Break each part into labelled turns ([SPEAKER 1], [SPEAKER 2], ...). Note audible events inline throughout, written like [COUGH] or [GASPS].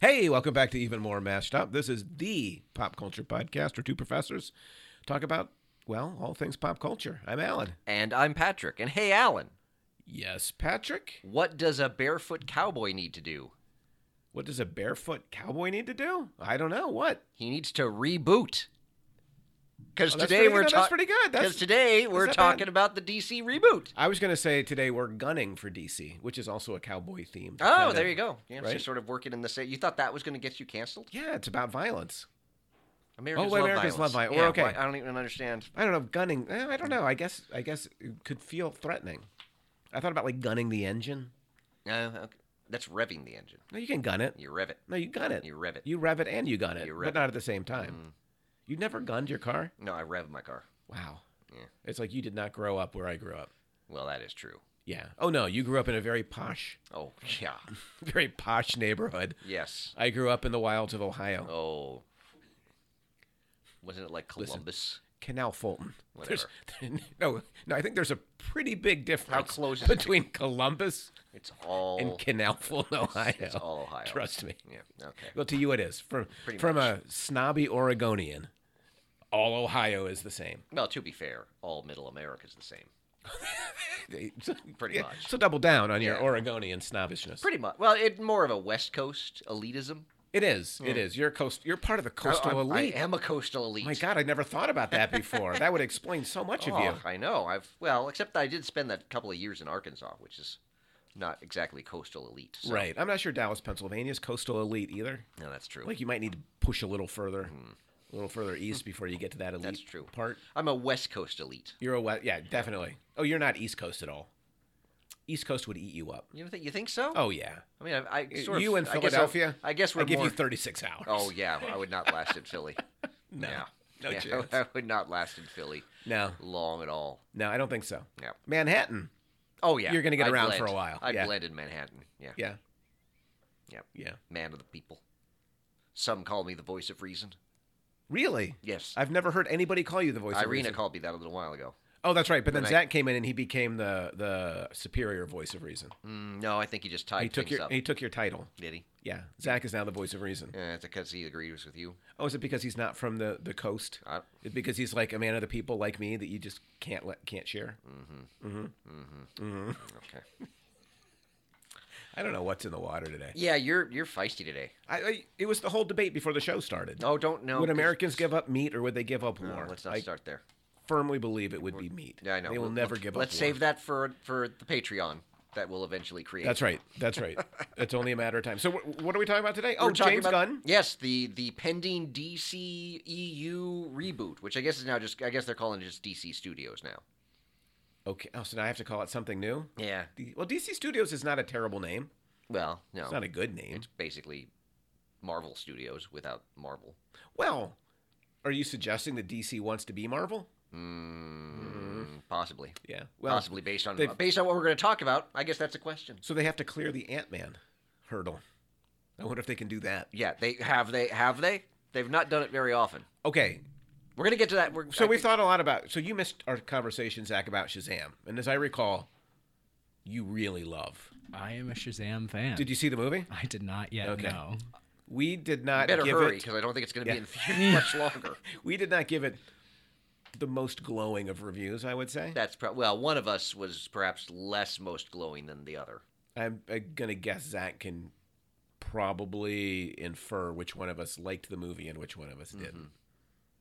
[SPEAKER 1] Hey, welcome back to Even More Mashed Up. This is the pop culture podcast where two professors talk about, well, all things pop culture. I'm Alan.
[SPEAKER 2] And I'm Patrick. And hey, Alan,
[SPEAKER 1] Yes, Patrick.
[SPEAKER 2] what does a barefoot cowboy need to do?
[SPEAKER 1] What does a barefoot cowboy need to do? I don't know. What?
[SPEAKER 2] He needs to reboot. Because
[SPEAKER 1] Oh, that's
[SPEAKER 2] today
[SPEAKER 1] pretty
[SPEAKER 2] we're
[SPEAKER 1] good. That's
[SPEAKER 2] talking.
[SPEAKER 1] pretty good. That's-
[SPEAKER 2] Because today we're
[SPEAKER 1] that
[SPEAKER 2] talking
[SPEAKER 1] bad?
[SPEAKER 2] about the DC reboot.
[SPEAKER 1] I was going to say today we're gunning for DC, which is also a cowboy theme.
[SPEAKER 2] Oh, there you go. Yeah, so
[SPEAKER 1] right?
[SPEAKER 2] you're sort of working in the same. You thought that was going to get you canceled?
[SPEAKER 1] Yeah, it's about violence.
[SPEAKER 2] Americans
[SPEAKER 1] Oh,
[SPEAKER 2] love
[SPEAKER 1] Americans
[SPEAKER 2] violence.
[SPEAKER 1] love violence.
[SPEAKER 2] Yeah,
[SPEAKER 1] We're okay.
[SPEAKER 2] why- I don't even understand.
[SPEAKER 1] I don't know. Gunning. eh, I don't know. I guess. I guess it could feel threatening. I thought about like gunning the engine.
[SPEAKER 2] No, Uh, okay. that's revving the engine.
[SPEAKER 1] No, you can gun it.
[SPEAKER 2] You rev it.
[SPEAKER 1] No, you gun it.
[SPEAKER 2] You rev it.
[SPEAKER 1] You rev it and you gun it,
[SPEAKER 2] You Mm. rev
[SPEAKER 1] but not at the same time. You never gunned your car?
[SPEAKER 2] No, I rev my car.
[SPEAKER 1] Wow.
[SPEAKER 2] Yeah.
[SPEAKER 1] It's like you did not grow up where I grew up.
[SPEAKER 2] Well, that is true.
[SPEAKER 1] Yeah. Oh no, you grew up in a very posh, [LAUGHS]
[SPEAKER 2] Oh [LAUGHS] yeah.
[SPEAKER 1] very posh neighborhood.
[SPEAKER 2] Yes.
[SPEAKER 1] I grew up in the wilds of Ohio,
[SPEAKER 2] Oh. Wasn't it like Columbus?
[SPEAKER 1] Canal Fulton. There's-
[SPEAKER 2] Whatever.
[SPEAKER 1] [LAUGHS] no, no. I think there's a pretty big difference
[SPEAKER 2] close is it to-
[SPEAKER 1] between Columbus
[SPEAKER 2] It's all.
[SPEAKER 1] and Canal Fulton,
[SPEAKER 2] [LAUGHS]
[SPEAKER 1] Ohio.
[SPEAKER 2] It's all Ohio.
[SPEAKER 1] Trust me.
[SPEAKER 2] Yeah. Okay.
[SPEAKER 1] Well, to you it is. From
[SPEAKER 2] Pretty
[SPEAKER 1] from a snobby Oregonian, all Ohio is the same.
[SPEAKER 2] Well, to be fair, all Middle America's the same. [LAUGHS] Pretty much.
[SPEAKER 1] So double down on your
[SPEAKER 2] Yeah.
[SPEAKER 1] Oregonian snobbishness.
[SPEAKER 2] Pretty much. Well, it more of a West Coast elitism.
[SPEAKER 1] It is. It is. You're coast. You're part of the coastal
[SPEAKER 2] Mm. I, I
[SPEAKER 1] elite.
[SPEAKER 2] am a coastal elite.
[SPEAKER 1] My God, I never thought about that before. that would explain so much of you.
[SPEAKER 2] Oh, I know. I've well, except I did spend that couple of years in Arkansas, which is not exactly coastal elite. So.
[SPEAKER 1] Right. I'm not sure Dallas, Pennsylvania's coastal elite either.
[SPEAKER 2] No, that's true.
[SPEAKER 1] Like you might need to push a little further, a little further east before you get to that elite
[SPEAKER 2] Hmm. That's true.
[SPEAKER 1] part.
[SPEAKER 2] I'm a West Coast elite.
[SPEAKER 1] You're a west. Yeah, definitely. Oh, you're not East Coast at all. East Coast would eat you up.
[SPEAKER 2] You think you think so?
[SPEAKER 1] Oh yeah.
[SPEAKER 2] I mean, I, I sort
[SPEAKER 1] you
[SPEAKER 2] of,
[SPEAKER 1] in
[SPEAKER 2] I guess I-
[SPEAKER 1] Philadelphia?
[SPEAKER 2] I guess we're
[SPEAKER 1] I give
[SPEAKER 2] more.
[SPEAKER 1] you 36 hours.
[SPEAKER 2] [LAUGHS] oh yeah, I would not last in Philly. no,
[SPEAKER 1] [LAUGHS] no
[SPEAKER 2] yeah, [LAUGHS]
[SPEAKER 1] chance.
[SPEAKER 2] I would not last in Philly
[SPEAKER 1] No,
[SPEAKER 2] long at all.
[SPEAKER 1] no, I don't think so.
[SPEAKER 2] Yeah.
[SPEAKER 1] Manhattan.
[SPEAKER 2] Oh yeah,
[SPEAKER 1] You're gonna get
[SPEAKER 2] I'd
[SPEAKER 1] around
[SPEAKER 2] blend.
[SPEAKER 1] for a while.
[SPEAKER 2] I'd
[SPEAKER 1] Yeah.
[SPEAKER 2] blend in Manhattan. Yeah.
[SPEAKER 1] Yeah.
[SPEAKER 2] Yep.
[SPEAKER 1] Yeah.
[SPEAKER 2] man of the people. Some call me the voice of reason.
[SPEAKER 1] Really?
[SPEAKER 2] Yes,
[SPEAKER 1] I've never heard anybody call you the voice. of
[SPEAKER 2] Irina
[SPEAKER 1] reason.
[SPEAKER 2] called me that a little while ago.
[SPEAKER 1] Oh, that's right. But then
[SPEAKER 2] Right.
[SPEAKER 1] Zach came in and he became the the superior voice of reason.
[SPEAKER 2] Mm, no, I think he just tied
[SPEAKER 1] he took
[SPEAKER 2] things
[SPEAKER 1] your
[SPEAKER 2] up.
[SPEAKER 1] he took your title.
[SPEAKER 2] Did he?
[SPEAKER 1] Yeah, Zach is now the voice of reason.
[SPEAKER 2] Uh, because he agrees with you.
[SPEAKER 1] Oh, is it because he's not from the the coast?
[SPEAKER 2] I,
[SPEAKER 1] Is it because he's like a man of the people, like me, that you just can't let can't share.
[SPEAKER 2] mm-hmm.
[SPEAKER 1] Mm-hmm.
[SPEAKER 2] okay.
[SPEAKER 1] I don't know what's in the water today.
[SPEAKER 2] Yeah, you're you're feisty today.
[SPEAKER 1] I, I it was the whole debate before the show started.
[SPEAKER 2] Oh, No, don't know.
[SPEAKER 1] would Americans give up meat or would they give up war?
[SPEAKER 2] let's not
[SPEAKER 1] I
[SPEAKER 2] start there.
[SPEAKER 1] firmly believe it would be meat.
[SPEAKER 2] Yeah, I know.
[SPEAKER 1] They will
[SPEAKER 2] We'll-
[SPEAKER 1] never
[SPEAKER 2] let's-
[SPEAKER 1] give
[SPEAKER 2] Let's
[SPEAKER 1] up. war.
[SPEAKER 2] save that for for the Patreon that we'll eventually create.
[SPEAKER 1] That's right. That's
[SPEAKER 2] [LAUGHS]
[SPEAKER 1] right. it's only a matter of time. So wh- what are we talking about today?
[SPEAKER 2] We're
[SPEAKER 1] Oh,
[SPEAKER 2] talking
[SPEAKER 1] James
[SPEAKER 2] about-
[SPEAKER 1] Gunn.
[SPEAKER 2] Yes, the the pending DC EU reboot, which I guess is now just I guess they're calling it just DC Studios now.
[SPEAKER 1] Okay. Oh, so now I have to call it something new.
[SPEAKER 2] Yeah.
[SPEAKER 1] D- Well, DC Studios is not a terrible name.
[SPEAKER 2] Well, no.
[SPEAKER 1] It's not a good name.
[SPEAKER 2] Oh. It's basically Marvel Studios without Marvel.
[SPEAKER 1] Well, are you suggesting that DC wants to be Marvel?
[SPEAKER 2] Mm, possibly.
[SPEAKER 1] Yeah. Mm-hmm. Well,
[SPEAKER 2] possibly based on
[SPEAKER 1] they've-
[SPEAKER 2] based on what we're going to talk about. I guess that's a question.
[SPEAKER 1] so they have to clear the Ant Man hurdle. I wonder if they can do that.
[SPEAKER 2] Yeah, they have they have they? They've not done it very often.
[SPEAKER 1] Okay.
[SPEAKER 2] We're going to get to that. We're,
[SPEAKER 1] So
[SPEAKER 2] I
[SPEAKER 1] we've
[SPEAKER 2] think-
[SPEAKER 1] thought a lot about. So you missed our conversation, Zach, about Shazam. And as I recall, you really love.
[SPEAKER 3] I am a Shazam fan.
[SPEAKER 1] Did you see the movie?
[SPEAKER 3] I did not yet
[SPEAKER 1] Okay.
[SPEAKER 3] know.
[SPEAKER 1] We did not
[SPEAKER 2] better
[SPEAKER 1] give it.
[SPEAKER 2] hurry because I don't think it's going to
[SPEAKER 1] Yeah.
[SPEAKER 2] be in theaters much longer. [LAUGHS]
[SPEAKER 1] We did not give it the most glowing of reviews. I would say.
[SPEAKER 2] That's pro- well, one of us was perhaps less most glowing than the other.
[SPEAKER 1] I'm, i gonna guess Zach can probably infer which one of us liked the movie and which one of us
[SPEAKER 2] Mm-hmm.
[SPEAKER 1] didn't.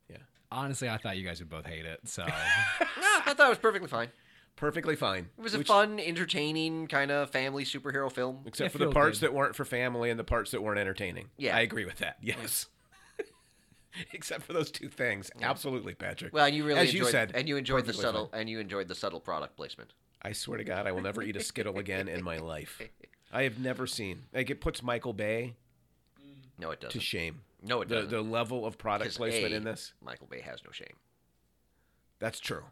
[SPEAKER 1] Yeah,
[SPEAKER 3] Honestly, I thought you guys would both hate it. So
[SPEAKER 2] No, I thought it was perfectly fine.
[SPEAKER 1] perfectly fine.
[SPEAKER 2] It was a
[SPEAKER 1] Which-
[SPEAKER 2] fun, entertaining kind of family superhero film.
[SPEAKER 1] except
[SPEAKER 3] Yeah,
[SPEAKER 1] for the
[SPEAKER 3] feel
[SPEAKER 1] parts
[SPEAKER 3] good.
[SPEAKER 1] that weren't for family and the parts that weren't entertaining.
[SPEAKER 2] Yeah.
[SPEAKER 1] I agree with that. Yes. [LAUGHS] except for those two things, absolutely, Patrick.
[SPEAKER 2] Well, and you really
[SPEAKER 1] as
[SPEAKER 2] enjoyed,
[SPEAKER 1] you said,
[SPEAKER 2] and you enjoyed the
[SPEAKER 1] perfectly
[SPEAKER 2] subtle, and you enjoyed the subtle product placement.
[SPEAKER 1] I swear to God, I will never eat a Skittle again in my
[SPEAKER 2] [LAUGHS]
[SPEAKER 1] life. I have never seen like it puts Michael Bay
[SPEAKER 2] No, it
[SPEAKER 1] to
[SPEAKER 2] doesn't.
[SPEAKER 1] shame.
[SPEAKER 2] No, it
[SPEAKER 1] The
[SPEAKER 2] doesn't.
[SPEAKER 1] the level of product
[SPEAKER 2] 'Cause
[SPEAKER 1] placement
[SPEAKER 2] A,
[SPEAKER 1] in this.
[SPEAKER 2] Michael Bay has no shame.
[SPEAKER 1] That's true.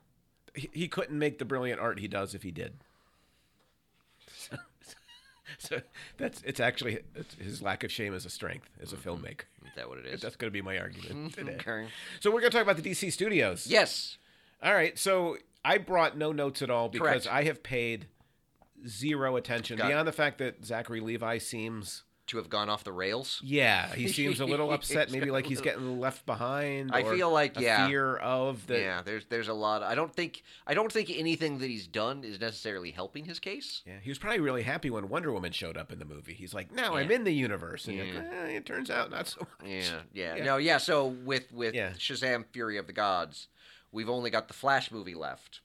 [SPEAKER 1] He, he couldn't make the brilliant art he does if he did. [LAUGHS] So, so that's it's actually it's, his lack of shame is a strength as a filmmaker.
[SPEAKER 2] Is that what it is? [LAUGHS]
[SPEAKER 1] That's going to be my argument today.
[SPEAKER 2] Okay.
[SPEAKER 1] So we're going to talk about the DC studios.
[SPEAKER 2] Yes.
[SPEAKER 1] All right. So I brought no notes at all because
[SPEAKER 2] Correct.
[SPEAKER 1] I have paid zero attention
[SPEAKER 2] Got it.
[SPEAKER 1] beyond the fact that Zachary Levi seems
[SPEAKER 2] to have gone off the rails.
[SPEAKER 1] Yeah, he seems a little upset.
[SPEAKER 2] [LAUGHS] He's
[SPEAKER 1] Maybe
[SPEAKER 2] got
[SPEAKER 1] like
[SPEAKER 2] a
[SPEAKER 1] he's
[SPEAKER 2] little-
[SPEAKER 1] getting left behind.
[SPEAKER 2] I
[SPEAKER 1] or
[SPEAKER 2] feel like,
[SPEAKER 1] a
[SPEAKER 2] yeah.
[SPEAKER 1] fear of the.
[SPEAKER 2] yeah, there's there's a lot. I don't think I don't think anything that he's done is necessarily helping his case.
[SPEAKER 1] Yeah, he was probably really happy when Wonder Woman showed up in the movie. He's like, "Now I'm
[SPEAKER 2] Yeah.
[SPEAKER 1] in the universe," and you're like,
[SPEAKER 2] Yeah.
[SPEAKER 1] "Eh, it turns out not so much.
[SPEAKER 2] Yeah, yeah,
[SPEAKER 1] Yeah.
[SPEAKER 2] no, yeah. So with with
[SPEAKER 1] Yeah.
[SPEAKER 2] Shazam: Fury of the Gods, we've only got the Flash movie left,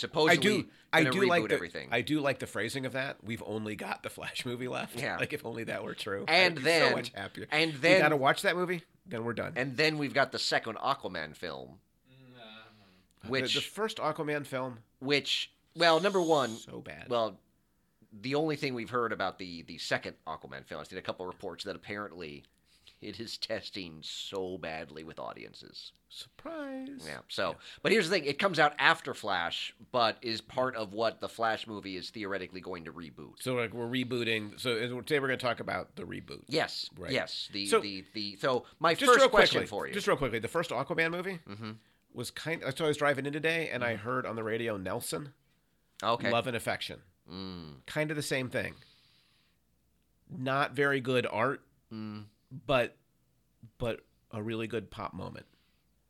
[SPEAKER 1] I
[SPEAKER 2] supposedly
[SPEAKER 1] do, I
[SPEAKER 2] gonna
[SPEAKER 1] do
[SPEAKER 2] reboot
[SPEAKER 1] like the,
[SPEAKER 2] everything.
[SPEAKER 1] I do like the phrasing of that. We've only got the Flash movie left.
[SPEAKER 2] Yeah.
[SPEAKER 1] [LAUGHS] like if only that were true.
[SPEAKER 2] And
[SPEAKER 1] I'd be
[SPEAKER 2] then-
[SPEAKER 1] so much happier.
[SPEAKER 2] and
[SPEAKER 1] we
[SPEAKER 2] then
[SPEAKER 1] gotta watch that movie. Then we're done.
[SPEAKER 2] and then we've got the second Aquaman film,
[SPEAKER 1] The-
[SPEAKER 2] which
[SPEAKER 1] Mm-hmm. the, first Aquaman film,
[SPEAKER 2] which well, number one,
[SPEAKER 1] so bad.
[SPEAKER 2] well, the only thing we've heard about the the second Aquaman film, I've seen a couple reports that apparently it is [LAUGHS] testing so badly with audiences.
[SPEAKER 1] surprise.
[SPEAKER 2] Yeah. So, but here's the thing: it comes out after Flash, but is part of what the Flash movie is theoretically going to reboot.
[SPEAKER 1] So like we're rebooting. So is- today we're gonna talk about the reboot.
[SPEAKER 2] Yes.
[SPEAKER 1] Right.
[SPEAKER 2] Yes. The
[SPEAKER 1] So-
[SPEAKER 2] the the. So my
[SPEAKER 1] Just
[SPEAKER 2] first
[SPEAKER 1] real
[SPEAKER 2] question
[SPEAKER 1] quickly,
[SPEAKER 2] for you.
[SPEAKER 1] Just real quickly, the first Aquaman movie
[SPEAKER 2] mm-hmm.
[SPEAKER 1] was kind. so I was driving in today, and I heard on the radio Nelson,
[SPEAKER 2] Okay.
[SPEAKER 1] Love and Affection,
[SPEAKER 2] Mm.
[SPEAKER 1] kind of the same thing. Not very good art,
[SPEAKER 2] Mm.
[SPEAKER 1] but but a really good pop moment.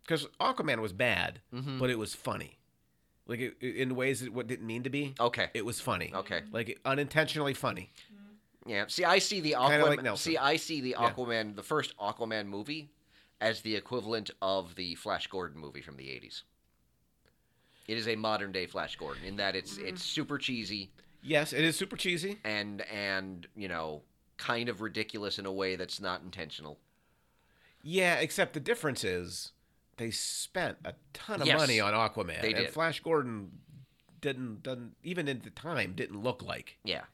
[SPEAKER 1] Because Aquaman was bad,
[SPEAKER 2] Mhm.
[SPEAKER 1] but it was funny, like it, it- in ways that what didn't mean to be.
[SPEAKER 2] Okay.
[SPEAKER 1] It was funny,
[SPEAKER 2] Oh. Okay.
[SPEAKER 1] like unintentionally funny.
[SPEAKER 2] Yeah. See, I see the
[SPEAKER 1] Kinda
[SPEAKER 2] Aquaman.
[SPEAKER 1] like Nelson.
[SPEAKER 2] see, I see the Aquaman, the first Aquaman movie, as the equivalent of the Flash Gordon movie from the '80s. It is a modern day Flash Gordon in that it's it's
[SPEAKER 1] Mm.
[SPEAKER 2] super cheesy
[SPEAKER 1] Yes, it is super cheesy.
[SPEAKER 2] and and you know kind of ridiculous in a way that's not intentional.
[SPEAKER 1] Yeah, except the difference is they spent a ton of
[SPEAKER 2] Yes,
[SPEAKER 1] money on Aquaman.
[SPEAKER 2] they
[SPEAKER 1] and
[SPEAKER 2] did.
[SPEAKER 1] Flash Gordon didn't didn't even at the time didn't look like
[SPEAKER 2] Yeah.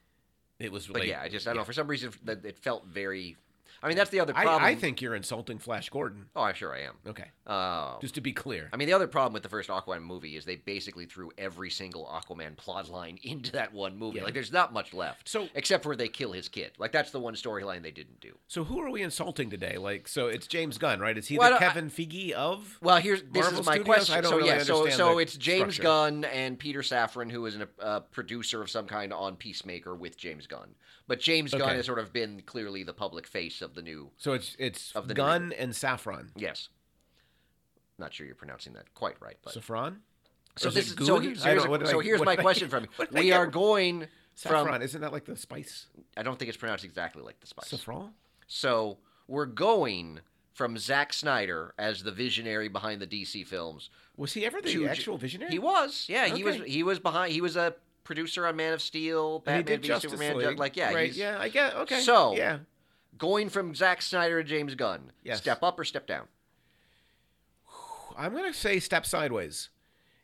[SPEAKER 1] it was.
[SPEAKER 2] But
[SPEAKER 1] like-
[SPEAKER 2] yeah, I just I don't know for some reason that it felt very. I mean, that's the other problem.
[SPEAKER 1] I, I think you're insulting Flash Gordon.
[SPEAKER 2] Oh, I'm sure I am.
[SPEAKER 1] Okay,
[SPEAKER 2] Uh,
[SPEAKER 1] just to be clear.
[SPEAKER 2] I mean, the other problem with the first Aquaman movie is they basically threw every single Aquaman plot line [LAUGHS] into that one movie.
[SPEAKER 1] Yeah.
[SPEAKER 2] Like, there's not much left.
[SPEAKER 1] So-
[SPEAKER 2] except for they kill his kid. Like, that's the one storyline they didn't do.
[SPEAKER 1] So who are we insulting today? Like, so it's James Gunn, right? Is he
[SPEAKER 2] Well, I
[SPEAKER 1] the
[SPEAKER 2] don't- I-
[SPEAKER 1] Kevin Feige of?
[SPEAKER 2] Well, here's this
[SPEAKER 1] Marvel
[SPEAKER 2] is my
[SPEAKER 1] Studios?
[SPEAKER 2] question.
[SPEAKER 1] I don't
[SPEAKER 2] so
[SPEAKER 1] really
[SPEAKER 2] yeah, so
[SPEAKER 1] understand
[SPEAKER 2] so
[SPEAKER 1] the
[SPEAKER 2] it's James
[SPEAKER 1] structure.
[SPEAKER 2] Gunn and Peter Safran, who is an, a producer of some kind on Peacemaker with James Gunn. But James Gunn
[SPEAKER 1] Okay.
[SPEAKER 2] has sort of been clearly the public face of the new.
[SPEAKER 1] So it's it's
[SPEAKER 2] Of the
[SPEAKER 1] Gunn and Saffron.
[SPEAKER 2] Yes. Not sure you're pronouncing that quite right, but
[SPEAKER 1] Saffron.
[SPEAKER 2] So
[SPEAKER 1] Or is
[SPEAKER 2] this
[SPEAKER 1] it
[SPEAKER 2] is so,
[SPEAKER 1] Goon?
[SPEAKER 2] he- so
[SPEAKER 1] I
[SPEAKER 2] here's,
[SPEAKER 1] don't- what did
[SPEAKER 2] so
[SPEAKER 1] I-
[SPEAKER 2] here's
[SPEAKER 1] what
[SPEAKER 2] my
[SPEAKER 1] did I- [LAUGHS]
[SPEAKER 2] question from you.
[SPEAKER 1] what did I
[SPEAKER 2] We
[SPEAKER 1] get
[SPEAKER 2] are
[SPEAKER 1] wrong?
[SPEAKER 2] going
[SPEAKER 1] Saffron
[SPEAKER 2] from
[SPEAKER 1] isn't that like the spice?
[SPEAKER 2] I don't think it's pronounced exactly like the spice.
[SPEAKER 1] Saffron.
[SPEAKER 2] So we're going from Zack Snyder as the visionary behind the DC films.
[SPEAKER 1] Was he ever the
[SPEAKER 2] to J-
[SPEAKER 1] actual visionary?
[SPEAKER 2] He was. Yeah, he was
[SPEAKER 1] Okay.
[SPEAKER 2] he was behind he was a producer on Man of Steel,
[SPEAKER 1] And he
[SPEAKER 2] Batman
[SPEAKER 1] did
[SPEAKER 2] v
[SPEAKER 1] Justice
[SPEAKER 2] Superman, Ju-
[SPEAKER 1] League,
[SPEAKER 2] like yeah,
[SPEAKER 1] right?
[SPEAKER 2] he's
[SPEAKER 1] Yeah, I get. Okay.
[SPEAKER 2] So-
[SPEAKER 1] yeah,
[SPEAKER 2] going from Zack Snyder to James Gunn.
[SPEAKER 1] Yes.
[SPEAKER 2] Step up or step down?
[SPEAKER 1] I'm gonna say step sideways.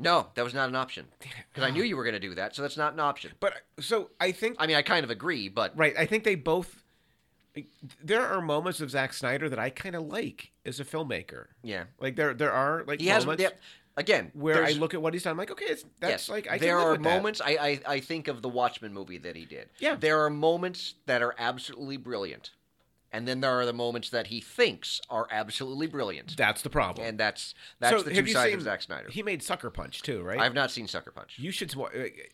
[SPEAKER 2] No, that was not an option.
[SPEAKER 1] [LAUGHS]
[SPEAKER 2] Because I knew you were going to do that, so that's not an option.
[SPEAKER 1] But so I think
[SPEAKER 2] I mean, I kind of agree, but
[SPEAKER 1] right. I think they both. There are moments of Zack Snyder that I kind of like as a filmmaker.
[SPEAKER 2] yeah.
[SPEAKER 1] Like there, there are like
[SPEAKER 2] He has
[SPEAKER 1] moments
[SPEAKER 2] yeah, again
[SPEAKER 1] where I
[SPEAKER 2] there's-
[SPEAKER 1] look at what he's done. I'm like, okay, it's, that's like I can
[SPEAKER 2] there
[SPEAKER 1] live
[SPEAKER 2] are
[SPEAKER 1] with that.
[SPEAKER 2] moments I, I I think of the Watchmen movie that he did.
[SPEAKER 1] Yeah.
[SPEAKER 2] there are moments that are absolutely brilliant, and then there are the moments that he thinks are absolutely brilliant,
[SPEAKER 1] That's the problem.
[SPEAKER 2] and that's that's
[SPEAKER 1] So,
[SPEAKER 2] the
[SPEAKER 1] have
[SPEAKER 2] two
[SPEAKER 1] you
[SPEAKER 2] sides of
[SPEAKER 1] seen-
[SPEAKER 2] Zack Snyder.
[SPEAKER 1] He made Sucker Punch too, right?
[SPEAKER 2] I've not seen Sucker Punch.
[SPEAKER 1] You should. sw- uh,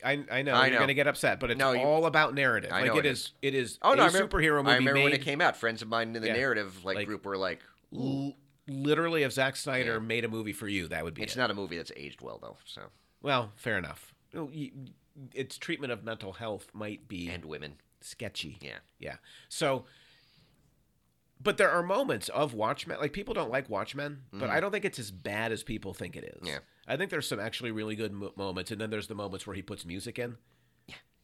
[SPEAKER 1] I I know
[SPEAKER 2] I
[SPEAKER 1] you're
[SPEAKER 2] know.
[SPEAKER 1] gonna get upset, but it's
[SPEAKER 2] No, you-
[SPEAKER 1] all about narrative.
[SPEAKER 2] I
[SPEAKER 1] like
[SPEAKER 2] know it
[SPEAKER 1] it is. It is.
[SPEAKER 2] Oh no,
[SPEAKER 1] a
[SPEAKER 2] I remember,
[SPEAKER 1] superhero movie
[SPEAKER 2] I remember
[SPEAKER 1] made
[SPEAKER 2] when it came out. Friends of mine in the
[SPEAKER 1] Yeah.
[SPEAKER 2] narrative like,
[SPEAKER 1] Like-
[SPEAKER 2] group were like,
[SPEAKER 1] l- literally if Zack Snyder
[SPEAKER 2] Yeah.
[SPEAKER 1] made a movie for you, that would be
[SPEAKER 2] "It's
[SPEAKER 1] it.
[SPEAKER 2] not a movie that's aged well though." So
[SPEAKER 1] well, fair enough. No, y- Its treatment of mental health might be
[SPEAKER 2] and women,
[SPEAKER 1] sketchy.
[SPEAKER 2] yeah,
[SPEAKER 1] Yeah. So, but there are moments of Watchmen. Like people don't like Watchmen, but I don't think it's as bad as people think it is.
[SPEAKER 2] Yeah.
[SPEAKER 1] I think there's some actually really good mo- moments, and then there's the moments where he puts music in.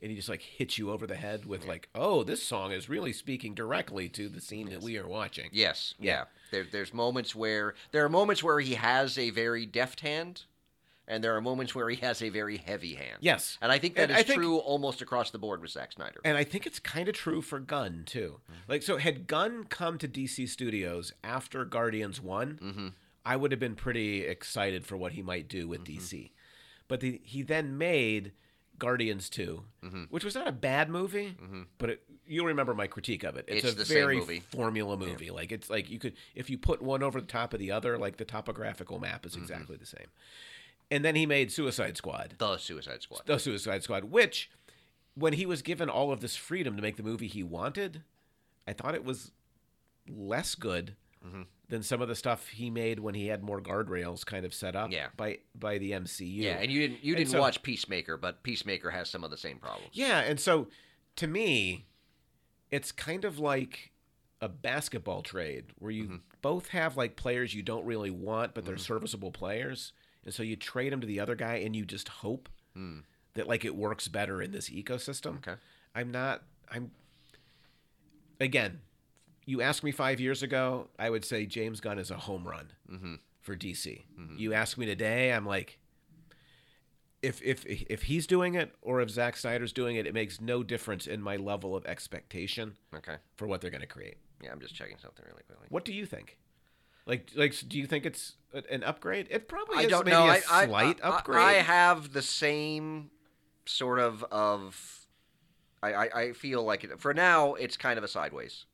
[SPEAKER 1] And he just like hits you over the head with like, oh, this song is really speaking directly to the scene that we are watching.
[SPEAKER 2] yes, yeah.
[SPEAKER 1] Yeah.
[SPEAKER 2] There, there's moments where there are moments where he has a very deft hand, and there are moments where he has a very heavy hand.
[SPEAKER 1] Yes,
[SPEAKER 2] And I think that
[SPEAKER 1] And
[SPEAKER 2] is
[SPEAKER 1] I think-
[SPEAKER 2] true almost across the board with Zack Snyder.
[SPEAKER 1] And I think it's kind of true for Gunn too.
[SPEAKER 2] Mm-hmm.
[SPEAKER 1] Like, so had Gunn come to DC Studios after Guardians One,
[SPEAKER 2] Mm-hmm.
[SPEAKER 1] I would have been pretty excited for what he might do with DC.
[SPEAKER 2] Mm-hmm.
[SPEAKER 1] But the, he then made Guardians 2
[SPEAKER 2] Mm-hmm.
[SPEAKER 1] which was not a bad movie, but it, you'll remember my critique of it. It's,
[SPEAKER 2] It's
[SPEAKER 1] a
[SPEAKER 2] the same
[SPEAKER 1] very
[SPEAKER 2] movie.
[SPEAKER 1] formula movie. Like it's like you could if you put one over the top of the other, like the topographical map
[SPEAKER 2] Mm-hmm.
[SPEAKER 1] is exactly the same. And then he made Suicide Squad
[SPEAKER 2] the Suicide Squad.
[SPEAKER 1] the Suicide Squad, which when he was given all of this freedom to make the movie he wanted, I thought it was less good
[SPEAKER 2] Mm-hmm.
[SPEAKER 1] than some of the stuff he made when he had more guardrails kind of set up
[SPEAKER 2] Yeah.
[SPEAKER 1] by by the MCU.
[SPEAKER 2] Yeah, and you didn't you
[SPEAKER 1] And
[SPEAKER 2] didn't
[SPEAKER 1] so-
[SPEAKER 2] watch Peacemaker, but Peacemaker has some of the same problems.
[SPEAKER 1] Yeah, and so to me, it's kind of like a basketball trade where
[SPEAKER 2] Mm-hmm.
[SPEAKER 1] you both have like players you don't really want, but they're serviceable players, and so you trade them to the other guy, and you just hope
[SPEAKER 2] Mm.
[SPEAKER 1] that like it works better in this ecosystem.
[SPEAKER 2] Okay.
[SPEAKER 1] I'm not. I'm again. You asked me five years ago, I would say James Gunn is a home run
[SPEAKER 2] Mm-hmm.
[SPEAKER 1] for DC. You ask me today, I'm like, if if if he's doing it or if Zack Snyder's doing it, it makes no difference in my level of expectation
[SPEAKER 2] Okay.
[SPEAKER 1] for what they're going to create.
[SPEAKER 2] Yeah, I'm just checking something really quickly.
[SPEAKER 1] What do you think? Like like do you think it's a- an upgrade? It probably
[SPEAKER 2] I
[SPEAKER 1] is
[SPEAKER 2] don't
[SPEAKER 1] maybe
[SPEAKER 2] know.
[SPEAKER 1] a
[SPEAKER 2] I I-
[SPEAKER 1] slight
[SPEAKER 2] I, I-
[SPEAKER 1] upgrade.
[SPEAKER 2] I have the same sort of of. I, I, I feel like it, for now it's kind of a sideways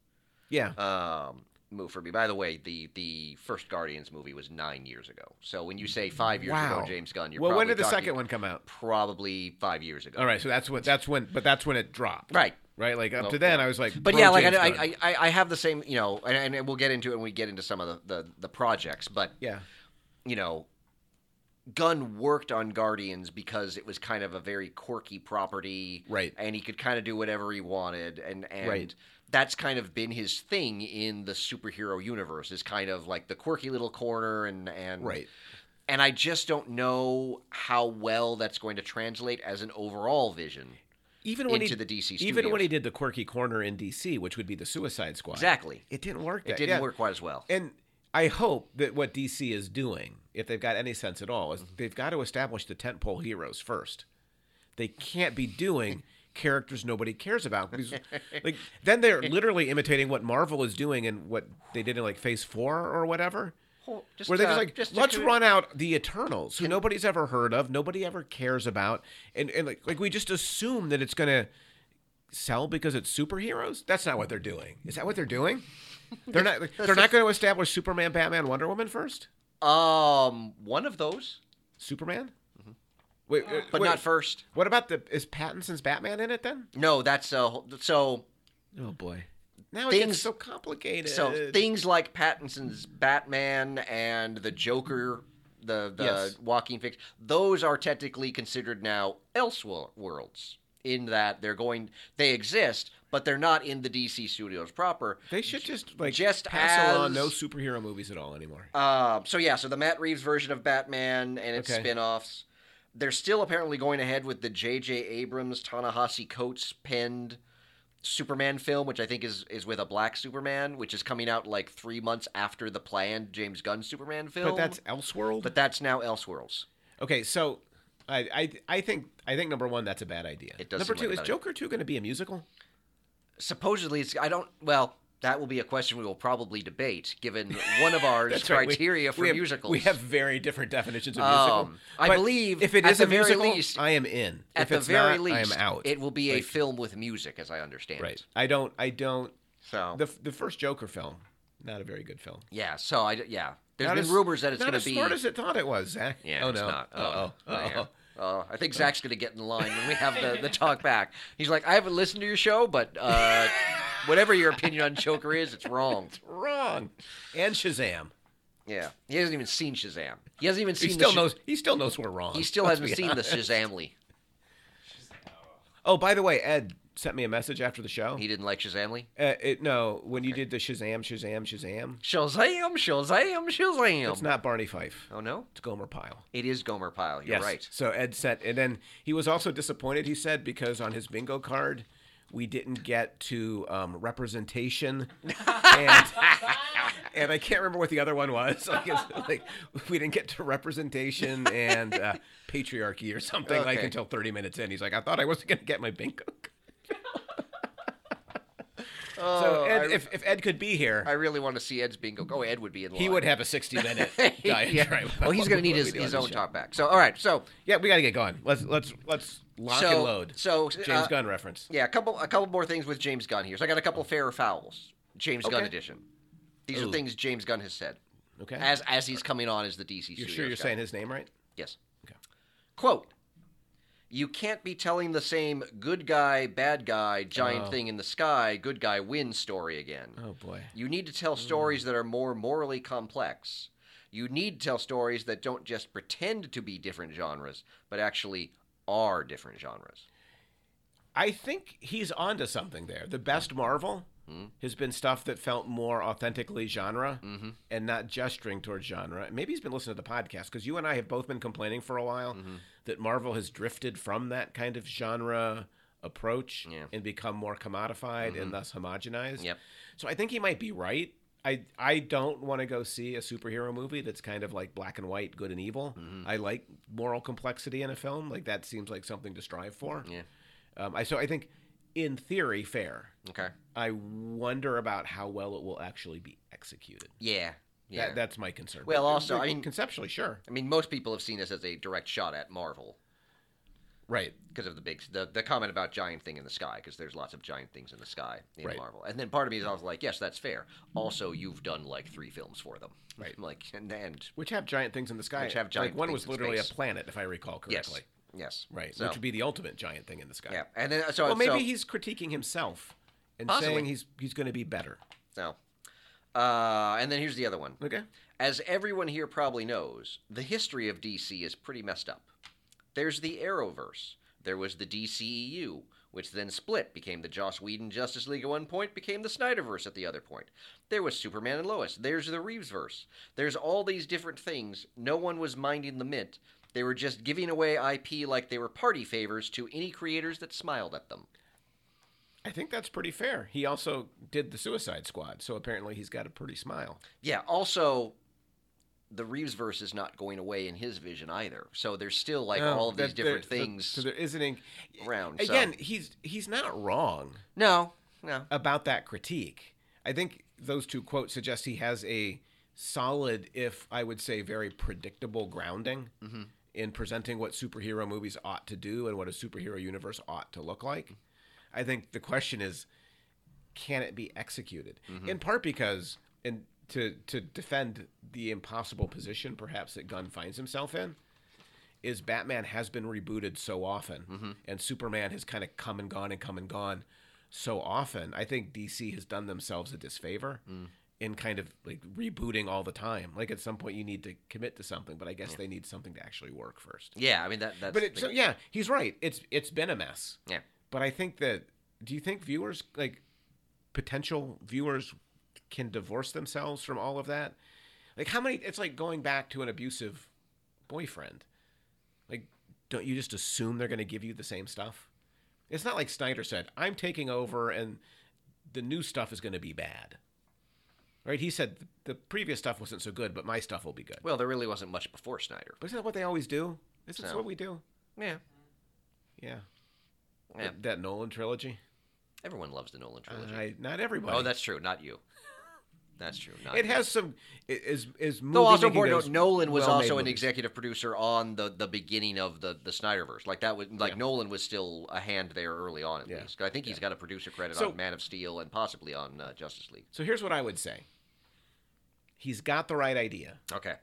[SPEAKER 1] yeah.
[SPEAKER 2] um, move for me. By the way, the the first Guardians movie was nine years ago. So when you say five years
[SPEAKER 1] wow.
[SPEAKER 2] ago, James Gunn, you're
[SPEAKER 1] well,
[SPEAKER 2] probably
[SPEAKER 1] when did the
[SPEAKER 2] talking
[SPEAKER 1] second one come out?
[SPEAKER 2] Probably five years ago.
[SPEAKER 1] All right, so that's when that's when but that's when it dropped.
[SPEAKER 2] Right.
[SPEAKER 1] Right? Like up
[SPEAKER 2] Nope,
[SPEAKER 1] to then I was like
[SPEAKER 2] But
[SPEAKER 1] pro
[SPEAKER 2] Oh, yeah, like
[SPEAKER 1] James
[SPEAKER 2] I,
[SPEAKER 1] Gunn.
[SPEAKER 2] I, I, I have the same, you know, and, and we'll get into it when we get into some of the, the, the projects. But
[SPEAKER 1] yeah.
[SPEAKER 2] you know, Gunn worked on Guardians because it was kind of a very quirky property,
[SPEAKER 1] Right.
[SPEAKER 2] And he could kind of do whatever he wanted, and and
[SPEAKER 1] Right.
[SPEAKER 2] that's kind of been his thing in the superhero universe is kind of like the quirky little corner, and and
[SPEAKER 1] Right.
[SPEAKER 2] And I just don't know how well that's going to translate as an overall vision.
[SPEAKER 1] Even when
[SPEAKER 2] into
[SPEAKER 1] he,
[SPEAKER 2] the DC
[SPEAKER 1] Even when
[SPEAKER 2] studios.
[SPEAKER 1] he did the quirky corner in DC, which would be the Suicide Squad.
[SPEAKER 2] Exactly,
[SPEAKER 1] It didn't work.
[SPEAKER 2] it
[SPEAKER 1] that-
[SPEAKER 2] didn't
[SPEAKER 1] yeah.
[SPEAKER 2] work quite as well.
[SPEAKER 1] And I hope that what DC is doing, if they've got any sense at all, is
[SPEAKER 2] Mm-hmm.
[SPEAKER 1] they've got to establish the tentpole heroes first. They can't be
[SPEAKER 2] [LAUGHS]
[SPEAKER 1] doing characters nobody cares about. Because, like then they're literally imitating what Marvel is doing and what they did in like Phase Four or whatever.
[SPEAKER 2] Well, just,
[SPEAKER 1] where they're
[SPEAKER 2] uh,
[SPEAKER 1] just like,
[SPEAKER 2] just to
[SPEAKER 1] let's
[SPEAKER 2] clear-
[SPEAKER 1] run out the Eternals, who nobody's ever heard of, nobody ever cares about, and, and like like we just assume that it's gonna sell because it's superheroes. That's not what they're doing. Is that what they're doing? They're not.
[SPEAKER 2] [LAUGHS]
[SPEAKER 1] like, they're not going to establish Superman, Batman, Wonder Woman first.
[SPEAKER 2] Um, one of those,
[SPEAKER 1] Superman. Wait, uh,
[SPEAKER 2] but
[SPEAKER 1] wait,
[SPEAKER 2] not first.
[SPEAKER 1] What about the is Pattinson's Batman in it then?
[SPEAKER 2] No, that's a whole- so
[SPEAKER 1] [LAUGHS] Oh boy, now it
[SPEAKER 2] Things-
[SPEAKER 1] gets so complicated.
[SPEAKER 2] so things like Pattinson's Batman and the Joker, the the
[SPEAKER 1] Yes.
[SPEAKER 2] Joaquin Phoenix, those are technically considered now elsewhere worlds in that they're going they exist, but they're not in the DC studios proper.
[SPEAKER 1] they should just like
[SPEAKER 2] just
[SPEAKER 1] pass along
[SPEAKER 2] as-
[SPEAKER 1] no superhero movies at all anymore.
[SPEAKER 2] Uh, so yeah, so the Matt Reeves version of Batman and its
[SPEAKER 1] Okay.
[SPEAKER 2] spin-offs. They're still apparently going ahead with the J.J. Abrams, Ta-Nehisi Coates penned Superman film, which I think is is with a black Superman, which is coming out like three months after the planned James Gunn Superman film.
[SPEAKER 1] But that's Elseworld.
[SPEAKER 2] but that's now Elseworlds.
[SPEAKER 1] Okay, so I, I I think I think number one that's a bad idea.
[SPEAKER 2] It does
[SPEAKER 1] number
[SPEAKER 2] seem
[SPEAKER 1] two
[SPEAKER 2] like a
[SPEAKER 1] is
[SPEAKER 2] bad
[SPEAKER 1] Joker two going to be a musical?
[SPEAKER 2] Supposedly, it's I don't well. That will be a question we will probably debate,
[SPEAKER 1] [LAUGHS]
[SPEAKER 2] given one of our
[SPEAKER 1] right, we-
[SPEAKER 2] criteria for
[SPEAKER 1] we have,
[SPEAKER 2] musicals.
[SPEAKER 1] We have very different definitions of musical.
[SPEAKER 2] Um, I
[SPEAKER 1] But
[SPEAKER 2] believe
[SPEAKER 1] if it
[SPEAKER 2] at
[SPEAKER 1] is
[SPEAKER 2] the
[SPEAKER 1] a
[SPEAKER 2] very
[SPEAKER 1] musical,
[SPEAKER 2] least-
[SPEAKER 1] I am in.
[SPEAKER 2] at
[SPEAKER 1] if
[SPEAKER 2] the
[SPEAKER 1] it's
[SPEAKER 2] very
[SPEAKER 1] not,
[SPEAKER 2] least,
[SPEAKER 1] I am out.
[SPEAKER 2] It will be a
[SPEAKER 1] Like,
[SPEAKER 2] film with music, as I understand
[SPEAKER 1] right.
[SPEAKER 2] it.
[SPEAKER 1] I don't. I don't.
[SPEAKER 2] So
[SPEAKER 1] The the first Joker film, not a very good film.
[SPEAKER 2] Yeah, so I d- yeah, there's
[SPEAKER 1] not
[SPEAKER 2] been
[SPEAKER 1] as,
[SPEAKER 2] rumors that it's
[SPEAKER 1] not
[SPEAKER 2] going
[SPEAKER 1] as
[SPEAKER 2] to be.
[SPEAKER 1] smart as it thought it was. Zach.
[SPEAKER 2] yeah,
[SPEAKER 1] oh
[SPEAKER 2] it's
[SPEAKER 1] no.
[SPEAKER 2] not.
[SPEAKER 1] Uh oh.
[SPEAKER 2] yeah. [LAUGHS]
[SPEAKER 1] Uh oh.
[SPEAKER 2] Uh, I think Zach's going to get in line when we have the, the talk back. He's like, I haven't listened to your show, but
[SPEAKER 1] [LAUGHS]
[SPEAKER 2] uh, whatever your opinion on Joker is, it's wrong.
[SPEAKER 1] Wrong. And Shazam.
[SPEAKER 2] Yeah, he hasn't even seen Shazam. He hasn't even
[SPEAKER 1] He
[SPEAKER 2] seen.
[SPEAKER 1] still
[SPEAKER 2] the Sha-
[SPEAKER 1] knows. He still knows we're wrong.
[SPEAKER 2] He still
[SPEAKER 1] Let's
[SPEAKER 2] hasn't
[SPEAKER 1] be
[SPEAKER 2] seen the Shazamly.
[SPEAKER 1] Oh, by the way, Ed sent me a message after the show.
[SPEAKER 2] He didn't like Shazamly.
[SPEAKER 1] Uh, it, no, when you did the Shazam, Shazam, Shazam,
[SPEAKER 2] Shazam! Shazam! Shazam!
[SPEAKER 1] it's not Barney Fife.
[SPEAKER 2] oh no,
[SPEAKER 1] It's Gomer Pyle.
[SPEAKER 2] it is Gomer Pyle. You're
[SPEAKER 1] Yes.
[SPEAKER 2] right.
[SPEAKER 1] So Ed sent, and then he was also disappointed. He said because on his bingo card, we didn't get to um, representation,
[SPEAKER 2] [LAUGHS]
[SPEAKER 1] and, and I can't remember what the other one was. [LAUGHS] Like, it's- like, we didn't get to representation and uh, patriarchy or something like
[SPEAKER 2] Okay.
[SPEAKER 1] until thirty minutes in. He's like, I thought I wasn't going to get my bingo. card." [LAUGHS]
[SPEAKER 2] Oh,
[SPEAKER 1] So Ed,
[SPEAKER 2] I,
[SPEAKER 1] if, if Ed could be here,
[SPEAKER 2] I really want to see Ed's bingo. Oh, Ed would be in line.
[SPEAKER 1] He would have a 60 minute diet.
[SPEAKER 2] [LAUGHS] yeah. Oh, he's going to need his, his own talk back. So, all right. So,
[SPEAKER 1] Yeah, we got to get going. Let's let's let's lock
[SPEAKER 2] so,
[SPEAKER 1] and load.
[SPEAKER 2] so
[SPEAKER 1] James
[SPEAKER 2] uh,
[SPEAKER 1] Gunn reference.
[SPEAKER 2] Yeah, a couple a couple more things with James Gunn here. So I got a couple fair fouls, James Gunn
[SPEAKER 1] Okay.
[SPEAKER 2] edition. These are
[SPEAKER 1] Ooh.
[SPEAKER 2] things James Gunn has said
[SPEAKER 1] Okay.
[SPEAKER 2] as as he's coming on as the DC.
[SPEAKER 1] you're
[SPEAKER 2] Studios
[SPEAKER 1] sure you're
[SPEAKER 2] guy.
[SPEAKER 1] saying his name right?
[SPEAKER 2] yes?
[SPEAKER 1] Okay.
[SPEAKER 2] Quote: you can't be telling the same good guy, bad guy, giant
[SPEAKER 1] Oh.
[SPEAKER 2] thing in the sky, good guy wins story again.
[SPEAKER 1] Oh Hmm. boy.
[SPEAKER 2] You need to tell stories that are more morally complex. You need to tell stories that don't just pretend to be different genres, but actually are different genres.
[SPEAKER 1] I think he's onto something there. The best Marvel
[SPEAKER 2] Mhm.
[SPEAKER 1] has been stuff that felt more authentically genre
[SPEAKER 2] Mm-hmm.
[SPEAKER 1] and not gesturing towards genre. Maybe he's been listening to the podcast because you and I have both been complaining for a while
[SPEAKER 2] Mm-hmm.
[SPEAKER 1] that Marvel has drifted from that kind of genre approach
[SPEAKER 2] Yeah. Mm-hmm.
[SPEAKER 1] and become more commodified and thus homogenized.
[SPEAKER 2] Yep.
[SPEAKER 1] So I think he might be right. I I don't want to go see a superhero movie that's kind of like black and white, good and evil.
[SPEAKER 2] Mm-hmm.
[SPEAKER 1] I like moral complexity in a film. Like that seems like something to strive for.
[SPEAKER 2] Yeah.
[SPEAKER 1] Um, I so I think in theory fair.
[SPEAKER 2] Okay.
[SPEAKER 1] I wonder about how well it will actually be executed.
[SPEAKER 2] Yeah. Yeah.
[SPEAKER 1] That, that's my concern.
[SPEAKER 2] Well,
[SPEAKER 1] But-
[SPEAKER 2] also,
[SPEAKER 1] but
[SPEAKER 2] I mean-
[SPEAKER 1] conceptually, sure.
[SPEAKER 2] I mean, most people have seen this as a direct shot at Marvel
[SPEAKER 1] Right.
[SPEAKER 2] because of the big the, the comment about giant thing in the sky because there's lots of giant things in the sky in
[SPEAKER 1] Right.
[SPEAKER 2] Marvel. And then part of me is always like, yes, that's fair. Also, you've done like three films for them. [LAUGHS]
[SPEAKER 1] Right.
[SPEAKER 2] I'm like and and
[SPEAKER 1] Which have giant things in the sky.
[SPEAKER 2] Which have giant
[SPEAKER 1] like one
[SPEAKER 2] things
[SPEAKER 1] was
[SPEAKER 2] in
[SPEAKER 1] literally
[SPEAKER 2] space.
[SPEAKER 1] a planet, if I recall correctly.
[SPEAKER 2] yes, yes,
[SPEAKER 1] Right.
[SPEAKER 2] So,
[SPEAKER 1] Which would be the ultimate giant thing in the sky.
[SPEAKER 2] yeah, and then so
[SPEAKER 1] Well, maybe
[SPEAKER 2] so,
[SPEAKER 1] he's critiquing himself and
[SPEAKER 2] Possibly.
[SPEAKER 1] saying he's he's going to be better.
[SPEAKER 2] so. Uh, and then here's the other one.
[SPEAKER 1] Okay.
[SPEAKER 2] As everyone here probably knows, the history of DC is pretty messed up. There's the Arrowverse. There was the DCEU, which then split, became the Joss Whedon Justice League at one point, became the Snyderverse at the other point. There was Superman and Lois. There's the Reevesverse. There's all these different things. No one was minding the mint. They were just giving away IP like they were party favors to any creators that smiled at them.
[SPEAKER 1] I think that's pretty fair. He also did the Suicide Squad, so apparently he's got a pretty smile.
[SPEAKER 2] Yeah, also the Reevesverse is not going away in his vision either. So there's still like
[SPEAKER 1] Oh,
[SPEAKER 2] all of these
[SPEAKER 1] that- there-
[SPEAKER 2] different
[SPEAKER 1] so-
[SPEAKER 2] things
[SPEAKER 1] So there isn't any-
[SPEAKER 2] around. so-
[SPEAKER 1] again. He's he's not wrong
[SPEAKER 2] No, no.
[SPEAKER 1] about that critique. I think those two quotes suggest he has a solid, if I would say, very predictable grounding in presenting what superhero movies ought to do and what a superhero universe ought to look like. I think the question is, can it be executed? In part because, and to to defend the impossible position, perhaps that Gunn finds himself in, is Batman has been rebooted so often, and Superman has kind of come and gone and come and gone so often. I think DC has done themselves a disfavor in kind of like rebooting all the time. Like at some point, you need to commit to something, but I guess they need something to actually work first.
[SPEAKER 2] Yeah, I mean that. That's
[SPEAKER 1] But it,
[SPEAKER 2] the-
[SPEAKER 1] so yeah, he's right. It's it's been a mess.
[SPEAKER 2] yeah.
[SPEAKER 1] But I think that do you think viewers like potential viewers can divorce themselves from all of that? Like how many it's like going back to an abusive boyfriend. Like don't you just assume they're going to give you the same stuff? It's not like Snyder said, "I'm taking over and the new stuff is going to be bad." Right? He said the previous stuff wasn't so good, but my stuff will be good.
[SPEAKER 2] Well, there really wasn't much before Snyder.
[SPEAKER 1] But isn't that what they always do? Isn't that
[SPEAKER 2] So.
[SPEAKER 1] what we do?
[SPEAKER 2] Yeah,
[SPEAKER 1] Yeah.
[SPEAKER 2] yeah.
[SPEAKER 1] That, that Nolan trilogy.
[SPEAKER 2] Everyone loves the Nolan trilogy.
[SPEAKER 1] I, not everybody.
[SPEAKER 2] oh, that's true. Not you. That's true. Not
[SPEAKER 1] It
[SPEAKER 2] you.
[SPEAKER 1] has some i- is is movie
[SPEAKER 2] Though also
[SPEAKER 1] making
[SPEAKER 2] important,
[SPEAKER 1] goes
[SPEAKER 2] note, Nolan was
[SPEAKER 1] well-made
[SPEAKER 2] also an
[SPEAKER 1] movies.
[SPEAKER 2] executive producer on the, the beginning of the, the Snyderverse. Like that was like Nolan was still a hand there early on at
[SPEAKER 1] Yeah.
[SPEAKER 2] least. 'Cause I think he's got a producer credit
[SPEAKER 1] So-
[SPEAKER 2] on Man of Steel and possibly on uh, Justice League.
[SPEAKER 1] So here's what I would say. He's got the right idea,
[SPEAKER 2] Okay.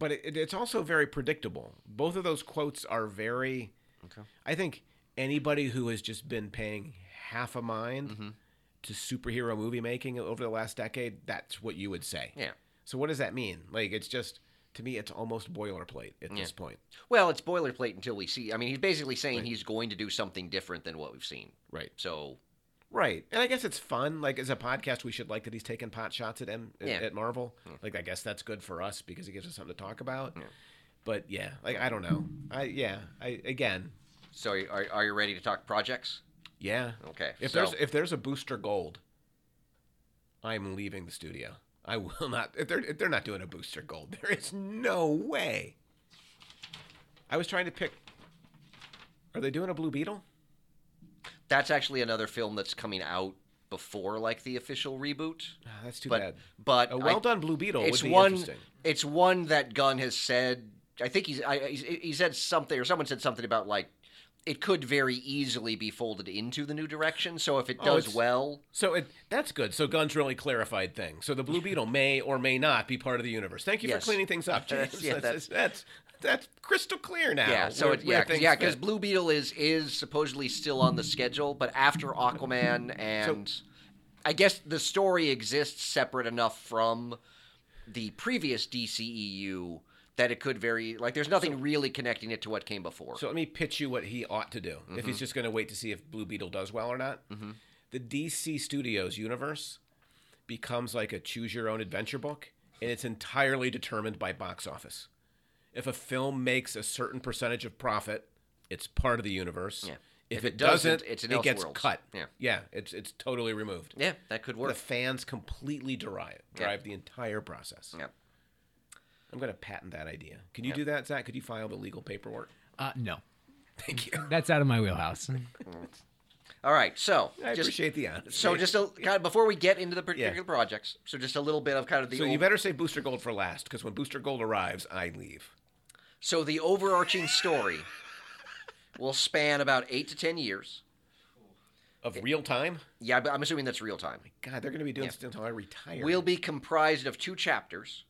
[SPEAKER 1] but it, it- it's also very predictable. Both of those quotes are very.
[SPEAKER 2] Okay.
[SPEAKER 1] I think anybody who has just been paying half a mind
[SPEAKER 2] Mm-hmm.
[SPEAKER 1] to superhero movie making over the last decade, that's what you would say.
[SPEAKER 2] Yeah.
[SPEAKER 1] So what does that mean? Like it's just to me, it's almost boilerplate at this point.
[SPEAKER 2] Well, it's boilerplate until we see. I mean, he's basically saying he's going to do something different than what we've seen.
[SPEAKER 1] Right.
[SPEAKER 2] So
[SPEAKER 1] Right, and I guess it's fun. Like as a podcast, we should like that he's taking pot shots at M-
[SPEAKER 2] Yeah. Hmm.
[SPEAKER 1] at Marvel. Like I guess that's good for us because it gives us something to talk about. But yeah, like I don't know. I yeah. I again,
[SPEAKER 2] So are- are, are you ready to talk projects?
[SPEAKER 1] yeah.
[SPEAKER 2] Okay.
[SPEAKER 1] If
[SPEAKER 2] so,
[SPEAKER 1] there's if there's a Booster Gold, I'm leaving the studio. I will not. If they're if they're not doing a Booster Gold, there is no way. I was trying to pick. Are they doing a Blue Beetle?
[SPEAKER 2] that's actually another film that's coming out before like the official reboot.
[SPEAKER 1] Ah, that's too
[SPEAKER 2] but
[SPEAKER 1] bad.
[SPEAKER 2] but
[SPEAKER 1] A well
[SPEAKER 2] I-
[SPEAKER 1] done Blue Beetle
[SPEAKER 2] It's
[SPEAKER 1] would be
[SPEAKER 2] one.
[SPEAKER 1] interesting.
[SPEAKER 2] It's one that Gunn has said. I think he's, I, he's he said something or someone said something about like it could very easily be folded into the new direction. So if it
[SPEAKER 1] Oh,
[SPEAKER 2] does
[SPEAKER 1] it's-
[SPEAKER 2] well,
[SPEAKER 1] So it, that's good. So Gunn's really clarified
[SPEAKER 2] [LAUGHS]
[SPEAKER 1] things. So the Blue Beetle may or may not be part of the universe. Thank you
[SPEAKER 2] Yes. [LAUGHS]
[SPEAKER 1] for cleaning things up, James.
[SPEAKER 2] That's- yeah,
[SPEAKER 1] that's, that's, that's crystal clear now.
[SPEAKER 2] Yeah, so
[SPEAKER 1] where-
[SPEAKER 2] it,
[SPEAKER 1] where
[SPEAKER 2] yeah, 'cause-
[SPEAKER 1] things
[SPEAKER 2] yeah, because
[SPEAKER 1] fit.
[SPEAKER 2] Blue Beetle is is supposedly still on the schedule, but after Aquaman and I guess the story exists separate enough from the previous DCEU that it could vary. Like, there's nothing really connecting it to what came before.
[SPEAKER 1] So let me pitch you what he ought to do. If
[SPEAKER 2] Mm-hmm.
[SPEAKER 1] he's just going to wait to see if Blue Beetle does well or not, the DC Studios universe becomes like a choose your own adventure book, and it's entirely determined by box office. If a film makes a certain percentage of profit, it's part of the universe.
[SPEAKER 2] Yeah.
[SPEAKER 1] If,
[SPEAKER 2] If
[SPEAKER 1] it,
[SPEAKER 2] it
[SPEAKER 1] doesn't,
[SPEAKER 2] doesn't, it's an
[SPEAKER 1] it gets
[SPEAKER 2] Elseworlds.
[SPEAKER 1] cut.
[SPEAKER 2] Yeah.
[SPEAKER 1] yeah, it's it's totally removed.
[SPEAKER 2] yeah, that could
[SPEAKER 1] The
[SPEAKER 2] work.
[SPEAKER 1] fans completely derive drive the entire process.
[SPEAKER 2] Yeah.
[SPEAKER 1] I'm going to patent that idea. Can you do that, Zach? Could you file the legal paperwork?
[SPEAKER 3] Uh, no,
[SPEAKER 1] [LAUGHS] Thank you.
[SPEAKER 3] that's out of my wheelhouse.
[SPEAKER 2] All right, so
[SPEAKER 1] I
[SPEAKER 2] just
[SPEAKER 1] appreciate the honesty.
[SPEAKER 2] so just a, kind of before we get into the particular projects, so just a little bit of kind of the
[SPEAKER 1] So you
[SPEAKER 2] old-
[SPEAKER 1] better say Booster Gold for last, because when Booster Gold arrives, I leave.
[SPEAKER 2] So the
[SPEAKER 1] [LAUGHS]
[SPEAKER 2] overarching story will span about eight to ten years.
[SPEAKER 1] Of real time?
[SPEAKER 2] Yeah, but I'm assuming that's real time.
[SPEAKER 1] God, they're going to be doing this until I retire.
[SPEAKER 2] Will be comprised of two chapters,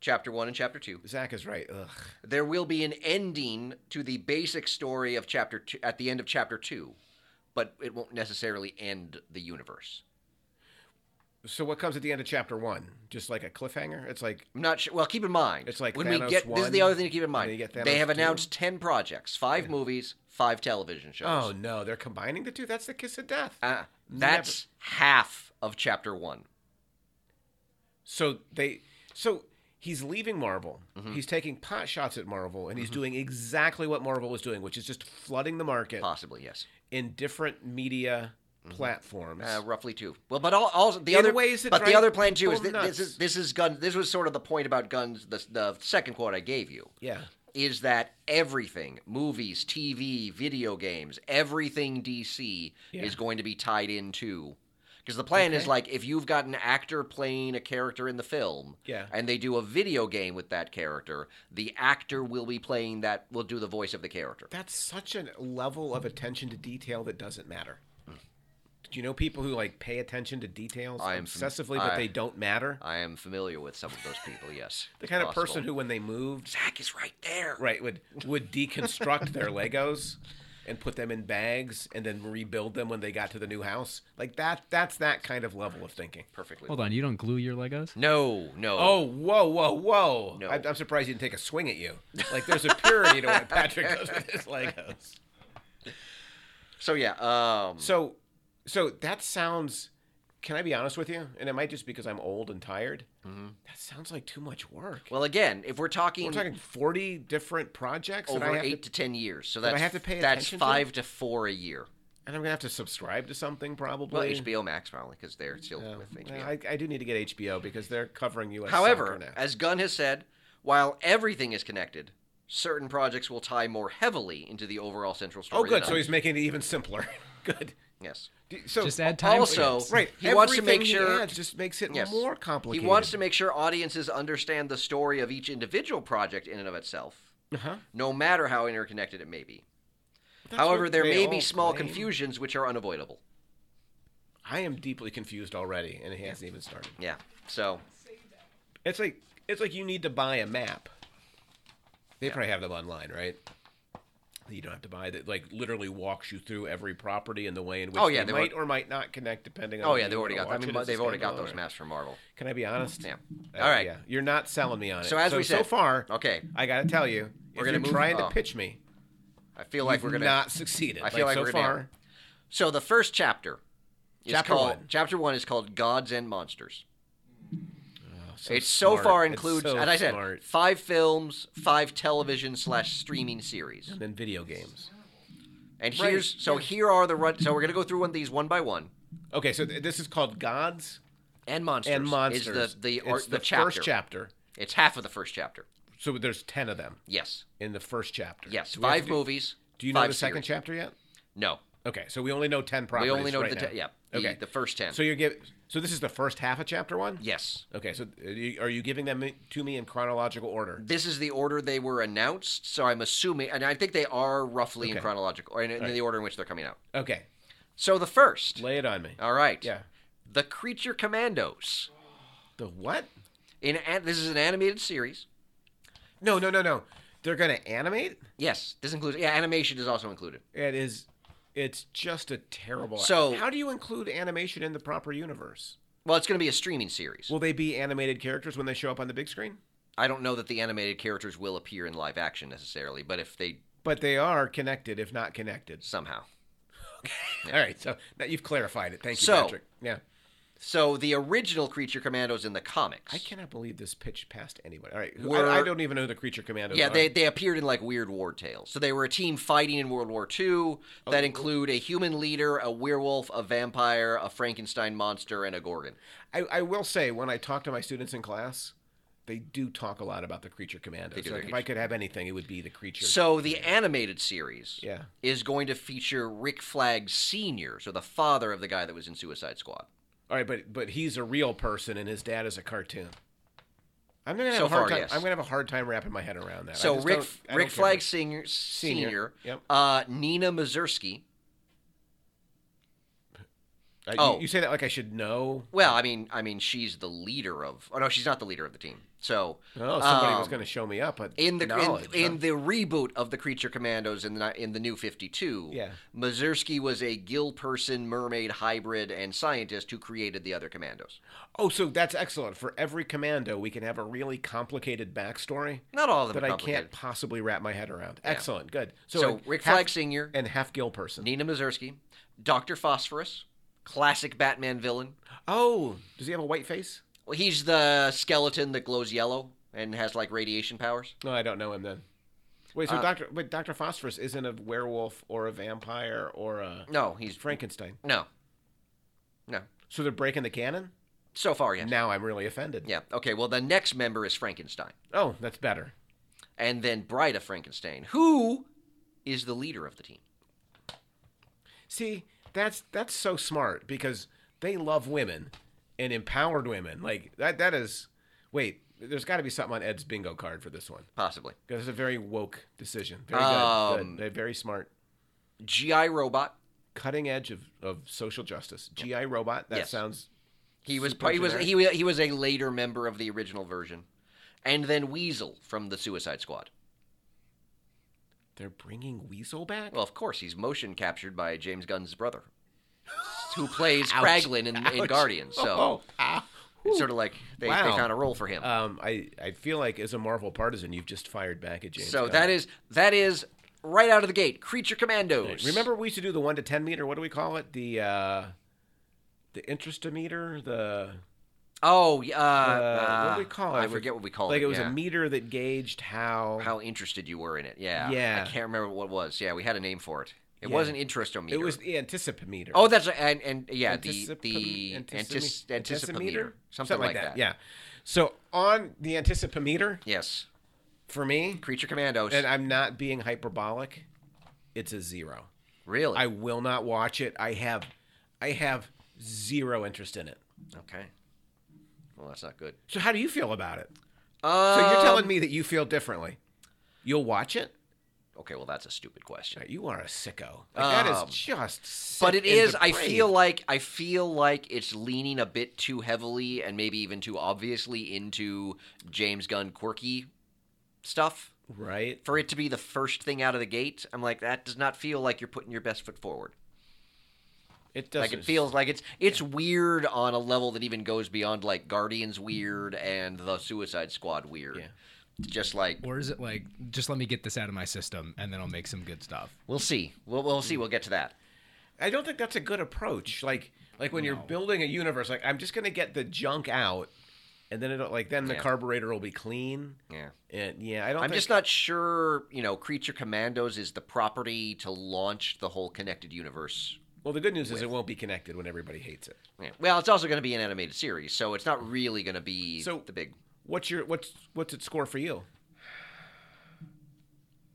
[SPEAKER 2] chapter one and chapter two.
[SPEAKER 1] Zach is right. Ugh.
[SPEAKER 2] There will be an ending to the basic story of chapter two at the end of chapter two, but it won't necessarily end the universe.
[SPEAKER 1] So what comes at the end of chapter one? Just like a cliffhanger? It's like
[SPEAKER 2] I'm not sure. Well, keep in mind.
[SPEAKER 1] It's like
[SPEAKER 2] when we
[SPEAKER 1] Thanos
[SPEAKER 2] get this is the
[SPEAKER 1] 1,
[SPEAKER 2] other thing to keep
[SPEAKER 1] and
[SPEAKER 2] in
[SPEAKER 1] then you get
[SPEAKER 2] mind. They
[SPEAKER 1] Thanos
[SPEAKER 2] have
[SPEAKER 1] 2.
[SPEAKER 2] announced ten projects, five movies, five television shows.
[SPEAKER 1] oh no, they're combining the two. That's the kiss of death.
[SPEAKER 2] Uh, that's half of chapter one.
[SPEAKER 1] so they so he's leaving Marvel. He's taking pot shots at Marvel and he's doing exactly what Marvel was doing, which is just flooding the market
[SPEAKER 2] Possibly, yes.
[SPEAKER 1] in different media platforms.
[SPEAKER 2] Uh, roughly two. Well, but all, also the
[SPEAKER 1] In
[SPEAKER 2] other
[SPEAKER 1] ways that
[SPEAKER 2] but the
[SPEAKER 1] drive
[SPEAKER 2] other plan too is
[SPEAKER 1] people
[SPEAKER 2] that this is
[SPEAKER 1] nuts.
[SPEAKER 2] this is gun. This was sort of the point about guns. The, the second quote I gave you
[SPEAKER 1] yeah.
[SPEAKER 2] is that everything, movies, TV, video games, everything DC
[SPEAKER 1] Yeah.
[SPEAKER 2] is going to be tied into. Because the plan is
[SPEAKER 1] Okay.
[SPEAKER 2] like if you've got an actor playing a character in the film,
[SPEAKER 1] Yeah.
[SPEAKER 2] and they do a video game with that character, the actor will be playing that will do the voice of the character.
[SPEAKER 1] That's such a level of attention to detail that doesn't matter. Do you know people who like pay attention to details
[SPEAKER 2] I am fam-
[SPEAKER 1] obsessively, but
[SPEAKER 2] I-
[SPEAKER 1] they don't matter?
[SPEAKER 2] I am familiar with some of those people. Yes,
[SPEAKER 1] [LAUGHS] the kind of
[SPEAKER 2] Possible.
[SPEAKER 1] person who, when they moved,
[SPEAKER 2] Zach is right there.
[SPEAKER 1] right, would would deconstruct their Legos and put them in bags and then rebuild them when they got to the new house. Like that. That's that kind of level of thinking.
[SPEAKER 2] Perfectly.
[SPEAKER 3] Hold on, you don't glue your Legos?
[SPEAKER 2] No, no.
[SPEAKER 1] Oh, whoa, whoa, whoa!
[SPEAKER 2] No.
[SPEAKER 1] I, I'm surprised he didn't take a swing at you. Like there's a purity to what Patrick does with his Legos.
[SPEAKER 2] So yeah, um
[SPEAKER 1] So, so that sounds. Can I be honest with you? And it might just because I'm old and tired. That sounds like too much work.
[SPEAKER 2] Mm-hmm. well again, if we're talking,
[SPEAKER 1] We're talking 40 different projects, and I
[SPEAKER 2] over
[SPEAKER 1] have
[SPEAKER 2] 8
[SPEAKER 1] to,
[SPEAKER 2] to, 10 years, so that's
[SPEAKER 1] I have to pay
[SPEAKER 2] that's
[SPEAKER 1] attention to it?
[SPEAKER 2] 5 to? 4 a year.
[SPEAKER 1] and I'm gonna have to subscribe to something probably.
[SPEAKER 2] Well, HBO Max probably cuz they're still
[SPEAKER 1] Yeah.
[SPEAKER 2] with
[SPEAKER 1] Yeah,
[SPEAKER 2] HBO.
[SPEAKER 1] I, I do need to get HBO because they're covering U.S.
[SPEAKER 2] However,
[SPEAKER 1] soccer now.
[SPEAKER 2] as Gunn has said, while everything is connected, certain projects will tie more heavily into the overall central story.
[SPEAKER 1] oh, good.
[SPEAKER 2] than
[SPEAKER 1] So
[SPEAKER 2] others.
[SPEAKER 1] he's making it even simpler. [LAUGHS] good.
[SPEAKER 2] yes.
[SPEAKER 1] Do- So
[SPEAKER 3] Just add time.
[SPEAKER 2] also-
[SPEAKER 3] stamps.
[SPEAKER 1] right.
[SPEAKER 2] He wants to
[SPEAKER 1] everything
[SPEAKER 2] make
[SPEAKER 1] he
[SPEAKER 2] sure-
[SPEAKER 1] adds just makes it
[SPEAKER 2] Yes.
[SPEAKER 1] more complicated.
[SPEAKER 2] He wants to make sure audiences understand the story of each individual project in and of itself,
[SPEAKER 1] Uh-huh.
[SPEAKER 2] no matter how interconnected it may be.
[SPEAKER 1] That's
[SPEAKER 2] However,
[SPEAKER 1] what
[SPEAKER 2] there
[SPEAKER 1] they
[SPEAKER 2] may
[SPEAKER 1] all
[SPEAKER 2] be small
[SPEAKER 1] claim.
[SPEAKER 2] confusions which are unavoidable.
[SPEAKER 1] I am deeply confused already, and it hasn't even started.
[SPEAKER 2] Yeah. So
[SPEAKER 1] It's like it's like you need to buy a map. They probably have them online, right? That You don't have to buy that. Like literally walks you through every property and the way in which
[SPEAKER 2] Oh, yeah,
[SPEAKER 1] they
[SPEAKER 2] they
[SPEAKER 1] might
[SPEAKER 2] already-
[SPEAKER 1] or might not connect, depending on.
[SPEAKER 2] Oh
[SPEAKER 1] whether
[SPEAKER 2] yeah,
[SPEAKER 1] you
[SPEAKER 2] they've already
[SPEAKER 1] wanna
[SPEAKER 2] got. I
[SPEAKER 1] watch it
[SPEAKER 2] mean,
[SPEAKER 1] as a
[SPEAKER 2] they've already got
[SPEAKER 1] standalone
[SPEAKER 2] those
[SPEAKER 1] or-
[SPEAKER 2] maps from Marvel.
[SPEAKER 1] Can I be honest?
[SPEAKER 2] Yeah.
[SPEAKER 1] Uh,
[SPEAKER 2] All right.
[SPEAKER 1] Yeah, you're not selling me on it.
[SPEAKER 2] So as we
[SPEAKER 1] so
[SPEAKER 2] said-
[SPEAKER 1] far,
[SPEAKER 2] Okay,
[SPEAKER 1] I gotta tell you, we're
[SPEAKER 2] We're gonna
[SPEAKER 1] gonna
[SPEAKER 2] move-
[SPEAKER 1] trying
[SPEAKER 2] oh.
[SPEAKER 1] to pitch me.
[SPEAKER 2] I feel like we're
[SPEAKER 1] you've
[SPEAKER 2] gonna.
[SPEAKER 1] not succeeded.
[SPEAKER 2] I feel like
[SPEAKER 1] so
[SPEAKER 2] we're gonna-
[SPEAKER 1] far.
[SPEAKER 2] So the first chapter. Is
[SPEAKER 1] Chapter
[SPEAKER 2] called,
[SPEAKER 1] one.
[SPEAKER 2] Chapter one is called "Gods and Monsters."
[SPEAKER 1] Oh,
[SPEAKER 2] it so
[SPEAKER 1] smart.
[SPEAKER 2] far
[SPEAKER 1] It's
[SPEAKER 2] includes,
[SPEAKER 1] so
[SPEAKER 2] as I said,
[SPEAKER 1] smart.
[SPEAKER 2] five films, five television slash streaming series.
[SPEAKER 1] and then video games.
[SPEAKER 2] And
[SPEAKER 1] Right,
[SPEAKER 2] here's so here are the run. So we're gonna go through one of these one by one.
[SPEAKER 1] Okay, so th- this is called Gods
[SPEAKER 2] And monsters
[SPEAKER 1] and Monsters.
[SPEAKER 2] is the the
[SPEAKER 1] It's
[SPEAKER 2] art
[SPEAKER 1] the,
[SPEAKER 2] chapter.
[SPEAKER 1] first chapter.
[SPEAKER 2] It's half of the first chapter.
[SPEAKER 1] So there's ten of them.
[SPEAKER 2] Yes,
[SPEAKER 1] in the first chapter.
[SPEAKER 2] yes,
[SPEAKER 1] Do we have
[SPEAKER 2] five
[SPEAKER 1] to do-
[SPEAKER 2] movies.
[SPEAKER 1] Do you know
[SPEAKER 2] five
[SPEAKER 1] the second
[SPEAKER 2] series.
[SPEAKER 1] chapter yet?
[SPEAKER 2] No,
[SPEAKER 1] Okay, so we only know ten
[SPEAKER 2] we
[SPEAKER 1] properties.
[SPEAKER 2] only know
[SPEAKER 1] right
[SPEAKER 2] the
[SPEAKER 1] now.
[SPEAKER 2] te- yeah. The,
[SPEAKER 1] okay.
[SPEAKER 2] the first ten.
[SPEAKER 1] so you're giving. So this is the first half of chapter one.
[SPEAKER 2] yes,
[SPEAKER 1] Okay. So are you, are you giving them to me in chronological order?
[SPEAKER 2] this is the order they were announced, so I'm assuming, and I think they are roughly
[SPEAKER 1] Okay.
[SPEAKER 2] in chronological, or in, in the order in which they're coming out.
[SPEAKER 1] Okay.
[SPEAKER 2] So the first,
[SPEAKER 1] Lay it on me.
[SPEAKER 2] all right,
[SPEAKER 1] Yeah.
[SPEAKER 2] the Creature Commandos.
[SPEAKER 1] The what?
[SPEAKER 2] In an, this is an animated series.
[SPEAKER 1] No, no, no, no. They're gonna animate.
[SPEAKER 2] Yes, this includes yeah, animation is also included.
[SPEAKER 1] It is. It's just a terrible.
[SPEAKER 2] So-
[SPEAKER 1] how do you include animation in the proper universe?
[SPEAKER 2] Well, it's going to be a streaming series.
[SPEAKER 1] Will they be animated characters when they show up on the big screen?
[SPEAKER 2] I don't know that the animated characters will appear in live action necessarily, but if they
[SPEAKER 1] But they are connected, if not connected.
[SPEAKER 2] somehow.
[SPEAKER 1] All right, so now you've clarified it. Thank you,
[SPEAKER 2] So-
[SPEAKER 1] Patrick. Yeah,
[SPEAKER 2] So the original Creature Commandos in the comics.
[SPEAKER 1] I cannot believe this pitch passed anyone. All right, who-
[SPEAKER 2] Were-
[SPEAKER 1] I, I don't even know who the creature commandos.
[SPEAKER 2] Yeah,
[SPEAKER 1] are.
[SPEAKER 2] they, they appeared in like weird war tales. So they were a team fighting in World War II
[SPEAKER 1] Oh.
[SPEAKER 2] that include a human leader, a werewolf, a vampire, a Frankenstein monster, and a gorgon.
[SPEAKER 1] I, I will say when I talk to my students in class, they do talk a lot about the creature commandos.
[SPEAKER 2] do,
[SPEAKER 1] Like,
[SPEAKER 2] the
[SPEAKER 1] if I could have anything, it would be the creature.
[SPEAKER 2] So the animated series
[SPEAKER 1] yeah,
[SPEAKER 2] is going to feature Rick Flag Sr., so the father of the guy that was in Suicide Squad.
[SPEAKER 1] all right, but but he's a real person and his dad is a cartoon. I'm gonna have
[SPEAKER 2] So
[SPEAKER 1] a hard
[SPEAKER 2] far,
[SPEAKER 1] time.
[SPEAKER 2] yes.
[SPEAKER 1] I'm gonna have a hard time wrapping my head around that. I
[SPEAKER 2] So
[SPEAKER 1] just
[SPEAKER 2] Rick
[SPEAKER 1] don't- I don't
[SPEAKER 2] Rick
[SPEAKER 1] care.
[SPEAKER 2] Flag Senior Senior,
[SPEAKER 1] Yep.
[SPEAKER 2] uh, Nina Mazursky.
[SPEAKER 1] Uh, you-
[SPEAKER 2] oh.
[SPEAKER 1] you, say that like I should know.
[SPEAKER 2] Well, I mean, I mean, she's the leader of. Oh no, she's not the leader of the team. So
[SPEAKER 1] Oh, somebody was
[SPEAKER 2] um,
[SPEAKER 1] gonna show me up, but
[SPEAKER 2] in the
[SPEAKER 1] knowledge,
[SPEAKER 2] in, in
[SPEAKER 1] huh?
[SPEAKER 2] the reboot of the Creature Commandos in the in the New Fifty Two,
[SPEAKER 1] Yeah.
[SPEAKER 2] Mazursky was a gill person, mermaid hybrid, and scientist who created the other commandos.
[SPEAKER 1] oh, so that's excellent. For every commando, we can have a really complicated backstory
[SPEAKER 2] Not all of them
[SPEAKER 1] that
[SPEAKER 2] are
[SPEAKER 1] I can't
[SPEAKER 2] complicated.
[SPEAKER 1] possibly wrap my head around. Excellent, good. So,
[SPEAKER 2] So,
[SPEAKER 1] a
[SPEAKER 2] Rick
[SPEAKER 1] half-
[SPEAKER 2] Flag Senior,
[SPEAKER 1] and half gill person.
[SPEAKER 2] Nina Mazursky, Doctor Phosphorus, classic Batman villain.
[SPEAKER 1] Oh, does he have a white face?
[SPEAKER 2] Well, he's the skeleton that glows yellow and has like radiation powers.
[SPEAKER 1] No, I don't know him then. Wait,
[SPEAKER 2] Uh,
[SPEAKER 1] so Doctor, but Doctor Phosphorus isn't a werewolf or a vampire or a
[SPEAKER 2] No, he's
[SPEAKER 1] Frankenstein.
[SPEAKER 2] no, no.
[SPEAKER 1] So they're breaking the canon.
[SPEAKER 2] So far, yes.
[SPEAKER 1] Now I'm really offended.
[SPEAKER 2] Yeah. Okay. Well, the next member is Frankenstein,
[SPEAKER 1] Oh, that's better.
[SPEAKER 2] and then Bride of Frankenstein, who is the leader of the team.
[SPEAKER 1] See, that's that's so smart because they love women and empowered women. Like that. That is. Wait, there's got to be something on Ed's bingo card for this one.
[SPEAKER 2] Possibly.
[SPEAKER 1] 'Cause It's a very woke decision. Very
[SPEAKER 2] Um,
[SPEAKER 1] good. good. Very smart.
[SPEAKER 2] GI Robot.
[SPEAKER 1] Cutting edge of, of social justice. GI robot. That
[SPEAKER 2] Yes.
[SPEAKER 1] sounds
[SPEAKER 2] He was
[SPEAKER 1] Super
[SPEAKER 2] he was
[SPEAKER 1] generic.
[SPEAKER 2] he was, he was a later member of the original version, and then Weasel from the Suicide Squad.
[SPEAKER 1] They're bringing Weasel back?
[SPEAKER 2] Well, of course, he's motion captured by James Gunn's brother, who plays Kraglin in, in
[SPEAKER 1] Ouch.
[SPEAKER 2] Guardians. So
[SPEAKER 1] Oh, ah,
[SPEAKER 2] it's sort of like they, they
[SPEAKER 1] Wow.
[SPEAKER 2] found a role for him.
[SPEAKER 1] um, I, I feel like as a Marvel partisan, you've just fired back at James.
[SPEAKER 2] so
[SPEAKER 1] Gunn.
[SPEAKER 2] that is that is right out of the gate. Creature Commandos.
[SPEAKER 1] Remember, we used to do the one to ten meter. What do we call it? The uh, the interestometer. The
[SPEAKER 2] Oh, yeah,
[SPEAKER 1] uh,
[SPEAKER 2] uh,
[SPEAKER 1] what do we call it?
[SPEAKER 2] I forget what we called
[SPEAKER 1] like
[SPEAKER 2] it.
[SPEAKER 1] Like it was
[SPEAKER 2] yeah.
[SPEAKER 1] a meter that gauged how.
[SPEAKER 2] how interested you were in it. Yeah.
[SPEAKER 1] Yeah.
[SPEAKER 2] I can't remember what it was. Yeah, we had a name for it. It
[SPEAKER 1] Yeah.
[SPEAKER 2] wasn't interestometer.
[SPEAKER 1] it was the anticipometer.
[SPEAKER 2] Oh, that's right, and and yeah, the
[SPEAKER 1] Anticipom-
[SPEAKER 2] the antis,
[SPEAKER 1] anticipame-
[SPEAKER 2] anticipometer, something, like that.
[SPEAKER 1] Yeah. So on the anticipometer,
[SPEAKER 2] Yes.
[SPEAKER 1] for me,
[SPEAKER 2] Creature Commandos.
[SPEAKER 1] and I'm not being hyperbolic, it's a zero.
[SPEAKER 2] really?
[SPEAKER 1] I will not watch it. I have I have zero interest in it.
[SPEAKER 2] okay. Well, that's not good.
[SPEAKER 1] So how do you feel about it?
[SPEAKER 2] Um,
[SPEAKER 1] So you're telling me that you feel differently. You'll watch it?
[SPEAKER 2] Um, Okay, well, that's a stupid question.
[SPEAKER 1] Right, You are a sicko. Like, that
[SPEAKER 2] Um,
[SPEAKER 1] is just sick
[SPEAKER 2] But it
[SPEAKER 1] and
[SPEAKER 2] is. I
[SPEAKER 1] depraved.
[SPEAKER 2] feel like I feel like it's leaning a bit too heavily and maybe even too obviously into James Gunn quirky stuff.
[SPEAKER 1] right.
[SPEAKER 2] for it to be the first thing out of the gate, I'm like, that does not feel like you're putting your best foot forward.
[SPEAKER 1] It does
[SPEAKER 2] like it feels like it's it's weird on a level that even goes beyond like Guardians weird and the Suicide Squad weird.
[SPEAKER 1] Yeah.
[SPEAKER 2] It's Just like
[SPEAKER 3] Or is it like just let me get this out of my system and then I'll make some good stuff?
[SPEAKER 2] we'll see, we'll we'll see, we'll get to that.
[SPEAKER 1] I don't think that's a good approach. Like like when you're building a universe, like I'm just gonna get the junk out and then it'll like then the
[SPEAKER 2] Yeah.
[SPEAKER 1] carburetor will be clean.
[SPEAKER 2] Yeah.
[SPEAKER 1] And yeah, I don't
[SPEAKER 2] I'm
[SPEAKER 1] think
[SPEAKER 2] just not sure, you know, Creature Commandos is the property to launch the whole connected universe.
[SPEAKER 1] well the good news is it won't be connected when everybody hates it.
[SPEAKER 2] Yeah. Well, it's also going to be an animated series, so it's not really going to be
[SPEAKER 1] So-
[SPEAKER 2] the big,
[SPEAKER 1] What's your what's what's its score for you?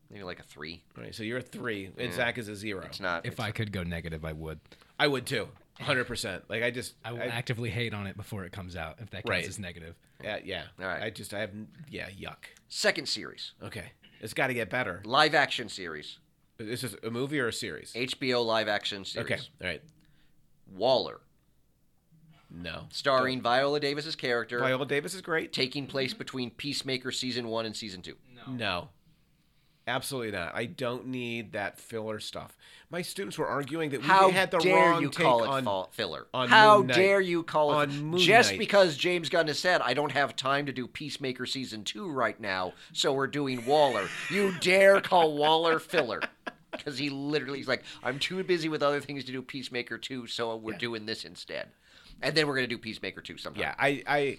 [SPEAKER 2] maybe like a three.
[SPEAKER 1] All right, so you're a three, and Zach is a zero.
[SPEAKER 2] Mm. It's not.
[SPEAKER 3] If I could go negative, I would.
[SPEAKER 1] I would too, hundred percent. Like I just,
[SPEAKER 3] I
[SPEAKER 1] I,
[SPEAKER 3] will actively hate on it before it comes out if that counts
[SPEAKER 1] Right.
[SPEAKER 3] as negative.
[SPEAKER 1] yeah, yeah.
[SPEAKER 2] All right.
[SPEAKER 1] I just, I have, n- yeah, yuck.
[SPEAKER 2] Second series,
[SPEAKER 1] Okay, it's got to get better.
[SPEAKER 2] live action series.
[SPEAKER 1] This is a movie or a series?
[SPEAKER 2] HBO live action series.
[SPEAKER 1] Okay, all right.
[SPEAKER 2] Waller,
[SPEAKER 1] No,
[SPEAKER 2] starring Viola Davis's character,
[SPEAKER 1] Viola Davis is great.
[SPEAKER 2] taking place between Peacemaker season one and season two.
[SPEAKER 1] No, Absolutely not. I don't need that filler stuff. My students were arguing that we
[SPEAKER 2] How
[SPEAKER 1] had the
[SPEAKER 2] dare
[SPEAKER 1] wrong
[SPEAKER 2] you
[SPEAKER 1] take
[SPEAKER 2] call it
[SPEAKER 1] on
[SPEAKER 2] fa- filler?
[SPEAKER 1] on
[SPEAKER 2] How
[SPEAKER 1] Moon Knight.
[SPEAKER 2] dare you call it?
[SPEAKER 1] On
[SPEAKER 2] fi-
[SPEAKER 1] Moon
[SPEAKER 2] just
[SPEAKER 1] Knight.
[SPEAKER 2] because James Gunn has said I don't have time to do Peacemaker season two right now, so we're doing Waller. you dare call
[SPEAKER 1] [LAUGHS]
[SPEAKER 2] Waller filler? Because he literally is like, I'm too busy with other things to do Peacemaker two, so we're doing this instead. And then we're gonna do Peacemaker two sometime.
[SPEAKER 1] Yeah, I, I,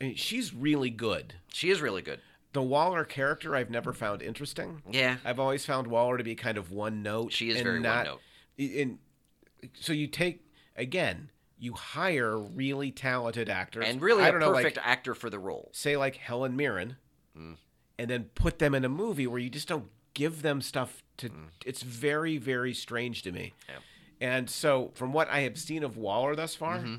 [SPEAKER 1] I mean, she's really good.
[SPEAKER 2] she is really good.
[SPEAKER 1] The Waller character I've never found interesting.
[SPEAKER 2] Yeah,
[SPEAKER 1] I've always found Waller to be kind of one note.
[SPEAKER 2] She is
[SPEAKER 1] and
[SPEAKER 2] very one
[SPEAKER 1] not-
[SPEAKER 2] note.
[SPEAKER 1] And so you take again, you hire really talented actors
[SPEAKER 2] and really
[SPEAKER 1] I
[SPEAKER 2] a
[SPEAKER 1] don't know, like-
[SPEAKER 2] perfect actor for the role.
[SPEAKER 1] say like Helen Mirren,
[SPEAKER 2] Mm.
[SPEAKER 1] and then put them in a movie where you just don't give them stuff to. It's very very strange to me.
[SPEAKER 2] Mm. Yeah.
[SPEAKER 1] And so from what I have seen of Waller thus far,
[SPEAKER 2] Mm-hmm.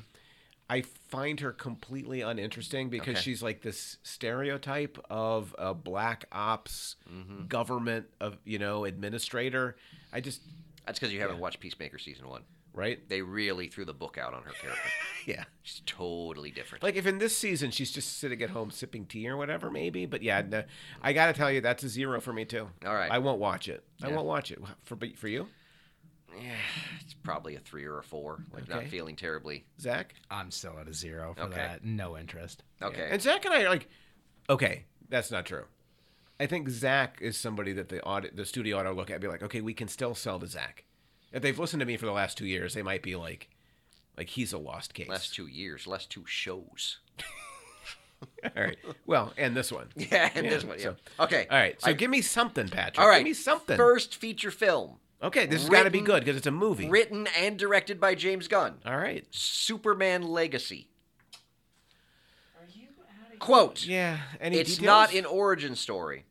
[SPEAKER 1] I find her completely uninteresting because
[SPEAKER 2] Okay.
[SPEAKER 1] she's like this stereotype of a black ops
[SPEAKER 2] Mm-hmm.
[SPEAKER 1] government of you know administrator. I just
[SPEAKER 2] That's because you haven't watched Peacemaker season one.
[SPEAKER 1] right
[SPEAKER 2] They really threw the book out on her character.
[SPEAKER 1] yeah.
[SPEAKER 2] She's totally different.
[SPEAKER 1] Like if in this season she's just sitting at home sipping tea or whatever, maybe. But yeah, no, I gotta tell you that's a zero for me too.
[SPEAKER 2] All right.
[SPEAKER 1] I won't watch it. I
[SPEAKER 2] Yeah.
[SPEAKER 1] won't watch it for but for you,
[SPEAKER 2] Yeah, it's probably a three or a four. Like not
[SPEAKER 1] Okay.
[SPEAKER 2] feeling terribly.
[SPEAKER 1] Zach.
[SPEAKER 3] I'm still at a zero for
[SPEAKER 2] Okay.
[SPEAKER 3] that. No interest.
[SPEAKER 2] Okay.
[SPEAKER 1] And Zach and I are like, okay, that's not true. I think Zach is somebody that the audit, the studio ought to look at and be like, okay, we can still sell to Zach. If they've listened to me for the last two years, they might be like, like he's a lost case.
[SPEAKER 2] last two years, last two shows. [LAUGHS]
[SPEAKER 1] [LAUGHS] All right. Well, and this one.
[SPEAKER 2] Yeah, and this one. Yeah.
[SPEAKER 1] so-
[SPEAKER 2] okay.
[SPEAKER 1] All right. So
[SPEAKER 2] I-
[SPEAKER 1] give me something, Patrick.
[SPEAKER 2] all right.
[SPEAKER 1] Give me something.
[SPEAKER 2] First feature film,
[SPEAKER 1] okay, this has got to be
[SPEAKER 2] written-
[SPEAKER 1] good because it's a movie.
[SPEAKER 2] written and directed by James Gunn.
[SPEAKER 1] All right.
[SPEAKER 2] Superman Legacy. Quote.
[SPEAKER 1] Yeah. Any
[SPEAKER 2] It's
[SPEAKER 1] details?
[SPEAKER 2] not an origin story.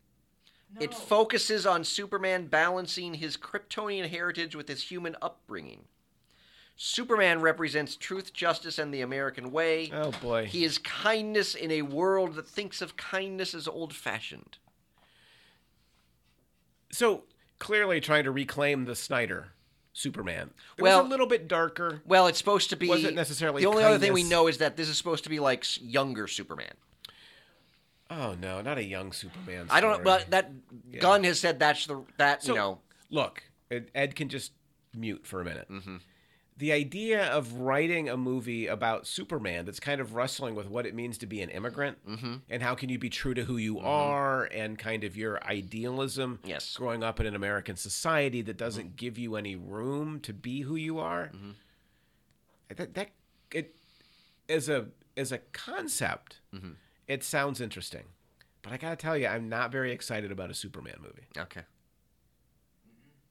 [SPEAKER 2] It focuses on Superman balancing his Kryptonian heritage with his human upbringing. Superman represents truth, justice, and the American way.
[SPEAKER 1] Oh boy.
[SPEAKER 2] He is kindness in a world that thinks of kindness as old fashioned.
[SPEAKER 1] so clearly trying to reclaim the Snyder Superman. It
[SPEAKER 2] Well-
[SPEAKER 1] was a little bit darker.
[SPEAKER 2] Well, it's supposed to be.
[SPEAKER 1] Wasn't necessarily
[SPEAKER 2] The only other thing we
[SPEAKER 1] kindness.
[SPEAKER 2] know is that this is supposed to be like s- younger Superman.
[SPEAKER 1] Oh no, not a young Superman.
[SPEAKER 2] I don't know,
[SPEAKER 1] story.
[SPEAKER 2] but that Gunn has said that's the that
[SPEAKER 1] So-
[SPEAKER 2] you know.
[SPEAKER 1] look, Ed Ed can just mute for a minute. The idea of writing a movie about Superman that's kind of wrestling with what it means to be an immigrant and how can you be true to who you are and kind of your idealism
[SPEAKER 2] Yes.
[SPEAKER 1] growing up in an American society that doesn't give you any room to be who you are. That that it as a as a concept, it sounds interesting. But I gotta tell you, I'm not very excited about a Superman movie.
[SPEAKER 2] Okay.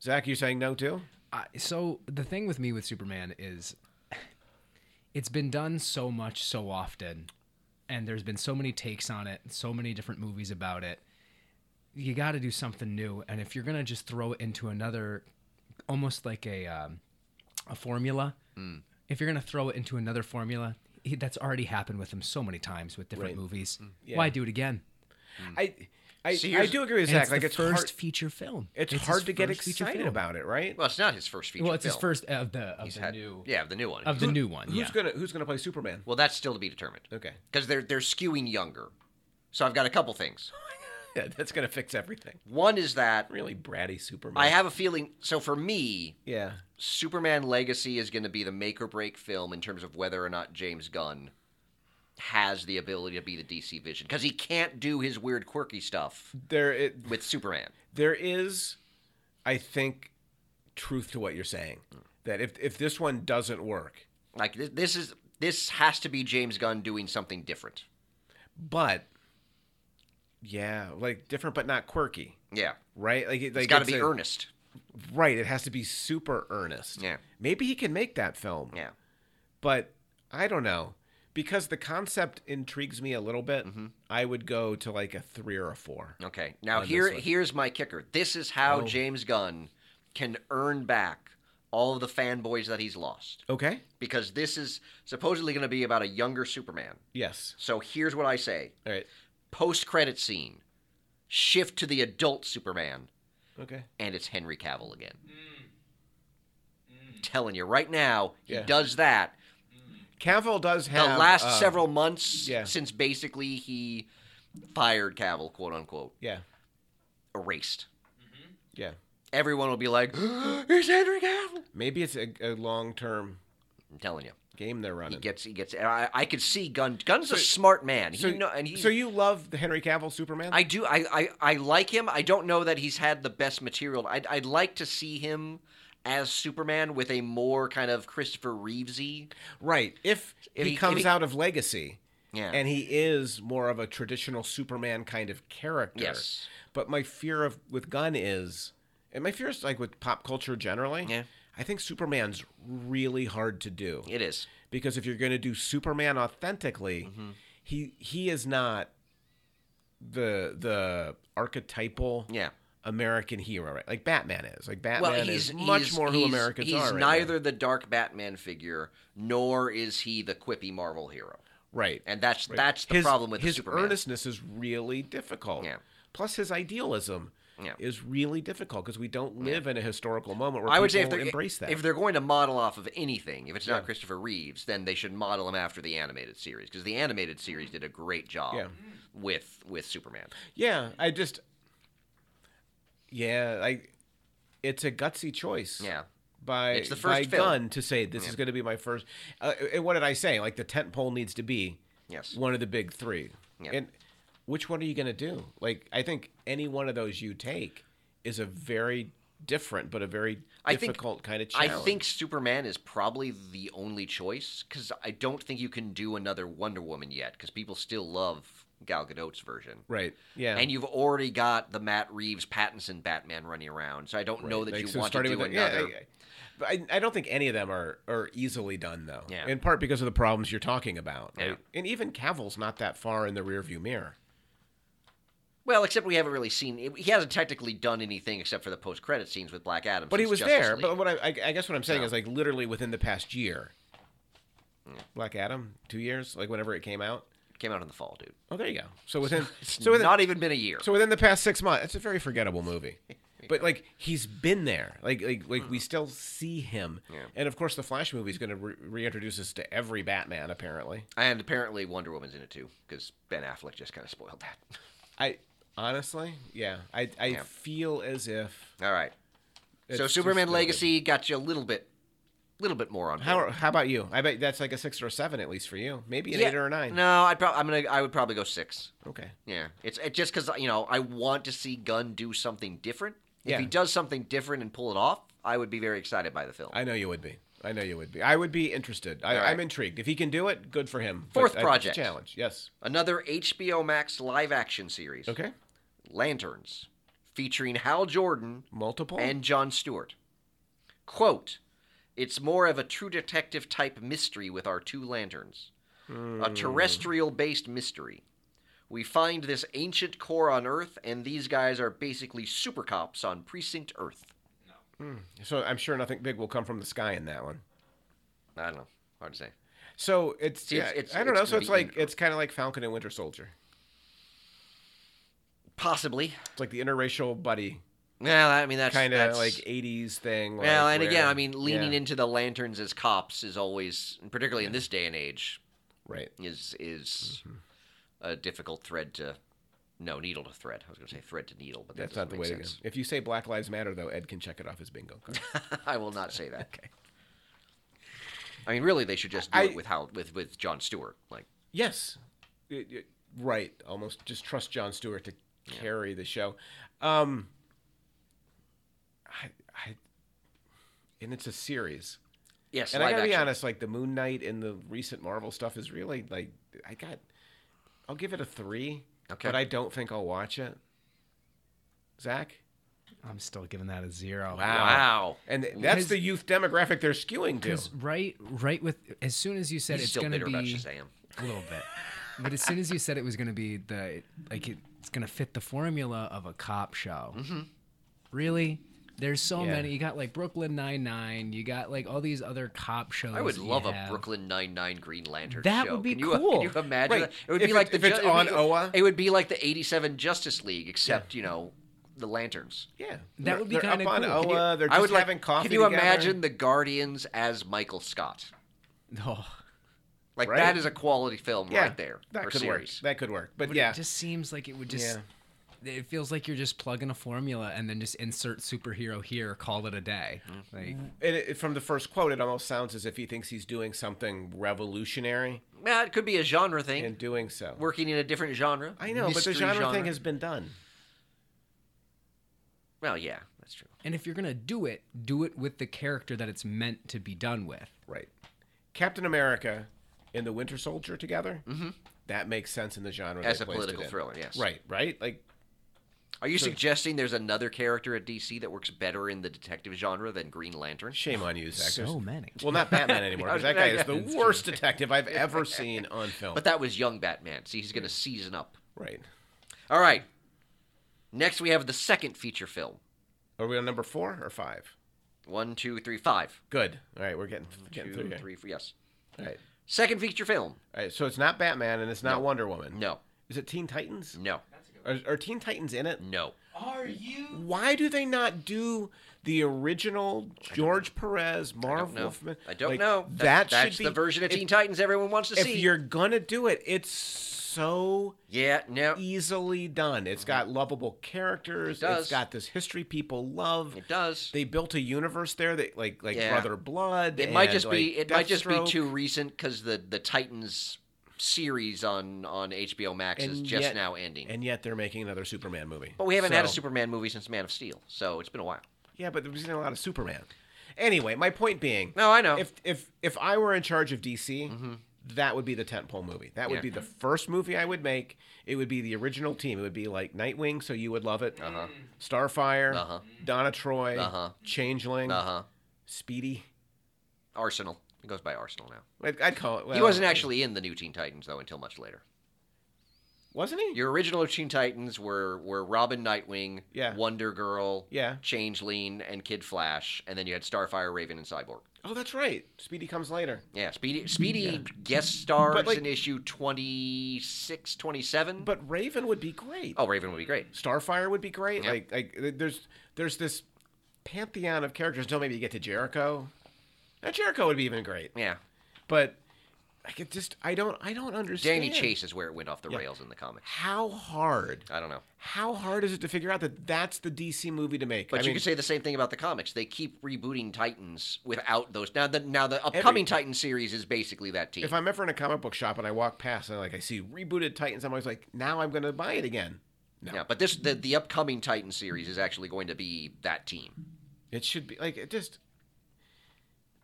[SPEAKER 1] Zach, you saying no too?
[SPEAKER 3] I, so the thing with me with Superman is it's been done so much so often and there's been so many takes on it, so many different movies about it. You got to do something new and if you're going to just throw it into another almost like a um, a formula,
[SPEAKER 1] Mm.
[SPEAKER 3] if you're going to throw it into another formula, he, that's already happened with him so many times with different
[SPEAKER 1] Right. Mm.
[SPEAKER 3] movies.
[SPEAKER 1] Yeah.
[SPEAKER 3] Why do it again?
[SPEAKER 1] I I,
[SPEAKER 2] See,
[SPEAKER 1] I
[SPEAKER 2] here's-
[SPEAKER 1] do agree with
[SPEAKER 3] And
[SPEAKER 1] Zach.
[SPEAKER 3] it's
[SPEAKER 1] like
[SPEAKER 3] the
[SPEAKER 1] it's
[SPEAKER 3] first
[SPEAKER 1] hard,
[SPEAKER 3] feature film.
[SPEAKER 1] it's,
[SPEAKER 3] his
[SPEAKER 1] hard to get
[SPEAKER 3] first feature
[SPEAKER 1] excited
[SPEAKER 3] film.
[SPEAKER 1] about it, right?
[SPEAKER 2] Well, it's not his first feature.
[SPEAKER 3] Well, it's
[SPEAKER 2] film.
[SPEAKER 3] his first of the of
[SPEAKER 2] He's
[SPEAKER 3] the
[SPEAKER 2] had-
[SPEAKER 3] new
[SPEAKER 2] Yeah, the new one.
[SPEAKER 3] of the new one.
[SPEAKER 1] who's
[SPEAKER 3] yeah.
[SPEAKER 1] gonna Who's gonna play Superman?
[SPEAKER 2] well, that's still to be determined
[SPEAKER 1] Okay, [LAUGHS]
[SPEAKER 2] because they're they're skewing younger. So I've got a couple things.
[SPEAKER 1] yeah, that's gonna fix everything.
[SPEAKER 2] One is that
[SPEAKER 1] Really bratty Superman.
[SPEAKER 2] I have a feeling. So for me,
[SPEAKER 1] yeah.
[SPEAKER 2] Superman Legacy is going to be the make or break film in terms of whether or not James Gunn has the ability to be the DC Vision because he can't do his weird quirky stuff
[SPEAKER 1] There it
[SPEAKER 2] with Superman.
[SPEAKER 1] there is, I think, truth to what you're saying. That if if this one doesn't work,
[SPEAKER 2] Like th- this is this has to be James Gunn doing something different.
[SPEAKER 1] but yeah, like different but not quirky,
[SPEAKER 2] Yeah,
[SPEAKER 1] right? Like, it- like
[SPEAKER 2] it's got to be
[SPEAKER 1] a-
[SPEAKER 2] earnest.
[SPEAKER 1] Right, it has to be super earnest.
[SPEAKER 2] Yeah.
[SPEAKER 1] maybe he can make that film.
[SPEAKER 2] Yeah,
[SPEAKER 1] but I don't know because the concept intrigues me a little bit.
[SPEAKER 2] Mm-hmm.
[SPEAKER 1] I would go to like a three or a four.
[SPEAKER 2] okay. Now
[SPEAKER 1] this
[SPEAKER 2] here
[SPEAKER 1] one.
[SPEAKER 2] here's my kicker. This is how
[SPEAKER 1] Oh.
[SPEAKER 2] James Gunn can earn back all of the fanboys that he's lost
[SPEAKER 1] Okay.
[SPEAKER 2] because this is supposedly going to be about a younger Superman.
[SPEAKER 1] Yes.
[SPEAKER 2] So here's what I say.
[SPEAKER 1] All right.
[SPEAKER 2] post credit scene, shift to the adult Superman,
[SPEAKER 1] Okay.
[SPEAKER 2] and it's Henry Cavill again. Telling you right now, he
[SPEAKER 1] Yeah.
[SPEAKER 2] does that.
[SPEAKER 1] Cavill does
[SPEAKER 2] The
[SPEAKER 1] have
[SPEAKER 2] last
[SPEAKER 1] uh,
[SPEAKER 2] several months
[SPEAKER 1] yeah.
[SPEAKER 2] since basically he fired Cavill, quote unquote.
[SPEAKER 1] Yeah.
[SPEAKER 2] erased.
[SPEAKER 1] Yeah.
[SPEAKER 2] Everyone will be like, [GASPS] "It's Henry Cavill."
[SPEAKER 1] Maybe it's a, a long term
[SPEAKER 2] I'm telling you,
[SPEAKER 1] game they're
[SPEAKER 2] he
[SPEAKER 1] running.
[SPEAKER 2] gets he gets. and I, I could see Gun. Gun's a smart man. He
[SPEAKER 1] so,
[SPEAKER 2] know, and he.
[SPEAKER 1] so you love the Henry Cavill Superman?
[SPEAKER 2] I do. I, I I like him. I don't know that he's had the best material. I'd I'd like to see him as Superman with a more kind of Christopher Reevesy.
[SPEAKER 1] right. If,
[SPEAKER 2] If
[SPEAKER 1] he
[SPEAKER 2] he- if
[SPEAKER 1] comes
[SPEAKER 2] he-
[SPEAKER 1] out of Legacy,
[SPEAKER 2] Yeah.
[SPEAKER 1] and he is more of a traditional Superman kind of character.
[SPEAKER 2] Yes.
[SPEAKER 1] But my fear of with Gunn is, and my fear is like with pop culture generally.
[SPEAKER 2] Yeah.
[SPEAKER 1] I think Superman's really hard to do
[SPEAKER 2] It is.
[SPEAKER 1] because if you're going to do Superman authentically,
[SPEAKER 2] Mm-hmm.
[SPEAKER 1] he he is not the the archetypal
[SPEAKER 2] Yeah.
[SPEAKER 1] American hero, right? Like Batman is. Like Batman
[SPEAKER 2] well, he's
[SPEAKER 1] is much
[SPEAKER 2] he's-
[SPEAKER 1] more who
[SPEAKER 2] he's-
[SPEAKER 1] Americans
[SPEAKER 2] he's
[SPEAKER 1] are. right now.
[SPEAKER 2] neither the dark Batman figure nor is he the quippy Marvel hero,
[SPEAKER 1] right.
[SPEAKER 2] and that's
[SPEAKER 1] Right.
[SPEAKER 2] that's the
[SPEAKER 1] His-
[SPEAKER 2] problem with
[SPEAKER 1] his
[SPEAKER 2] the Superman.
[SPEAKER 1] earnestness is really difficult.
[SPEAKER 2] Yeah.
[SPEAKER 1] Plus, his idealism
[SPEAKER 2] Yeah.
[SPEAKER 1] is really difficult because we don't live in a historical moment where
[SPEAKER 2] I would say
[SPEAKER 1] people
[SPEAKER 2] if they're
[SPEAKER 1] embrace that.
[SPEAKER 2] if they're going to model off of anything, if it's not Christopher Reeves, then they should model him after the animated series because the animated series did a great job
[SPEAKER 1] Yeah.
[SPEAKER 2] with with Superman.
[SPEAKER 1] yeah, I just, yeah, I, it's a gutsy choice.
[SPEAKER 2] Yeah.
[SPEAKER 1] By
[SPEAKER 2] It's the first
[SPEAKER 1] by
[SPEAKER 2] film.
[SPEAKER 1] gun to say this is going to be my first. Uh, and what did I say? Like the tent pole needs to be
[SPEAKER 2] Yes.
[SPEAKER 1] one of the big three.
[SPEAKER 2] Yeah.
[SPEAKER 1] And which one are you going to do? Like, I think any one of those you take is a very different, but a very
[SPEAKER 2] I think-
[SPEAKER 1] difficult kind of
[SPEAKER 2] I
[SPEAKER 1] challenge.
[SPEAKER 2] think Superman is probably the only choice because I don't think you can do another Wonder Woman yet because people still love Gal Gadot's version.
[SPEAKER 1] Right. Yeah.
[SPEAKER 2] And you've already got the Matt Reeves Pattinson Batman running around, so I don't know that
[SPEAKER 1] Like,
[SPEAKER 2] you
[SPEAKER 1] so
[SPEAKER 2] want to
[SPEAKER 1] starting
[SPEAKER 2] do
[SPEAKER 1] with that-
[SPEAKER 2] another.
[SPEAKER 1] Yeah, I- I- but I, I don't think any of them are, are easily done though.
[SPEAKER 2] Yeah.
[SPEAKER 1] In part because of the problems you're talking about.
[SPEAKER 2] Yeah.
[SPEAKER 1] right? And even Cavill's not that far in the rearview mirror.
[SPEAKER 2] Well, except we haven't really seen. He hasn't technically done anything except for the post-credit scenes with Black Adam.
[SPEAKER 1] But he
[SPEAKER 2] since
[SPEAKER 1] was
[SPEAKER 2] Justice
[SPEAKER 1] there.
[SPEAKER 2] League.
[SPEAKER 1] But what I, I, I guess what I'm saying
[SPEAKER 2] So.
[SPEAKER 1] is like literally within the past year.
[SPEAKER 2] Hmm.
[SPEAKER 1] Black Adam, two years, like whenever it came out.
[SPEAKER 2] came out in the fall, dude.
[SPEAKER 1] Oh, there you go.
[SPEAKER 2] [LAUGHS]
[SPEAKER 1] So within,
[SPEAKER 2] It's
[SPEAKER 1] so within,
[SPEAKER 2] not even been a year.
[SPEAKER 1] so within the past six months, it's a very forgettable
[SPEAKER 2] [LAUGHS]
[SPEAKER 1] movie. But like he's been there, like like like we still see him,
[SPEAKER 2] Hmm. Yeah.
[SPEAKER 1] and of course the Flash movie is going to re- reintroduce us to every Batman apparently.
[SPEAKER 2] and apparently Wonder Woman's in it too because Ben Affleck just kind of spoiled that. [LAUGHS]
[SPEAKER 1] I honestly, yeah, I I feel as if
[SPEAKER 2] All right.
[SPEAKER 1] it's
[SPEAKER 2] so
[SPEAKER 1] just
[SPEAKER 2] Superman
[SPEAKER 1] gonna-
[SPEAKER 2] Legacy got you a little bit, little bit more on. board.
[SPEAKER 1] How how about you? I bet that's like a six or a seven at least for you, maybe an
[SPEAKER 2] Yeah.
[SPEAKER 1] eight or a nine.
[SPEAKER 2] No, I'd probably I'm gonna I would probably go six.
[SPEAKER 1] Okay,
[SPEAKER 2] Yeah, it's it just because you know I want to see Gunn do something different. If
[SPEAKER 1] Yeah.
[SPEAKER 2] he does something different and pull it off, I would be very excited by the film.
[SPEAKER 1] I know you would be. I know you would be. I would be interested. I,
[SPEAKER 2] All right.
[SPEAKER 1] I'm intrigued. If he can do it, good for him. But
[SPEAKER 2] Fourth
[SPEAKER 1] I- it's a
[SPEAKER 2] project.
[SPEAKER 1] challenge. Yes.
[SPEAKER 2] Another HBO Max live action series,
[SPEAKER 1] Okay.
[SPEAKER 2] Lanterns, featuring Hal Jordan
[SPEAKER 1] Multiple.
[SPEAKER 2] and John Stewart. Quote, it's more of a true detective type mystery with our two lanterns. A
[SPEAKER 1] Hmm.
[SPEAKER 2] terrestrial based mystery. We find this ancient core on Earth, and these guys are basically super cops on Precinct Earth.
[SPEAKER 1] so I'm sure nothing big will come from the sky in that one.
[SPEAKER 2] I don't know. Hard to say.
[SPEAKER 1] So it's,
[SPEAKER 2] See, it's-
[SPEAKER 1] yeah,
[SPEAKER 2] it's-
[SPEAKER 1] I don't
[SPEAKER 2] it's
[SPEAKER 1] know. So
[SPEAKER 2] gonna
[SPEAKER 1] it's
[SPEAKER 2] be
[SPEAKER 1] like
[SPEAKER 2] in-
[SPEAKER 1] it's kind of like Falcon and Winter Soldier.
[SPEAKER 2] Possibly.
[SPEAKER 1] It's like the interracial buddy
[SPEAKER 2] Well, I mean, that's
[SPEAKER 1] kind of
[SPEAKER 2] that's-
[SPEAKER 1] like '80s thing.
[SPEAKER 2] Well,
[SPEAKER 1] like,
[SPEAKER 2] and again,
[SPEAKER 1] where-
[SPEAKER 2] I mean, leaning
[SPEAKER 1] yeah,
[SPEAKER 2] into the lanterns as cops is always, and particularly in this day and age,
[SPEAKER 1] right.
[SPEAKER 2] is is
[SPEAKER 1] Mm-hmm.
[SPEAKER 2] a difficult thread to no needle to thread. I was going to say thread to needle, but that
[SPEAKER 1] That's not the
[SPEAKER 2] doesn't
[SPEAKER 1] way
[SPEAKER 2] make
[SPEAKER 1] to go.
[SPEAKER 2] sense.
[SPEAKER 1] If you say Black Lives Matter, though, Ed can check it off his bingo card.
[SPEAKER 2] [LAUGHS] I will not
[SPEAKER 1] [LAUGHS]
[SPEAKER 2] say that. I mean, really, they should just do
[SPEAKER 1] I-
[SPEAKER 2] it with how with with John Stewart. Like,
[SPEAKER 1] yes, Y- y- right. Almost just trust John Stewart to carry the show. Um, I, I, and it's a series.
[SPEAKER 2] yes,
[SPEAKER 1] And I
[SPEAKER 2] live
[SPEAKER 1] gotta be
[SPEAKER 2] action.
[SPEAKER 1] honest, like the Moon Knight and the recent Marvel stuff is really like I got. I'll give it a three,
[SPEAKER 2] Okay.
[SPEAKER 1] but I don't think I'll watch it. Zach,
[SPEAKER 3] I'm still giving that a zero.
[SPEAKER 2] Wow.
[SPEAKER 1] and th- that's
[SPEAKER 3] Because-
[SPEAKER 1] the youth demographic they're skewing to.
[SPEAKER 3] Because right, right with as soon as you said
[SPEAKER 2] He's
[SPEAKER 3] it's
[SPEAKER 2] still
[SPEAKER 3] going
[SPEAKER 2] bitter
[SPEAKER 3] to be
[SPEAKER 2] about Shazam.
[SPEAKER 3] a little bit, but as soon as you said it was going to be the like it, it's going to fit the formula of a cop show.
[SPEAKER 2] Mm-hmm.
[SPEAKER 3] Really, there's so
[SPEAKER 1] Yeah.
[SPEAKER 3] many. You got like Brooklyn Nine Nine. You got like all these other cop shows.
[SPEAKER 2] I would
[SPEAKER 3] that you
[SPEAKER 2] love a
[SPEAKER 3] have.
[SPEAKER 2] Brooklyn Nine Nine Green Lantern
[SPEAKER 3] That
[SPEAKER 2] show.
[SPEAKER 3] would be
[SPEAKER 2] can you,
[SPEAKER 3] cool.
[SPEAKER 2] Can you imagine?
[SPEAKER 1] Right.
[SPEAKER 2] That? It would
[SPEAKER 1] If
[SPEAKER 2] be
[SPEAKER 1] it-
[SPEAKER 2] like the
[SPEAKER 1] if it's
[SPEAKER 2] Ju- it would
[SPEAKER 1] on
[SPEAKER 2] be-
[SPEAKER 1] OWA?
[SPEAKER 2] It would be like the '87 Justice League, except you know the lanterns.
[SPEAKER 1] Yeah,
[SPEAKER 3] That would be
[SPEAKER 1] They're up
[SPEAKER 3] kinda
[SPEAKER 1] on
[SPEAKER 3] cool. Can
[SPEAKER 2] Can you-
[SPEAKER 1] Oa. They're
[SPEAKER 2] I
[SPEAKER 1] just
[SPEAKER 2] would like-
[SPEAKER 1] having coffee.
[SPEAKER 2] Can you
[SPEAKER 1] together.
[SPEAKER 2] imagine the Guardians as Michael Scott?
[SPEAKER 3] [LAUGHS] Oh,
[SPEAKER 2] Like
[SPEAKER 1] Right.
[SPEAKER 2] that is a quality film
[SPEAKER 1] Yeah,
[SPEAKER 2] right there.
[SPEAKER 1] That
[SPEAKER 2] or
[SPEAKER 1] could
[SPEAKER 2] series.
[SPEAKER 1] work. That could work. But,
[SPEAKER 3] but
[SPEAKER 1] yeah,
[SPEAKER 3] it just seems like it would just.
[SPEAKER 1] Yeah.
[SPEAKER 3] it feels like you're just plugging a formula and then just insert superhero here, call it a day.
[SPEAKER 2] Mm.
[SPEAKER 3] Like,
[SPEAKER 1] And it, from the first quote, it almost sounds as if he thinks he's doing something revolutionary
[SPEAKER 2] Yeah, it could be a genre thing.
[SPEAKER 1] in doing so.
[SPEAKER 2] working in a different genre.
[SPEAKER 1] I know, but the
[SPEAKER 2] mystery
[SPEAKER 1] genre, thing has been done.
[SPEAKER 2] Well, yeah, that's true.
[SPEAKER 3] and if you're gonna do it, do it with the character that it's meant to be done with.
[SPEAKER 1] Right. Captain America and the Winter Soldier together. Mm-hmm. That makes sense in the genre.
[SPEAKER 2] As
[SPEAKER 1] they
[SPEAKER 2] a
[SPEAKER 1] placed it
[SPEAKER 2] political
[SPEAKER 1] in.
[SPEAKER 2] thriller, yes.
[SPEAKER 1] Right, right? Like,
[SPEAKER 2] Are you suggesting there's another character at DC that works better in the detective genre than Green Lantern?
[SPEAKER 1] shame on you, Zach.
[SPEAKER 3] So
[SPEAKER 1] There's-
[SPEAKER 3] many.
[SPEAKER 1] Well, not Batman anymore, because that guy
[SPEAKER 2] [LAUGHS]
[SPEAKER 1] is the
[SPEAKER 3] That's
[SPEAKER 1] worst detective I've ever seen on film.
[SPEAKER 2] But that was young Batman. See, he's going to season up.
[SPEAKER 1] right.
[SPEAKER 2] All right. Next, we have the second feature film.
[SPEAKER 1] Are we on number four or five?
[SPEAKER 2] One, two, three, five.
[SPEAKER 1] Good. All right, we're getting, getting through
[SPEAKER 2] Two,
[SPEAKER 1] here.
[SPEAKER 2] three, four. Yes.
[SPEAKER 1] All right.
[SPEAKER 2] Second feature film.
[SPEAKER 1] All right, so it's not Batman and it's not Wonder Woman.
[SPEAKER 2] No.
[SPEAKER 1] Is it Teen Titans?
[SPEAKER 2] No.
[SPEAKER 1] Are, are Teen Titans in it?
[SPEAKER 2] No.
[SPEAKER 3] Are you?
[SPEAKER 1] Why do they not do the original George Perez, Marv
[SPEAKER 2] No.
[SPEAKER 1] Wolfman?
[SPEAKER 2] I don't
[SPEAKER 1] Like,
[SPEAKER 2] know.
[SPEAKER 1] That
[SPEAKER 2] That's,
[SPEAKER 1] should
[SPEAKER 2] that's
[SPEAKER 1] be
[SPEAKER 2] the version of
[SPEAKER 1] if-
[SPEAKER 2] Teen Titans everyone wants to
[SPEAKER 1] If
[SPEAKER 2] see.
[SPEAKER 1] you're gonna do it, it's so
[SPEAKER 2] Yeah. No.
[SPEAKER 1] E easily done. It's got lovable characters.
[SPEAKER 2] Mm-hmm. It does.
[SPEAKER 1] has got this history people love.
[SPEAKER 2] It does.
[SPEAKER 1] They built a universe there that like like
[SPEAKER 2] Yeah.
[SPEAKER 1] Brother Blood.
[SPEAKER 2] It might
[SPEAKER 1] and,
[SPEAKER 2] just be
[SPEAKER 1] like,
[SPEAKER 2] it might just
[SPEAKER 1] Deathstroke.
[SPEAKER 2] be too recent because the the Titans series on on HBO Max is
[SPEAKER 1] And
[SPEAKER 2] just
[SPEAKER 1] yet-
[SPEAKER 2] now ending.
[SPEAKER 1] And yet they're making another Superman movie.
[SPEAKER 2] but we haven't had a
[SPEAKER 1] So-
[SPEAKER 2] Superman movie since Man of Steel, so it's been a while.
[SPEAKER 1] Yeah, but there was a lot of Superman. Anyway, my point being,
[SPEAKER 2] No, I know.
[SPEAKER 1] if if if I were in charge of DC, that would be the tentpole movie. That would
[SPEAKER 2] Mm-hmm. Yeah.
[SPEAKER 1] be the first movie I would make. It would be the original team. It would be like Nightwing, so you would love it. Uh-huh. Starfire,
[SPEAKER 2] Uh-huh.
[SPEAKER 1] Donna Troy,
[SPEAKER 2] Uh-huh.
[SPEAKER 1] Changeling,
[SPEAKER 2] uh huh.
[SPEAKER 1] Speedy.
[SPEAKER 2] Arsenal. It goes by Arsenal now.
[SPEAKER 1] I'd, I'd call it. Well,
[SPEAKER 2] he wasn't actually in the new Teen Titans though until much later.
[SPEAKER 1] Wasn't he?
[SPEAKER 2] Your original Teen Titans were were Robin, Nightwing,
[SPEAKER 1] Yeah.
[SPEAKER 2] Wonder Girl,
[SPEAKER 1] Yeah.
[SPEAKER 2] Changeling, and Kid Flash, and then you had Starfire, Raven, and Cyborg.
[SPEAKER 1] oh, that's right. Speedy comes later.
[SPEAKER 2] Yeah, Speedy Speedy guest stars
[SPEAKER 1] But, like-
[SPEAKER 2] in issue 26, 27.
[SPEAKER 1] But Raven would be great.
[SPEAKER 2] oh, Raven would be great.
[SPEAKER 1] Starfire would be great.
[SPEAKER 2] Yeah.
[SPEAKER 1] Like like th- there's there's this pantheon of characters until maybe you get to Jericho. Now Jericho would be even great.
[SPEAKER 2] Yeah.
[SPEAKER 1] But I could just I don't I don't understand
[SPEAKER 2] Danny Chase is where it went off the
[SPEAKER 1] Yeah.
[SPEAKER 2] rails in the comics.
[SPEAKER 1] how hard
[SPEAKER 2] I don't know.
[SPEAKER 1] how hard is it to figure out that that's the DC movie to make?
[SPEAKER 2] But
[SPEAKER 1] I
[SPEAKER 2] you
[SPEAKER 1] mean,
[SPEAKER 2] could say the same thing about the comics. They keep rebooting Titans without those. Now the now the upcoming Titan series is basically that team.
[SPEAKER 1] if I'm ever in a comic book shop and I walk past and like I see rebooted Titans, I'm always like, now I'm gonna buy it again. No,
[SPEAKER 2] yeah, but this the, the upcoming Titan series is actually going to be that team
[SPEAKER 1] it should be like it just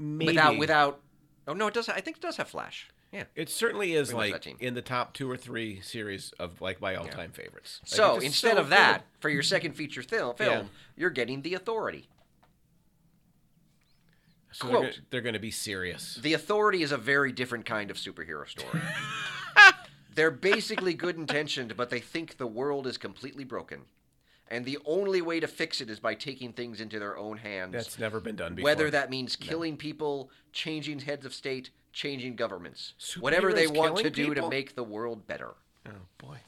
[SPEAKER 1] maybe
[SPEAKER 2] without without. Oh no, it does. I think it does have Flash. Yeah.
[SPEAKER 1] It certaty is
[SPEAKER 2] Pretty much that
[SPEAKER 1] like
[SPEAKER 2] team.
[SPEAKER 1] in the top two or three series of like my all-time favorites. Like,
[SPEAKER 2] So
[SPEAKER 1] it's just
[SPEAKER 2] instead
[SPEAKER 1] so
[SPEAKER 2] of that,
[SPEAKER 1] good.
[SPEAKER 2] for your second feature film, film
[SPEAKER 1] Yeah.
[SPEAKER 2] you're getting the Authority.
[SPEAKER 1] So they're
[SPEAKER 2] quote.
[SPEAKER 1] gonna- they're going to be serious.
[SPEAKER 2] The Authority is a very different kind of
[SPEAKER 1] [LAUGHS]
[SPEAKER 2] superhero story. They're basically good intentioned, but they think the world is completely broken. And the only way to fix it is by taking things into their own hands.
[SPEAKER 1] That's never been done before.
[SPEAKER 2] whether that means killing people, changing heads of state, changing governments. Whatever they
[SPEAKER 1] Superheroes
[SPEAKER 2] want to
[SPEAKER 1] killing
[SPEAKER 2] do to
[SPEAKER 1] people?
[SPEAKER 2] make the world better.
[SPEAKER 1] oh boy.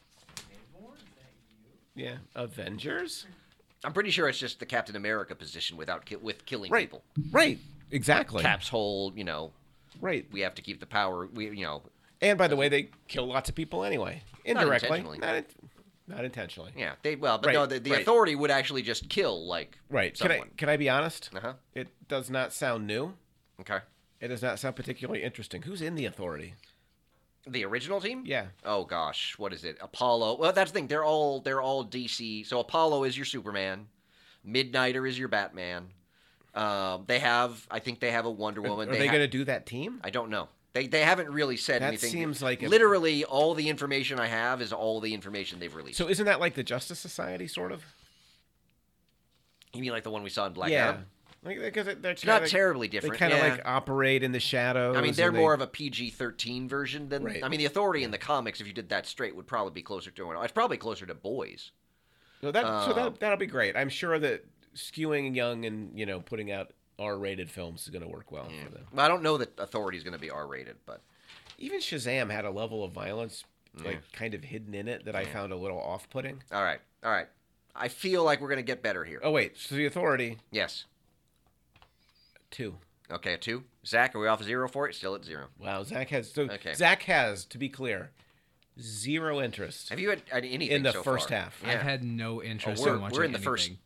[SPEAKER 1] Yeah, Avengers.
[SPEAKER 2] I'm pretty sure it's just the Captain America position without ki- with killing
[SPEAKER 1] Right.
[SPEAKER 2] people.
[SPEAKER 1] Right. Exactly.
[SPEAKER 2] Cap's whole, you know,
[SPEAKER 1] Right.
[SPEAKER 2] we have to keep the power, we you know,
[SPEAKER 1] And by the way, they kill lots of people anyway, indirectly.
[SPEAKER 2] intentionally.
[SPEAKER 1] Not, in- not intentionally.
[SPEAKER 2] yeah, they well, but
[SPEAKER 1] Right,
[SPEAKER 2] no, the, the
[SPEAKER 1] right.
[SPEAKER 2] authority would actually just kill like
[SPEAKER 1] Right. Can I
[SPEAKER 2] someone.
[SPEAKER 1] can I be honest?
[SPEAKER 2] Uh-huh.
[SPEAKER 1] It does not sound new.
[SPEAKER 2] Okay.
[SPEAKER 1] It does not sound particularly interesting. Who's in the Authority?
[SPEAKER 2] The original team?
[SPEAKER 1] Yeah.
[SPEAKER 2] Oh gosh, what is it? Apollo. Well, that's the thing. They're all they're all DC. So Apollo is your Superman. Midnighter is your Batman. Um, they have, I think they have a Wonder Woman.
[SPEAKER 1] Are they
[SPEAKER 2] ha-
[SPEAKER 1] going to do that team?
[SPEAKER 2] I don't know. They they haven't really said
[SPEAKER 1] That
[SPEAKER 2] anything.
[SPEAKER 1] seems like a-
[SPEAKER 2] literally all the information I have is all the information they've released.
[SPEAKER 1] So isn't that like the Justice Society sort of?
[SPEAKER 2] you mean like the one we saw in Black Adam?
[SPEAKER 1] Like because they're
[SPEAKER 2] It's not terribly different.
[SPEAKER 1] They kind of
[SPEAKER 2] yeah.
[SPEAKER 1] like operate in the shadows.
[SPEAKER 2] I mean,
[SPEAKER 1] and
[SPEAKER 2] they're
[SPEAKER 1] they-
[SPEAKER 2] more of a PG thirteen version than.
[SPEAKER 1] Right.
[SPEAKER 2] I mean, the Authority in the comics, if you did that straight, would probably be closer to. It's probably closer to boys.
[SPEAKER 1] So that so
[SPEAKER 2] um,
[SPEAKER 1] that that'll be great. I'm sure that skewing young and you know putting out R-rated films is going to work well for them.
[SPEAKER 2] I don't know that Authority is going to be R rated, but
[SPEAKER 1] Even Shazam had a level of violence like kind of hidden in it that I found a little off-putting.
[SPEAKER 2] all right, all right. I feel like we're going to get better here.
[SPEAKER 1] Oh wait, so the Authority
[SPEAKER 2] Yes.
[SPEAKER 1] two.
[SPEAKER 2] Okay, a two. Zach, are we off zero for it? Still at zero.
[SPEAKER 1] Wow, Zach has so
[SPEAKER 2] Okay.
[SPEAKER 1] Zach has to be clear, zero interest
[SPEAKER 2] Have you had had anything
[SPEAKER 1] in the
[SPEAKER 2] so
[SPEAKER 1] first
[SPEAKER 2] far?
[SPEAKER 1] half.
[SPEAKER 2] Yeah. Oh,
[SPEAKER 3] I've had no interest
[SPEAKER 2] we're-
[SPEAKER 3] in watching
[SPEAKER 2] we're in the first-
[SPEAKER 3] anything.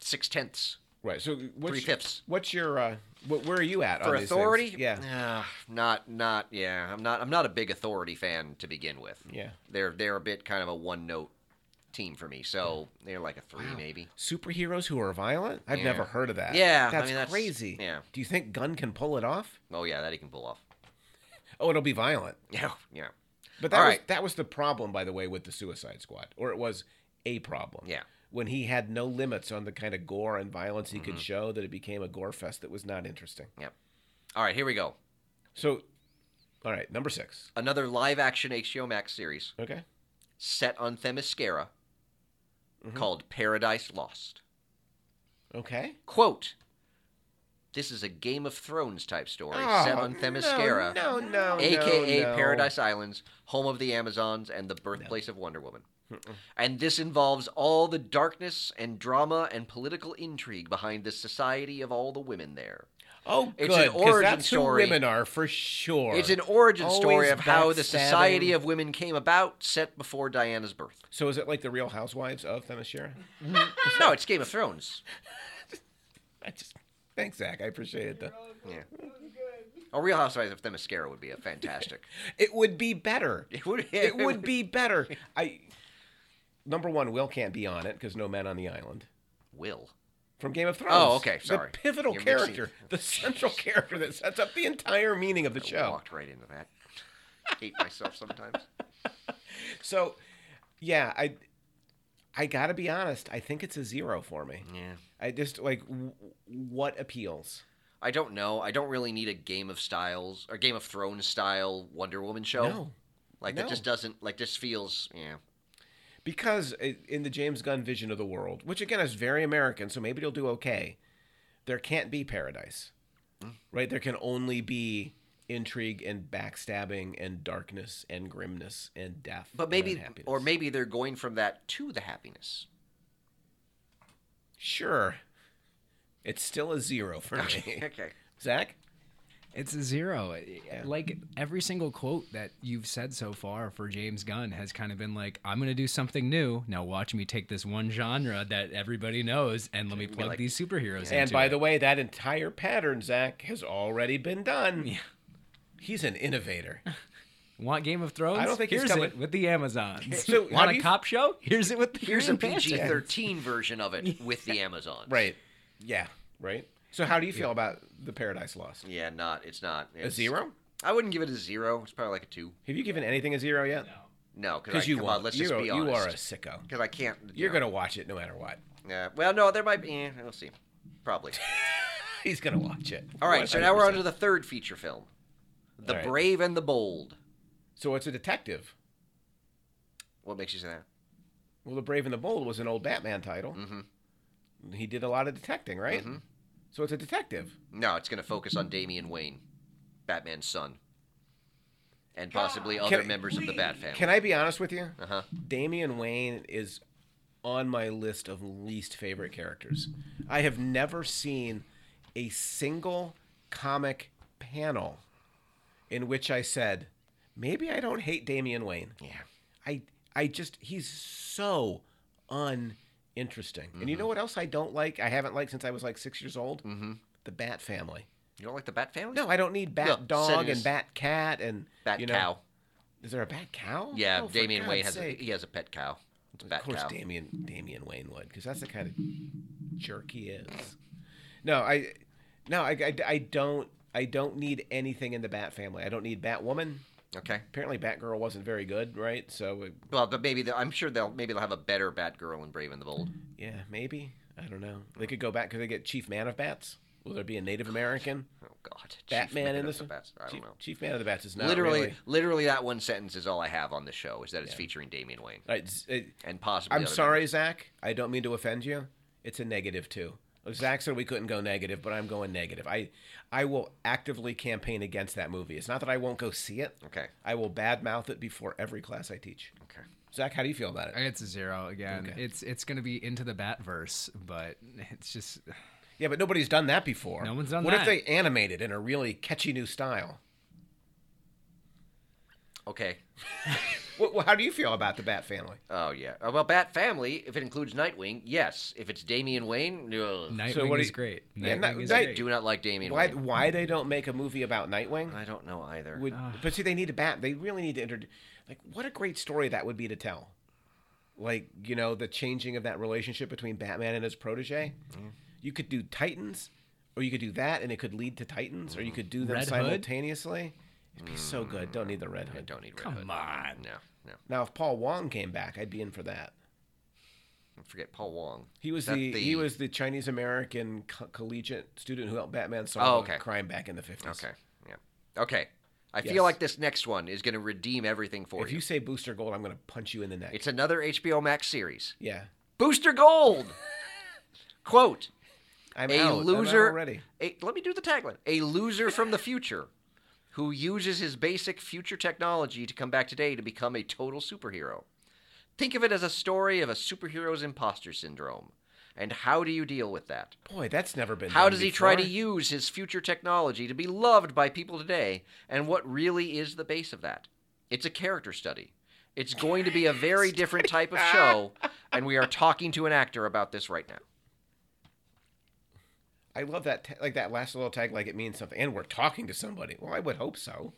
[SPEAKER 2] Six tenths
[SPEAKER 1] Right. So what's
[SPEAKER 2] Three-fifths.
[SPEAKER 1] What's your uh, what, where are you at
[SPEAKER 2] for
[SPEAKER 1] on these things?
[SPEAKER 2] authority.
[SPEAKER 1] Yeah.
[SPEAKER 2] Ah, not not yeah. I'm not I'm not a big authority fan to begin with.
[SPEAKER 1] Yeah.
[SPEAKER 2] They're they're a bit kind of a one note team for me. So
[SPEAKER 1] Hmm.
[SPEAKER 2] they're like a three maybe.
[SPEAKER 1] Superheroes who are violent? I've
[SPEAKER 2] Yeah.
[SPEAKER 1] never heard of that.
[SPEAKER 2] Yeah, I
[SPEAKER 1] That's
[SPEAKER 2] mean, that's-
[SPEAKER 1] crazy.
[SPEAKER 2] yeah.
[SPEAKER 1] Do you think Gunn can pull it off?
[SPEAKER 2] Oh yeah, that he can pull off. [LAUGHS]
[SPEAKER 1] Oh, it'll be violent.
[SPEAKER 2] Yeah yeah
[SPEAKER 1] But that
[SPEAKER 2] All
[SPEAKER 1] was
[SPEAKER 2] right.
[SPEAKER 1] that was the problem, by the way, with the Suicide Squad, or it was a problem.
[SPEAKER 2] Yeah.
[SPEAKER 1] When he had no limits on the kind of gore and violence he
[SPEAKER 2] Mm-hmm.
[SPEAKER 1] could show, that it became a gore fest that was not interesting.
[SPEAKER 2] yeah. All right, here we go.
[SPEAKER 1] So, all right, number six.
[SPEAKER 2] Another live action HBO Max series
[SPEAKER 1] Okay.
[SPEAKER 2] set on Themyscira
[SPEAKER 1] Mm-hmm.
[SPEAKER 2] called Paradise Lost.
[SPEAKER 1] Okay.
[SPEAKER 2] Quote. This is a Game of Thrones type story set
[SPEAKER 1] Oh,
[SPEAKER 2] on Themyscira.
[SPEAKER 1] No, no, no.
[SPEAKER 2] aka
[SPEAKER 1] no.
[SPEAKER 2] Paradise Islands, home of the Amazons and the birthplace of Wonder Woman. And this involves all the darkness and drama and political intrigue behind the society of all the women there.
[SPEAKER 1] Oh,
[SPEAKER 2] It's
[SPEAKER 1] good.
[SPEAKER 2] an
[SPEAKER 1] 'cause
[SPEAKER 2] origin
[SPEAKER 1] that's
[SPEAKER 2] story.
[SPEAKER 1] Who women are for sure.
[SPEAKER 2] It's an origin story
[SPEAKER 1] Always
[SPEAKER 2] of how the
[SPEAKER 1] backstabbing.
[SPEAKER 2] society of women came about, set before
[SPEAKER 1] [LAUGHS]
[SPEAKER 2] Diana's birth.
[SPEAKER 1] So is it like the Real Housewives of Themyscira?
[SPEAKER 2] No, it's Game of Thrones.
[SPEAKER 1] I just thanks, Zach. I appreciate it. Though.
[SPEAKER 2] Yeah. A Real Housewives of Themyscira would be a fantastic.
[SPEAKER 1] It would be better.
[SPEAKER 2] [LAUGHS] It would.
[SPEAKER 1] it would be better. I number one, Will can't be on it because no men on the island
[SPEAKER 2] Will.
[SPEAKER 1] from Game of Thrones.
[SPEAKER 2] Oh, okay, sorry.
[SPEAKER 1] The pivotal
[SPEAKER 2] You're mixing-
[SPEAKER 1] character, the
[SPEAKER 2] [LAUGHS]
[SPEAKER 1] central character that sets up the entire meaning of the
[SPEAKER 2] I
[SPEAKER 1] show.
[SPEAKER 2] walked right into that. Hate myself
[SPEAKER 1] [LAUGHS]
[SPEAKER 2] sometimes.
[SPEAKER 1] So, yeah, I I gotta be honest. I think it's a zero for me.
[SPEAKER 2] Yeah.
[SPEAKER 1] I just like w- what appeals.
[SPEAKER 2] I don't know. I don't really need a Game of Styles or Game of Thrones style Wonder Woman show.
[SPEAKER 1] No.
[SPEAKER 2] like that
[SPEAKER 1] no.
[SPEAKER 2] just doesn't like this feels yeah.
[SPEAKER 1] because i- in the James Gunn vision of the world, which again is very American, so maybe it'll do okay. There can't be paradise, right? There can only be intrigue and backstabbing and darkness and grimness and death.
[SPEAKER 2] But
[SPEAKER 1] and
[SPEAKER 2] maybe
[SPEAKER 1] unhappiness.
[SPEAKER 2] or maybe they're going from that to the happiness.
[SPEAKER 1] sure, it's still a zero for [LAUGHS] me.
[SPEAKER 2] [LAUGHS] okay.
[SPEAKER 1] Zach,
[SPEAKER 3] It's a zero. Like every single quote that you've said so far for James Gunn has kind of been like, "I'm going to do something new. Now watch me take this one genre that everybody knows and let me plug
[SPEAKER 2] like-
[SPEAKER 3] these superheroes."
[SPEAKER 1] and
[SPEAKER 3] into
[SPEAKER 1] by
[SPEAKER 3] it."
[SPEAKER 1] the way, that entire pattern, Zach, has already been done. He's an innovator.
[SPEAKER 3] want Game of Thrones?
[SPEAKER 1] I don't think he's
[SPEAKER 3] here's
[SPEAKER 1] coming-
[SPEAKER 3] it with the Amazons.
[SPEAKER 1] So, how
[SPEAKER 3] want
[SPEAKER 1] do
[SPEAKER 3] a
[SPEAKER 1] you-
[SPEAKER 3] cop show? Here's it with the
[SPEAKER 2] Here's a
[SPEAKER 3] Green Lanterns.
[SPEAKER 2] PG [LAUGHS] thirteen version
[SPEAKER 1] [LAUGHS]
[SPEAKER 2] of it with the Amazon. [LAUGHS]
[SPEAKER 1] Right. Yeah. Right. So, how do you feel about the Paradise Lost?
[SPEAKER 2] Yeah, not it's not
[SPEAKER 1] A
[SPEAKER 2] it's-
[SPEAKER 1] zero?
[SPEAKER 2] I wouldn't give it a zero. It's probably like a two.
[SPEAKER 1] Have you given anything a zero yet?
[SPEAKER 2] No, because
[SPEAKER 1] Because you
[SPEAKER 2] come
[SPEAKER 1] won't.
[SPEAKER 2] on, let's
[SPEAKER 1] you,
[SPEAKER 2] just
[SPEAKER 1] are,
[SPEAKER 2] be
[SPEAKER 1] you are a
[SPEAKER 2] honest.
[SPEAKER 1] sicko.
[SPEAKER 2] Because I can't.
[SPEAKER 1] You're gonna watch it no matter what. [LAUGHS]
[SPEAKER 2] gonna. Yeah. Well, no, there might be. Eh, we'll see. Probably.
[SPEAKER 1] He's gonna watch it.
[SPEAKER 2] All right. So now we're on
[SPEAKER 1] 100%.
[SPEAKER 2] to the third feature film, The
[SPEAKER 1] All right.
[SPEAKER 2] Brave and the Bold.
[SPEAKER 1] So it's a detective.
[SPEAKER 2] What makes you say that?
[SPEAKER 1] Well, the Brave and the Bold was an old Batman title. He did a lot of detecting, right? So it's a detective.
[SPEAKER 2] No, it's going to focus on Damian Wayne, Batman's son, and possibly
[SPEAKER 1] [GASPS]
[SPEAKER 2] other
[SPEAKER 1] Can-
[SPEAKER 2] members of the Bat family.
[SPEAKER 1] Can I be honest with you?
[SPEAKER 2] Uh-huh.
[SPEAKER 1] Damian Wayne is on my list of least favorite characters. I have never seen a single comic panel in which I said, maybe I don't hate Damian Wayne.
[SPEAKER 2] yeah.
[SPEAKER 1] I I just he's so uninteresting. And you
[SPEAKER 2] Mm-hmm.
[SPEAKER 1] know what else I don't like? I haven't liked since I was like six years old. Mm-hmm. The Bat Family.
[SPEAKER 2] You don't like the Bat family?
[SPEAKER 1] No, I don't need Bat
[SPEAKER 2] No, said
[SPEAKER 1] Dog
[SPEAKER 2] it is-
[SPEAKER 1] and Bat Cat and
[SPEAKER 2] Bat
[SPEAKER 1] you know-
[SPEAKER 2] cow.
[SPEAKER 1] Is there a Bat Cow?
[SPEAKER 2] Yeah,
[SPEAKER 1] Oh, for
[SPEAKER 2] Damian
[SPEAKER 1] God's
[SPEAKER 2] Wayne has a,
[SPEAKER 1] sake.
[SPEAKER 2] he has a pet cow. It's a
[SPEAKER 1] of
[SPEAKER 2] bat
[SPEAKER 1] course,
[SPEAKER 2] cow.
[SPEAKER 1] Damian Damian Wayne would, because that's the kind of jerk he is. No, I no, I, I, I don't I don't need anything in the Bat Family. I don't need Batwoman.
[SPEAKER 2] Okay.
[SPEAKER 1] Apparently, Batgirl wasn't very good, right? So uh,
[SPEAKER 2] Well, but maybe they'll, I'm sure they'll maybe they'll have a better Batgirl in Brave and the Bold.
[SPEAKER 1] Yeah, maybe. I don't know. They could go back. Could they get Chief Man of Bats? Will there be a Native American
[SPEAKER 2] Oh God, Chief
[SPEAKER 1] Batman
[SPEAKER 2] Man
[SPEAKER 1] in
[SPEAKER 2] of
[SPEAKER 1] this
[SPEAKER 2] the
[SPEAKER 1] one?
[SPEAKER 2] Bats. I don't
[SPEAKER 1] Chief,
[SPEAKER 2] know.
[SPEAKER 1] Chief Man of the Bats is not
[SPEAKER 2] literally,
[SPEAKER 1] really-
[SPEAKER 2] literally that one sentence is all I have on the show is that it's featuring Damian Wayne
[SPEAKER 1] All right, z- it-
[SPEAKER 2] and possibly.
[SPEAKER 1] I'm
[SPEAKER 2] other
[SPEAKER 1] sorry, Zach. I don't mean to offend you. It's a negative too. Zach said we couldn't go negative, but I'm going negative. I I will actively campaign against that movie. It's not that I won't go see it.
[SPEAKER 2] Okay.
[SPEAKER 1] I will badmouth it before every class I teach.
[SPEAKER 2] members. Okay.
[SPEAKER 1] Zach, how do you feel about it?
[SPEAKER 3] It's a zero again.
[SPEAKER 1] Okay.
[SPEAKER 3] It's it's gonna be into the Batverse, but it's just
[SPEAKER 1] Yeah, but nobody's done that before.
[SPEAKER 3] No one's done
[SPEAKER 1] what
[SPEAKER 3] that.
[SPEAKER 1] What if they animated in a really catchy new style?
[SPEAKER 2] Okay.
[SPEAKER 1] Well, well, how do you feel about the Bat Family?
[SPEAKER 2] Oh yeah. Uh, Well, Bat Family, if it includes Nightwing, yes. If it's Damian Wayne, no.
[SPEAKER 3] Nightwing
[SPEAKER 1] So what do
[SPEAKER 3] is
[SPEAKER 1] you-
[SPEAKER 3] great. Nightwing
[SPEAKER 1] Yeah, Night-
[SPEAKER 3] is
[SPEAKER 1] Night-
[SPEAKER 3] great.
[SPEAKER 2] do not like Damian
[SPEAKER 1] Why
[SPEAKER 2] Wayne.
[SPEAKER 1] why they don't make a movie about Nightwing?
[SPEAKER 2] I don't know either.
[SPEAKER 1] Would, but see, they need to bat. They really need to introduce. Like, what a great story that would be to tell. Like, you know, the changing of that relationship between Batman and his protege.
[SPEAKER 2] Mm-hmm.
[SPEAKER 1] You could do Titans, or you could do that, and it could lead to Titans,
[SPEAKER 2] Mm.
[SPEAKER 1] or you could do them
[SPEAKER 3] Red Hood?
[SPEAKER 1] simultaneously. It'd be so good. Don't need the Red
[SPEAKER 2] I
[SPEAKER 1] Hood.
[SPEAKER 2] don't need Red
[SPEAKER 3] Come
[SPEAKER 2] Hood.
[SPEAKER 3] on.
[SPEAKER 2] No, no.
[SPEAKER 1] Now, if Paul Wong came back, I'd be in for that.
[SPEAKER 2] Forget Paul Wong.
[SPEAKER 1] He was
[SPEAKER 2] Is that
[SPEAKER 1] the, he was the Chinese American co- collegiate student who helped Batman solve
[SPEAKER 2] Oh,
[SPEAKER 1] a
[SPEAKER 2] okay.
[SPEAKER 1] crime back in the fifties.
[SPEAKER 2] Okay. Yeah. Okay. I
[SPEAKER 1] Yes.
[SPEAKER 2] feel like this next one is going to redeem everything for
[SPEAKER 1] If you say Booster Gold, I'm going to punch you in the neck.
[SPEAKER 2] It's another HBO Max series.
[SPEAKER 1] yeah,
[SPEAKER 2] Booster Gold.
[SPEAKER 1] [LAUGHS]
[SPEAKER 2] Quote:
[SPEAKER 1] I'm
[SPEAKER 2] A
[SPEAKER 1] out. I'm out
[SPEAKER 2] loser.
[SPEAKER 1] already.
[SPEAKER 2] a- let me do the tagline. A loser from the future, who uses his basic future technology to come back today to become a total superhero. Think of it as a story of a superhero's imposter syndrome. And how do you deal with that?
[SPEAKER 1] Boy, that's never been.
[SPEAKER 2] How
[SPEAKER 1] done
[SPEAKER 2] does he try to
[SPEAKER 1] before.
[SPEAKER 2] use his future technology to be loved by people today? And what really is the base of that? It's a character study. It's going to be
[SPEAKER 1] [LAUGHS]
[SPEAKER 2] a very different type of show, and we are talking to an actor about this right now.
[SPEAKER 1] I love that, ta- like that last little tag, like it means something. And we're talking to somebody. Well, I would hope so.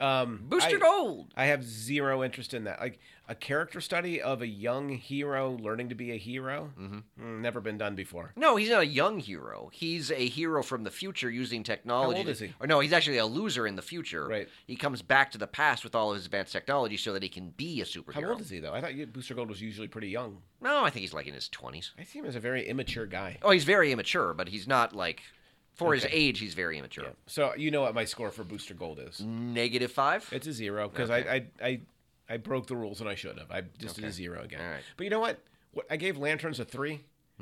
[SPEAKER 1] Um,
[SPEAKER 2] Booster
[SPEAKER 1] I,
[SPEAKER 2] Gold!
[SPEAKER 1] I have zero interest in that. Like a character study of a young hero learning to be a hero.
[SPEAKER 2] Mm-hmm.
[SPEAKER 1] Mm, Never been done before.
[SPEAKER 2] No, he's not a young hero. He's a hero from the future using technology.
[SPEAKER 1] old
[SPEAKER 2] to-
[SPEAKER 1] is he?
[SPEAKER 2] Or no, he's actually a loser in the future.
[SPEAKER 1] Right.
[SPEAKER 2] He comes back to the past with all of his advanced technology so that he can be a
[SPEAKER 1] How
[SPEAKER 2] superhero.
[SPEAKER 1] old is he though? I thought you- Booster Gold was usually pretty young.
[SPEAKER 2] No, I think he's like in his 20s.
[SPEAKER 1] I see him as a very immature guy.
[SPEAKER 2] Oh, he's very immature, but he's not like for his
[SPEAKER 1] Okay.
[SPEAKER 2] age. He's very immature.
[SPEAKER 1] So you know what my score for Booster Gold is?
[SPEAKER 2] Negative five.
[SPEAKER 1] It's a zero because I, I I I broke the rules and I should have. I just did a zero again.
[SPEAKER 2] All right. Mm-hmm.
[SPEAKER 1] But you know what? what? I gave Lanterns a 3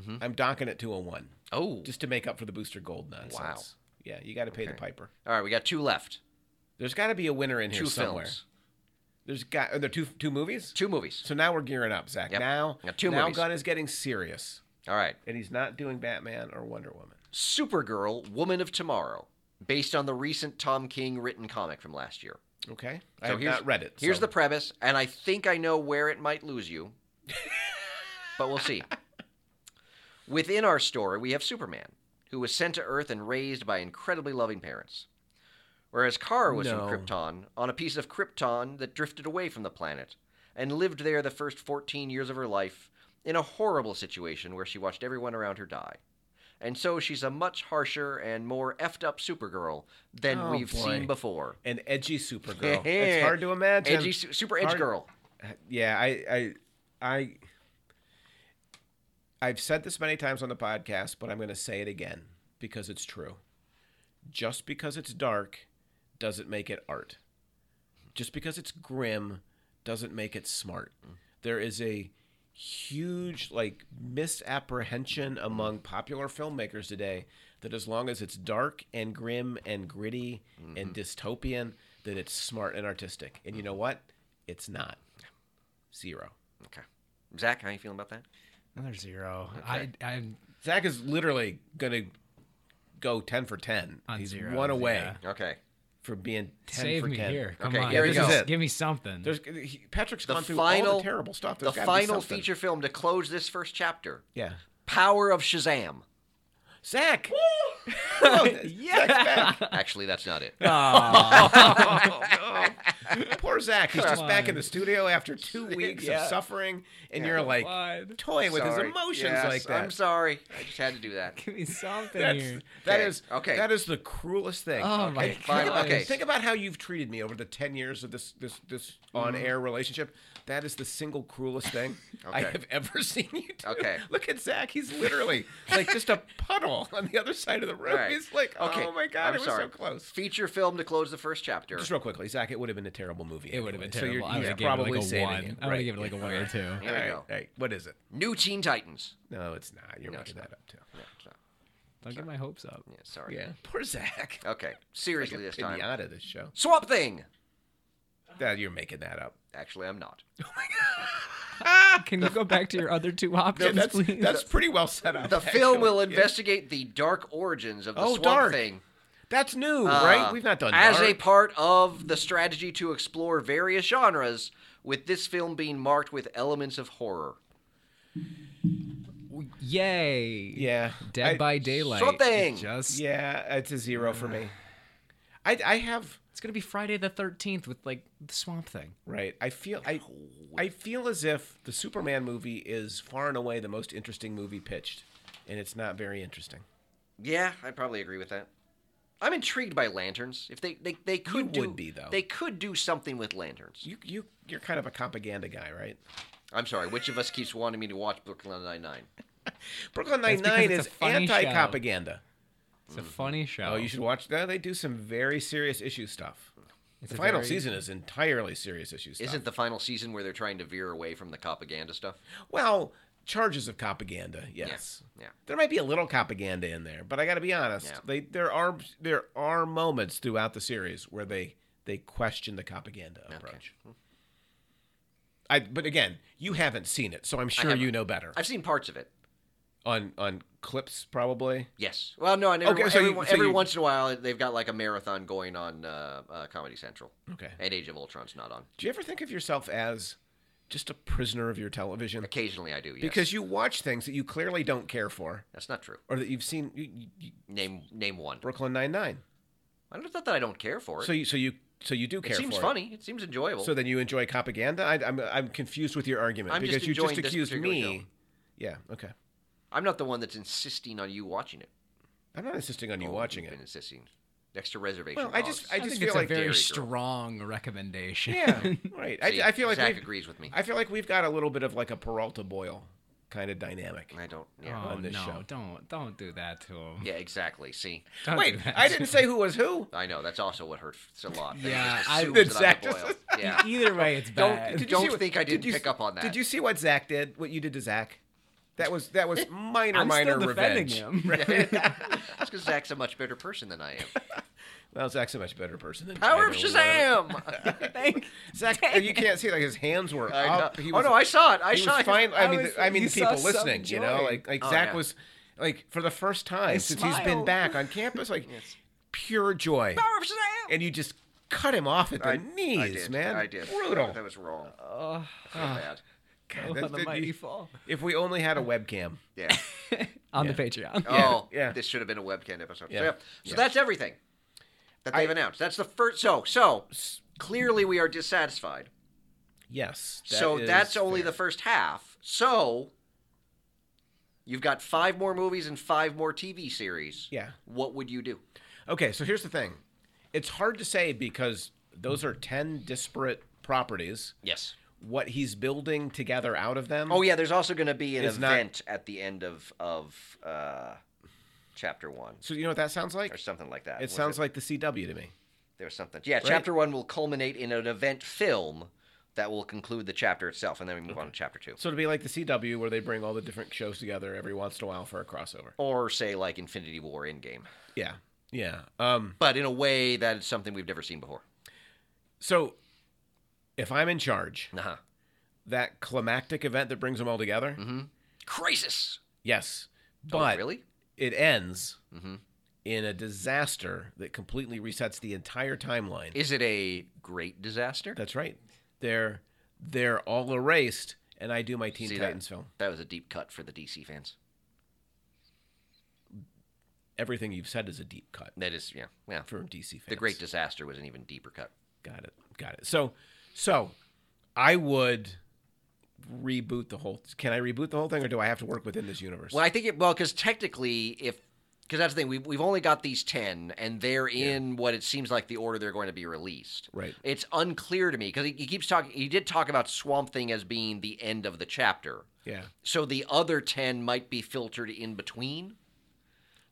[SPEAKER 1] i I'm docking it to a one.
[SPEAKER 2] oh,
[SPEAKER 1] just to make up for the booster gold nonsense.
[SPEAKER 2] Wow.
[SPEAKER 1] Yeah, you got to pay the piper.
[SPEAKER 2] all right. We got two left.
[SPEAKER 1] There's got to be a winner in here
[SPEAKER 2] Two
[SPEAKER 1] somewhere.
[SPEAKER 2] films.
[SPEAKER 1] There's got are there two two movies?
[SPEAKER 2] Two movies.
[SPEAKER 1] So now we're gearing up, Zach.
[SPEAKER 2] Yep.
[SPEAKER 1] Now
[SPEAKER 2] Got two
[SPEAKER 1] now
[SPEAKER 2] movies.
[SPEAKER 1] Gunn is getting serious,
[SPEAKER 2] All right.
[SPEAKER 1] and he's not doing Batman or Wonder Woman.
[SPEAKER 2] Supergirl, Woman of Tomorrow, based on the recent Tom King written comic from last year.
[SPEAKER 1] Okay, I
[SPEAKER 2] So
[SPEAKER 1] have not read it.
[SPEAKER 2] Oh, Here's
[SPEAKER 1] so-
[SPEAKER 2] the premise, and I think I know where it might lose you, but
[SPEAKER 1] [LAUGHS]
[SPEAKER 2] we'll see. Within our story, we have Superman, who was sent to Earth and raised by incredibly loving parents. Whereas Kara was
[SPEAKER 1] No.
[SPEAKER 2] from Krypton, on a piece of Krypton that drifted away from the planet, and lived there the first 14 years of her life in a horrible situation where she watched everyone around her die. And so she's a much harsher and more effed up Supergirl than
[SPEAKER 1] Oh,
[SPEAKER 2] we've
[SPEAKER 1] boy.
[SPEAKER 2] seen before.
[SPEAKER 1] an edgy
[SPEAKER 2] [LAUGHS]
[SPEAKER 1] Supergirl. it's hard to imagine.
[SPEAKER 2] Edgy, su- super edge
[SPEAKER 1] Hard-
[SPEAKER 2] girl.
[SPEAKER 1] Yeah, I I I I've said this many times on the podcast, but I'm going to say it again because it's true. Just because it's dark doesn't make it art. Just because it's grim doesn't make it smart. There is a huge like misapprehension among popular filmmakers today that as long as it's dark and grim and gritty and dystopian that it's smart and artistic. And you know what? It's not. Zero.
[SPEAKER 2] Okay. Zach, how you feeling about that?
[SPEAKER 3] Another zero.
[SPEAKER 2] Okay.
[SPEAKER 3] I, I'm
[SPEAKER 1] Zach is literally gonna go ten for ten.
[SPEAKER 3] On
[SPEAKER 1] He's
[SPEAKER 3] zeros,
[SPEAKER 1] one away
[SPEAKER 3] yeah.
[SPEAKER 2] Okay.
[SPEAKER 1] for being ten
[SPEAKER 3] save
[SPEAKER 1] for
[SPEAKER 3] me
[SPEAKER 1] ten.
[SPEAKER 3] here. Come
[SPEAKER 2] Okay,
[SPEAKER 3] on,
[SPEAKER 2] here we
[SPEAKER 3] this
[SPEAKER 1] go.
[SPEAKER 3] is-
[SPEAKER 1] This is it.
[SPEAKER 3] Give me something.
[SPEAKER 1] There's he, Patrick's
[SPEAKER 2] The
[SPEAKER 1] gone through all
[SPEAKER 2] final-
[SPEAKER 1] the terrible stuff.
[SPEAKER 2] The
[SPEAKER 1] There's gotta be
[SPEAKER 2] final
[SPEAKER 1] something.
[SPEAKER 2] feature film to close this first chapter
[SPEAKER 1] Yeah.
[SPEAKER 2] Power of Shazam.
[SPEAKER 1] Zach. [LAUGHS] Oh, Zach's back.
[SPEAKER 2] [LAUGHS] Actually, that's
[SPEAKER 1] [LAUGHS]
[SPEAKER 2] not it.
[SPEAKER 1] Poor Zach. He's just back in the studio after
[SPEAKER 2] [LAUGHS]
[SPEAKER 1] two weeks
[SPEAKER 3] Yeah.
[SPEAKER 1] of suffering, and you're like
[SPEAKER 3] Why?
[SPEAKER 1] toying with
[SPEAKER 2] Sorry.
[SPEAKER 1] his emotions
[SPEAKER 2] Yes,
[SPEAKER 1] like that.
[SPEAKER 2] I'm sorry. I just had to
[SPEAKER 1] [LAUGHS]
[SPEAKER 2] do that.
[SPEAKER 3] [LAUGHS] Give me something
[SPEAKER 1] That's,
[SPEAKER 3] here.
[SPEAKER 1] that
[SPEAKER 2] Okay,
[SPEAKER 1] is-
[SPEAKER 2] okay.
[SPEAKER 1] That is the cruelest thing.
[SPEAKER 3] Oh my
[SPEAKER 1] And
[SPEAKER 2] fine,
[SPEAKER 1] think about-
[SPEAKER 2] okay.
[SPEAKER 1] Think about how you've treated me over the ten years of this this this
[SPEAKER 2] Mm-hmm.
[SPEAKER 1] on air relationship. That is the single cruelest
[SPEAKER 2] [LAUGHS]
[SPEAKER 1] thing I
[SPEAKER 2] Okay.
[SPEAKER 1] have ever seen you do.
[SPEAKER 2] Okay.
[SPEAKER 1] Look at Zach. He's literally like just a puddle on the other side of the room.
[SPEAKER 2] Right.
[SPEAKER 1] He's like,
[SPEAKER 2] Okay,
[SPEAKER 1] oh my god,
[SPEAKER 2] I'm
[SPEAKER 1] it was
[SPEAKER 2] sorry.
[SPEAKER 1] so close.
[SPEAKER 2] Feature film to close the first chapter.
[SPEAKER 1] Just real quickly, Zach, it would have been a terrible movie.
[SPEAKER 3] It would have
[SPEAKER 1] anyway,
[SPEAKER 3] been
[SPEAKER 1] so you're-
[SPEAKER 3] terrible. I
[SPEAKER 1] he's
[SPEAKER 3] would have given it
[SPEAKER 1] probably
[SPEAKER 3] like a
[SPEAKER 1] saving it,
[SPEAKER 3] one. I would
[SPEAKER 1] right.
[SPEAKER 3] have given it like a one or
[SPEAKER 1] [LAUGHS]
[SPEAKER 3] two.
[SPEAKER 2] Here we
[SPEAKER 1] All right,
[SPEAKER 2] go.
[SPEAKER 1] all right. What is it?
[SPEAKER 2] New Teen Titans.
[SPEAKER 1] No, it's not. You're making
[SPEAKER 2] it's
[SPEAKER 1] that up too.
[SPEAKER 2] No, it's not.
[SPEAKER 3] Don't get my hopes up.
[SPEAKER 2] Yeah, sorry.
[SPEAKER 1] Yeah. Poor Zach.
[SPEAKER 2] Okay. Seriously this time.
[SPEAKER 1] Pinata this show.
[SPEAKER 2] Swamp Thing.
[SPEAKER 1] Dad, you're making that up.
[SPEAKER 2] Actually,
[SPEAKER 1] [LAUGHS]
[SPEAKER 2] I'm not.
[SPEAKER 1] Oh
[SPEAKER 3] [LAUGHS] Can you go back to your
[SPEAKER 1] [LAUGHS]
[SPEAKER 3] other two options,
[SPEAKER 1] that's,
[SPEAKER 3] please?
[SPEAKER 1] that's pretty well set up.
[SPEAKER 2] The film
[SPEAKER 1] actually.
[SPEAKER 2] will
[SPEAKER 1] Yeah.
[SPEAKER 2] investigate the dark origins of the
[SPEAKER 1] Oh,
[SPEAKER 2] Swamp
[SPEAKER 1] dark.
[SPEAKER 2] Thing.
[SPEAKER 1] That's new,
[SPEAKER 2] Uh,
[SPEAKER 1] right? We've not done
[SPEAKER 2] as
[SPEAKER 1] that.
[SPEAKER 2] a part of the strategy to explore various genres, with this film being marked with elements of horror.
[SPEAKER 3] [LAUGHS] Yay.
[SPEAKER 1] yeah.
[SPEAKER 3] Dead
[SPEAKER 1] I-
[SPEAKER 3] by Daylight.
[SPEAKER 2] Something.
[SPEAKER 3] Just
[SPEAKER 1] Yeah, it's a zero for me. I I have
[SPEAKER 3] it's gonna be Friday the thirteenth with like the swamp thing.
[SPEAKER 1] Right. I feel I I feel as if the Superman movie is far and away the most interesting movie pitched, and it's not very interesting.
[SPEAKER 2] Yeah, I'd probably agree with that. I'm intrigued by lanterns. If they they, they could
[SPEAKER 1] You
[SPEAKER 2] do
[SPEAKER 1] would be, though.
[SPEAKER 2] They could do something with lanterns.
[SPEAKER 1] You you you're kind of a propaganda guy, right?
[SPEAKER 2] I'm sorry, which of us keeps wanting me to watch Brooklyn Nine Nine?
[SPEAKER 1] Brooklyn Nine
[SPEAKER 3] That's because
[SPEAKER 1] Nine is
[SPEAKER 3] it's a funny show.
[SPEAKER 1] anti-propaganda.
[SPEAKER 3] It's a funny show.
[SPEAKER 1] Oh, you should watch that. They do some very serious issue stuff.
[SPEAKER 3] It's
[SPEAKER 1] the
[SPEAKER 3] a
[SPEAKER 1] final
[SPEAKER 3] very-
[SPEAKER 1] season is entirely serious issue stuff.
[SPEAKER 2] Isn't the final season where they're trying to veer away from the propaganda stuff?
[SPEAKER 1] Well, charges of propaganda, yes.
[SPEAKER 2] Yeah.
[SPEAKER 1] There might be a little propaganda in there, but I got to be honest.
[SPEAKER 2] Yeah.
[SPEAKER 1] They there are there are moments throughout the series where they they question the propaganda approach. I but again, you haven't seen it, so I'm sure
[SPEAKER 2] haven't.
[SPEAKER 1] you know better.
[SPEAKER 2] I've seen parts of it.
[SPEAKER 1] on on clips probably.
[SPEAKER 2] Yes. Well, no, I never.
[SPEAKER 1] Okay, so
[SPEAKER 2] every
[SPEAKER 1] you- so
[SPEAKER 2] every
[SPEAKER 1] you-
[SPEAKER 2] once in a while, they've got like a marathon going on uh, uh, Comedy Central.
[SPEAKER 1] Okay.
[SPEAKER 2] And Age of Ultron's not on.
[SPEAKER 1] Do you ever think of yourself as just a prisoner of your television?
[SPEAKER 2] Occasionally, I do. Yes.
[SPEAKER 1] Because you watch things that you clearly don't care for
[SPEAKER 2] that's not true.
[SPEAKER 1] or that you've seen you, you- you,
[SPEAKER 2] Name name one.
[SPEAKER 1] Brooklyn 99.
[SPEAKER 2] I don't not that I don't care for it.
[SPEAKER 1] So you so you so you do care
[SPEAKER 2] it seems
[SPEAKER 1] for it.
[SPEAKER 2] funny. It. seems enjoyable.
[SPEAKER 1] So then you enjoy propaganda? I, I'm, I'm confused with your argument
[SPEAKER 2] I'm just
[SPEAKER 1] because you just
[SPEAKER 2] enjoying this
[SPEAKER 1] accused
[SPEAKER 2] particular
[SPEAKER 1] me.
[SPEAKER 2] show.
[SPEAKER 1] Yeah, okay.
[SPEAKER 2] I'm not the one that's insisting on you watching it.
[SPEAKER 1] I'm not insisting on you
[SPEAKER 2] Oh,
[SPEAKER 1] watching
[SPEAKER 2] you've Been
[SPEAKER 1] it.
[SPEAKER 2] insisting. Next to reservation.
[SPEAKER 1] Well, I just-
[SPEAKER 2] Dogs.
[SPEAKER 1] I
[SPEAKER 3] I,
[SPEAKER 1] just
[SPEAKER 3] think
[SPEAKER 1] feel
[SPEAKER 3] it's
[SPEAKER 1] like
[SPEAKER 3] a very
[SPEAKER 2] Dairy Girl.
[SPEAKER 3] strong
[SPEAKER 2] [LAUGHS]
[SPEAKER 3] recommendation.
[SPEAKER 1] Yeah, right.
[SPEAKER 2] See,
[SPEAKER 1] I, I feel like
[SPEAKER 2] Zach
[SPEAKER 1] we've-
[SPEAKER 2] agrees with me.
[SPEAKER 1] I feel like we've got a little bit of like a Peralta Boyle kind of dynamic.
[SPEAKER 2] I don't. Yeah.
[SPEAKER 3] Oh
[SPEAKER 1] on this
[SPEAKER 3] no!
[SPEAKER 1] show.
[SPEAKER 3] Don't don't do that to him.
[SPEAKER 2] Yeah. Exactly. See.
[SPEAKER 3] Don't
[SPEAKER 1] Wait,
[SPEAKER 3] do that
[SPEAKER 1] I
[SPEAKER 3] to
[SPEAKER 1] didn't say who was who.
[SPEAKER 2] I know that's also what hurt f- a lot.
[SPEAKER 3] Yeah,
[SPEAKER 2] I
[SPEAKER 3] I-
[SPEAKER 1] Did
[SPEAKER 2] that
[SPEAKER 1] Zach
[SPEAKER 2] I'm
[SPEAKER 1] just-
[SPEAKER 2] loyal. Yeah,
[SPEAKER 3] E-, Either way, it's
[SPEAKER 1] Don't-
[SPEAKER 3] bad.
[SPEAKER 1] did you
[SPEAKER 2] Don't
[SPEAKER 1] see what-
[SPEAKER 2] think I didn't
[SPEAKER 1] did you-
[SPEAKER 2] pick up on that.
[SPEAKER 1] Did you see what Zach did? What you did to Zach? That was that
[SPEAKER 2] [LAUGHS]
[SPEAKER 1] was minor
[SPEAKER 3] I'm
[SPEAKER 1] minor
[SPEAKER 3] still defending
[SPEAKER 1] revenge.
[SPEAKER 3] him. [LAUGHS]
[SPEAKER 2] that's because Zach's a much better person
[SPEAKER 1] [LAUGHS]
[SPEAKER 2] than I am.
[SPEAKER 1] Well, Zach's a much better person than
[SPEAKER 2] Power of
[SPEAKER 1] either one. [LAUGHS]
[SPEAKER 2] Shazam! [LAUGHS]
[SPEAKER 3] Thank-
[SPEAKER 1] Zach, you can't see like his hands were
[SPEAKER 2] I
[SPEAKER 1] up.
[SPEAKER 2] know.
[SPEAKER 1] He
[SPEAKER 2] oh
[SPEAKER 1] was
[SPEAKER 2] no, I saw it. I
[SPEAKER 1] he
[SPEAKER 2] saw
[SPEAKER 1] was
[SPEAKER 2] it.
[SPEAKER 1] fine. I
[SPEAKER 3] I
[SPEAKER 1] mean,
[SPEAKER 3] was-
[SPEAKER 1] I mean,
[SPEAKER 3] you
[SPEAKER 1] the
[SPEAKER 3] saw
[SPEAKER 1] people
[SPEAKER 3] some
[SPEAKER 1] listening, you know,
[SPEAKER 3] joy.
[SPEAKER 1] like like
[SPEAKER 2] Oh,
[SPEAKER 1] Zach
[SPEAKER 2] yeah.
[SPEAKER 1] was like for the first time since he's been
[SPEAKER 3] smiled.
[SPEAKER 1] back on campus, like pure joy,
[SPEAKER 2] Power of Shazam!
[SPEAKER 1] and you just cut him off at the
[SPEAKER 2] I-
[SPEAKER 1] knees,
[SPEAKER 2] I did.
[SPEAKER 1] man.
[SPEAKER 2] I did.
[SPEAKER 1] Brutal.
[SPEAKER 2] That was wrong.
[SPEAKER 3] Oh,
[SPEAKER 2] I feel bad.
[SPEAKER 1] God,
[SPEAKER 3] oh,
[SPEAKER 1] that-
[SPEAKER 3] on the
[SPEAKER 1] that-
[SPEAKER 3] mighty fall.
[SPEAKER 1] if we only had a webcam.
[SPEAKER 2] Yeah.
[SPEAKER 3] On the Patreon.
[SPEAKER 2] Oh,
[SPEAKER 1] [LAUGHS] yeah.
[SPEAKER 2] This should have been a webcam episode. So,
[SPEAKER 1] Yeah.
[SPEAKER 2] yeah. so
[SPEAKER 1] Yeah.
[SPEAKER 2] that's everything that they've
[SPEAKER 1] I-
[SPEAKER 2] announced. That's the first. So, so clearly we are dissatisfied.
[SPEAKER 1] Yes. that
[SPEAKER 2] so
[SPEAKER 1] is
[SPEAKER 2] that's only
[SPEAKER 1] fair.
[SPEAKER 2] the first half. So you've got five more movies and five more TV series.
[SPEAKER 1] Yeah.
[SPEAKER 2] What would you do?
[SPEAKER 1] Okay, so here's the thing. It's hard to say because those are ten disparate properties.
[SPEAKER 2] Yes.
[SPEAKER 1] What he's building together out of them.
[SPEAKER 2] Oh yeah. There's also going to be an
[SPEAKER 1] It's not-
[SPEAKER 2] event at the end of of uh, chapter one
[SPEAKER 1] So you know what that sounds
[SPEAKER 2] or
[SPEAKER 1] like?
[SPEAKER 2] something like that.
[SPEAKER 1] It
[SPEAKER 2] Was
[SPEAKER 1] sounds like the CW to me.
[SPEAKER 2] there was something. Yeah. Chapter one will culminate in an event film that will conclude the chapter itself, and then we move on to chapter two.
[SPEAKER 1] So it'd be like the CW where they bring all the different shows together every once in a while for a crossover.
[SPEAKER 2] Or say like Infinity War Endgame,
[SPEAKER 1] Yeah. Yeah. Um,
[SPEAKER 2] but in a way that is something we've never seen before.
[SPEAKER 1] so if I'm in charge,
[SPEAKER 2] Uh huh.
[SPEAKER 1] that climactic event that brings them all together,
[SPEAKER 2] Crisis.
[SPEAKER 1] yes.
[SPEAKER 2] Mm-hmm. Oh,
[SPEAKER 1] But
[SPEAKER 2] really? Mm-hmm.
[SPEAKER 1] it ends in a disaster that completely resets the entire timeline.
[SPEAKER 2] Is it a great disaster?
[SPEAKER 1] That's right. They're they're all erased and I do my Teen
[SPEAKER 2] See that?
[SPEAKER 1] Titans film.
[SPEAKER 2] That was a deep cut for the DC fans.
[SPEAKER 1] Everything you've said is a deep cut
[SPEAKER 2] That is, yeah, yeah.
[SPEAKER 1] for DC fans.
[SPEAKER 2] The Great Disaster was an even deeper cut.
[SPEAKER 1] Got it. Got it. So, so I would reboot the whole. Can I reboot the whole thing, or do I have to work within this universe?
[SPEAKER 2] Well, I think it. Well, because technically, if because that's the thing, we've we've only got these ten, and they're in what it seems like the order they're going to be released.
[SPEAKER 1] Right.
[SPEAKER 2] It's unclear to me because he, he keeps talking. He did talk about Swamp Thing as being the end of the chapter.
[SPEAKER 1] Yeah.
[SPEAKER 2] So the other ten might be filtered in between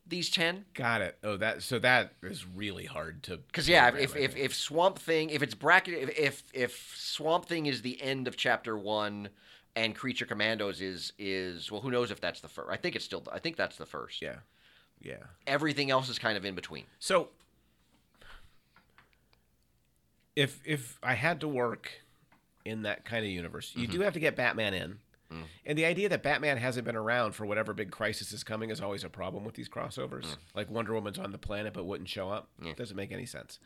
[SPEAKER 2] these ten.
[SPEAKER 1] Got it. Oh, that. So that is really hard to.
[SPEAKER 2] Because yeah,
[SPEAKER 1] program,
[SPEAKER 2] if,
[SPEAKER 1] I
[SPEAKER 2] if
[SPEAKER 1] think.
[SPEAKER 2] if Swamp Thing, if it's bracketed, if, if if Swamp Thing is the end of Chapter One, and Creature Commandos is is well, who knows if that's the first? I think it's still. I think that's the first.
[SPEAKER 1] yeah, yeah.
[SPEAKER 2] Everything else is kind of in between.
[SPEAKER 1] So
[SPEAKER 2] Mm-hmm.
[SPEAKER 1] if if I had to work in that kind of universe, you do have to get Batman in.
[SPEAKER 2] Mm.
[SPEAKER 1] And the idea that Batman hasn't been around for whatever big crisis is coming is always a problem with these crossovers.
[SPEAKER 2] Mm.
[SPEAKER 1] Like Wonder Woman's on the planet but wouldn't show up. Doesn't make any sense.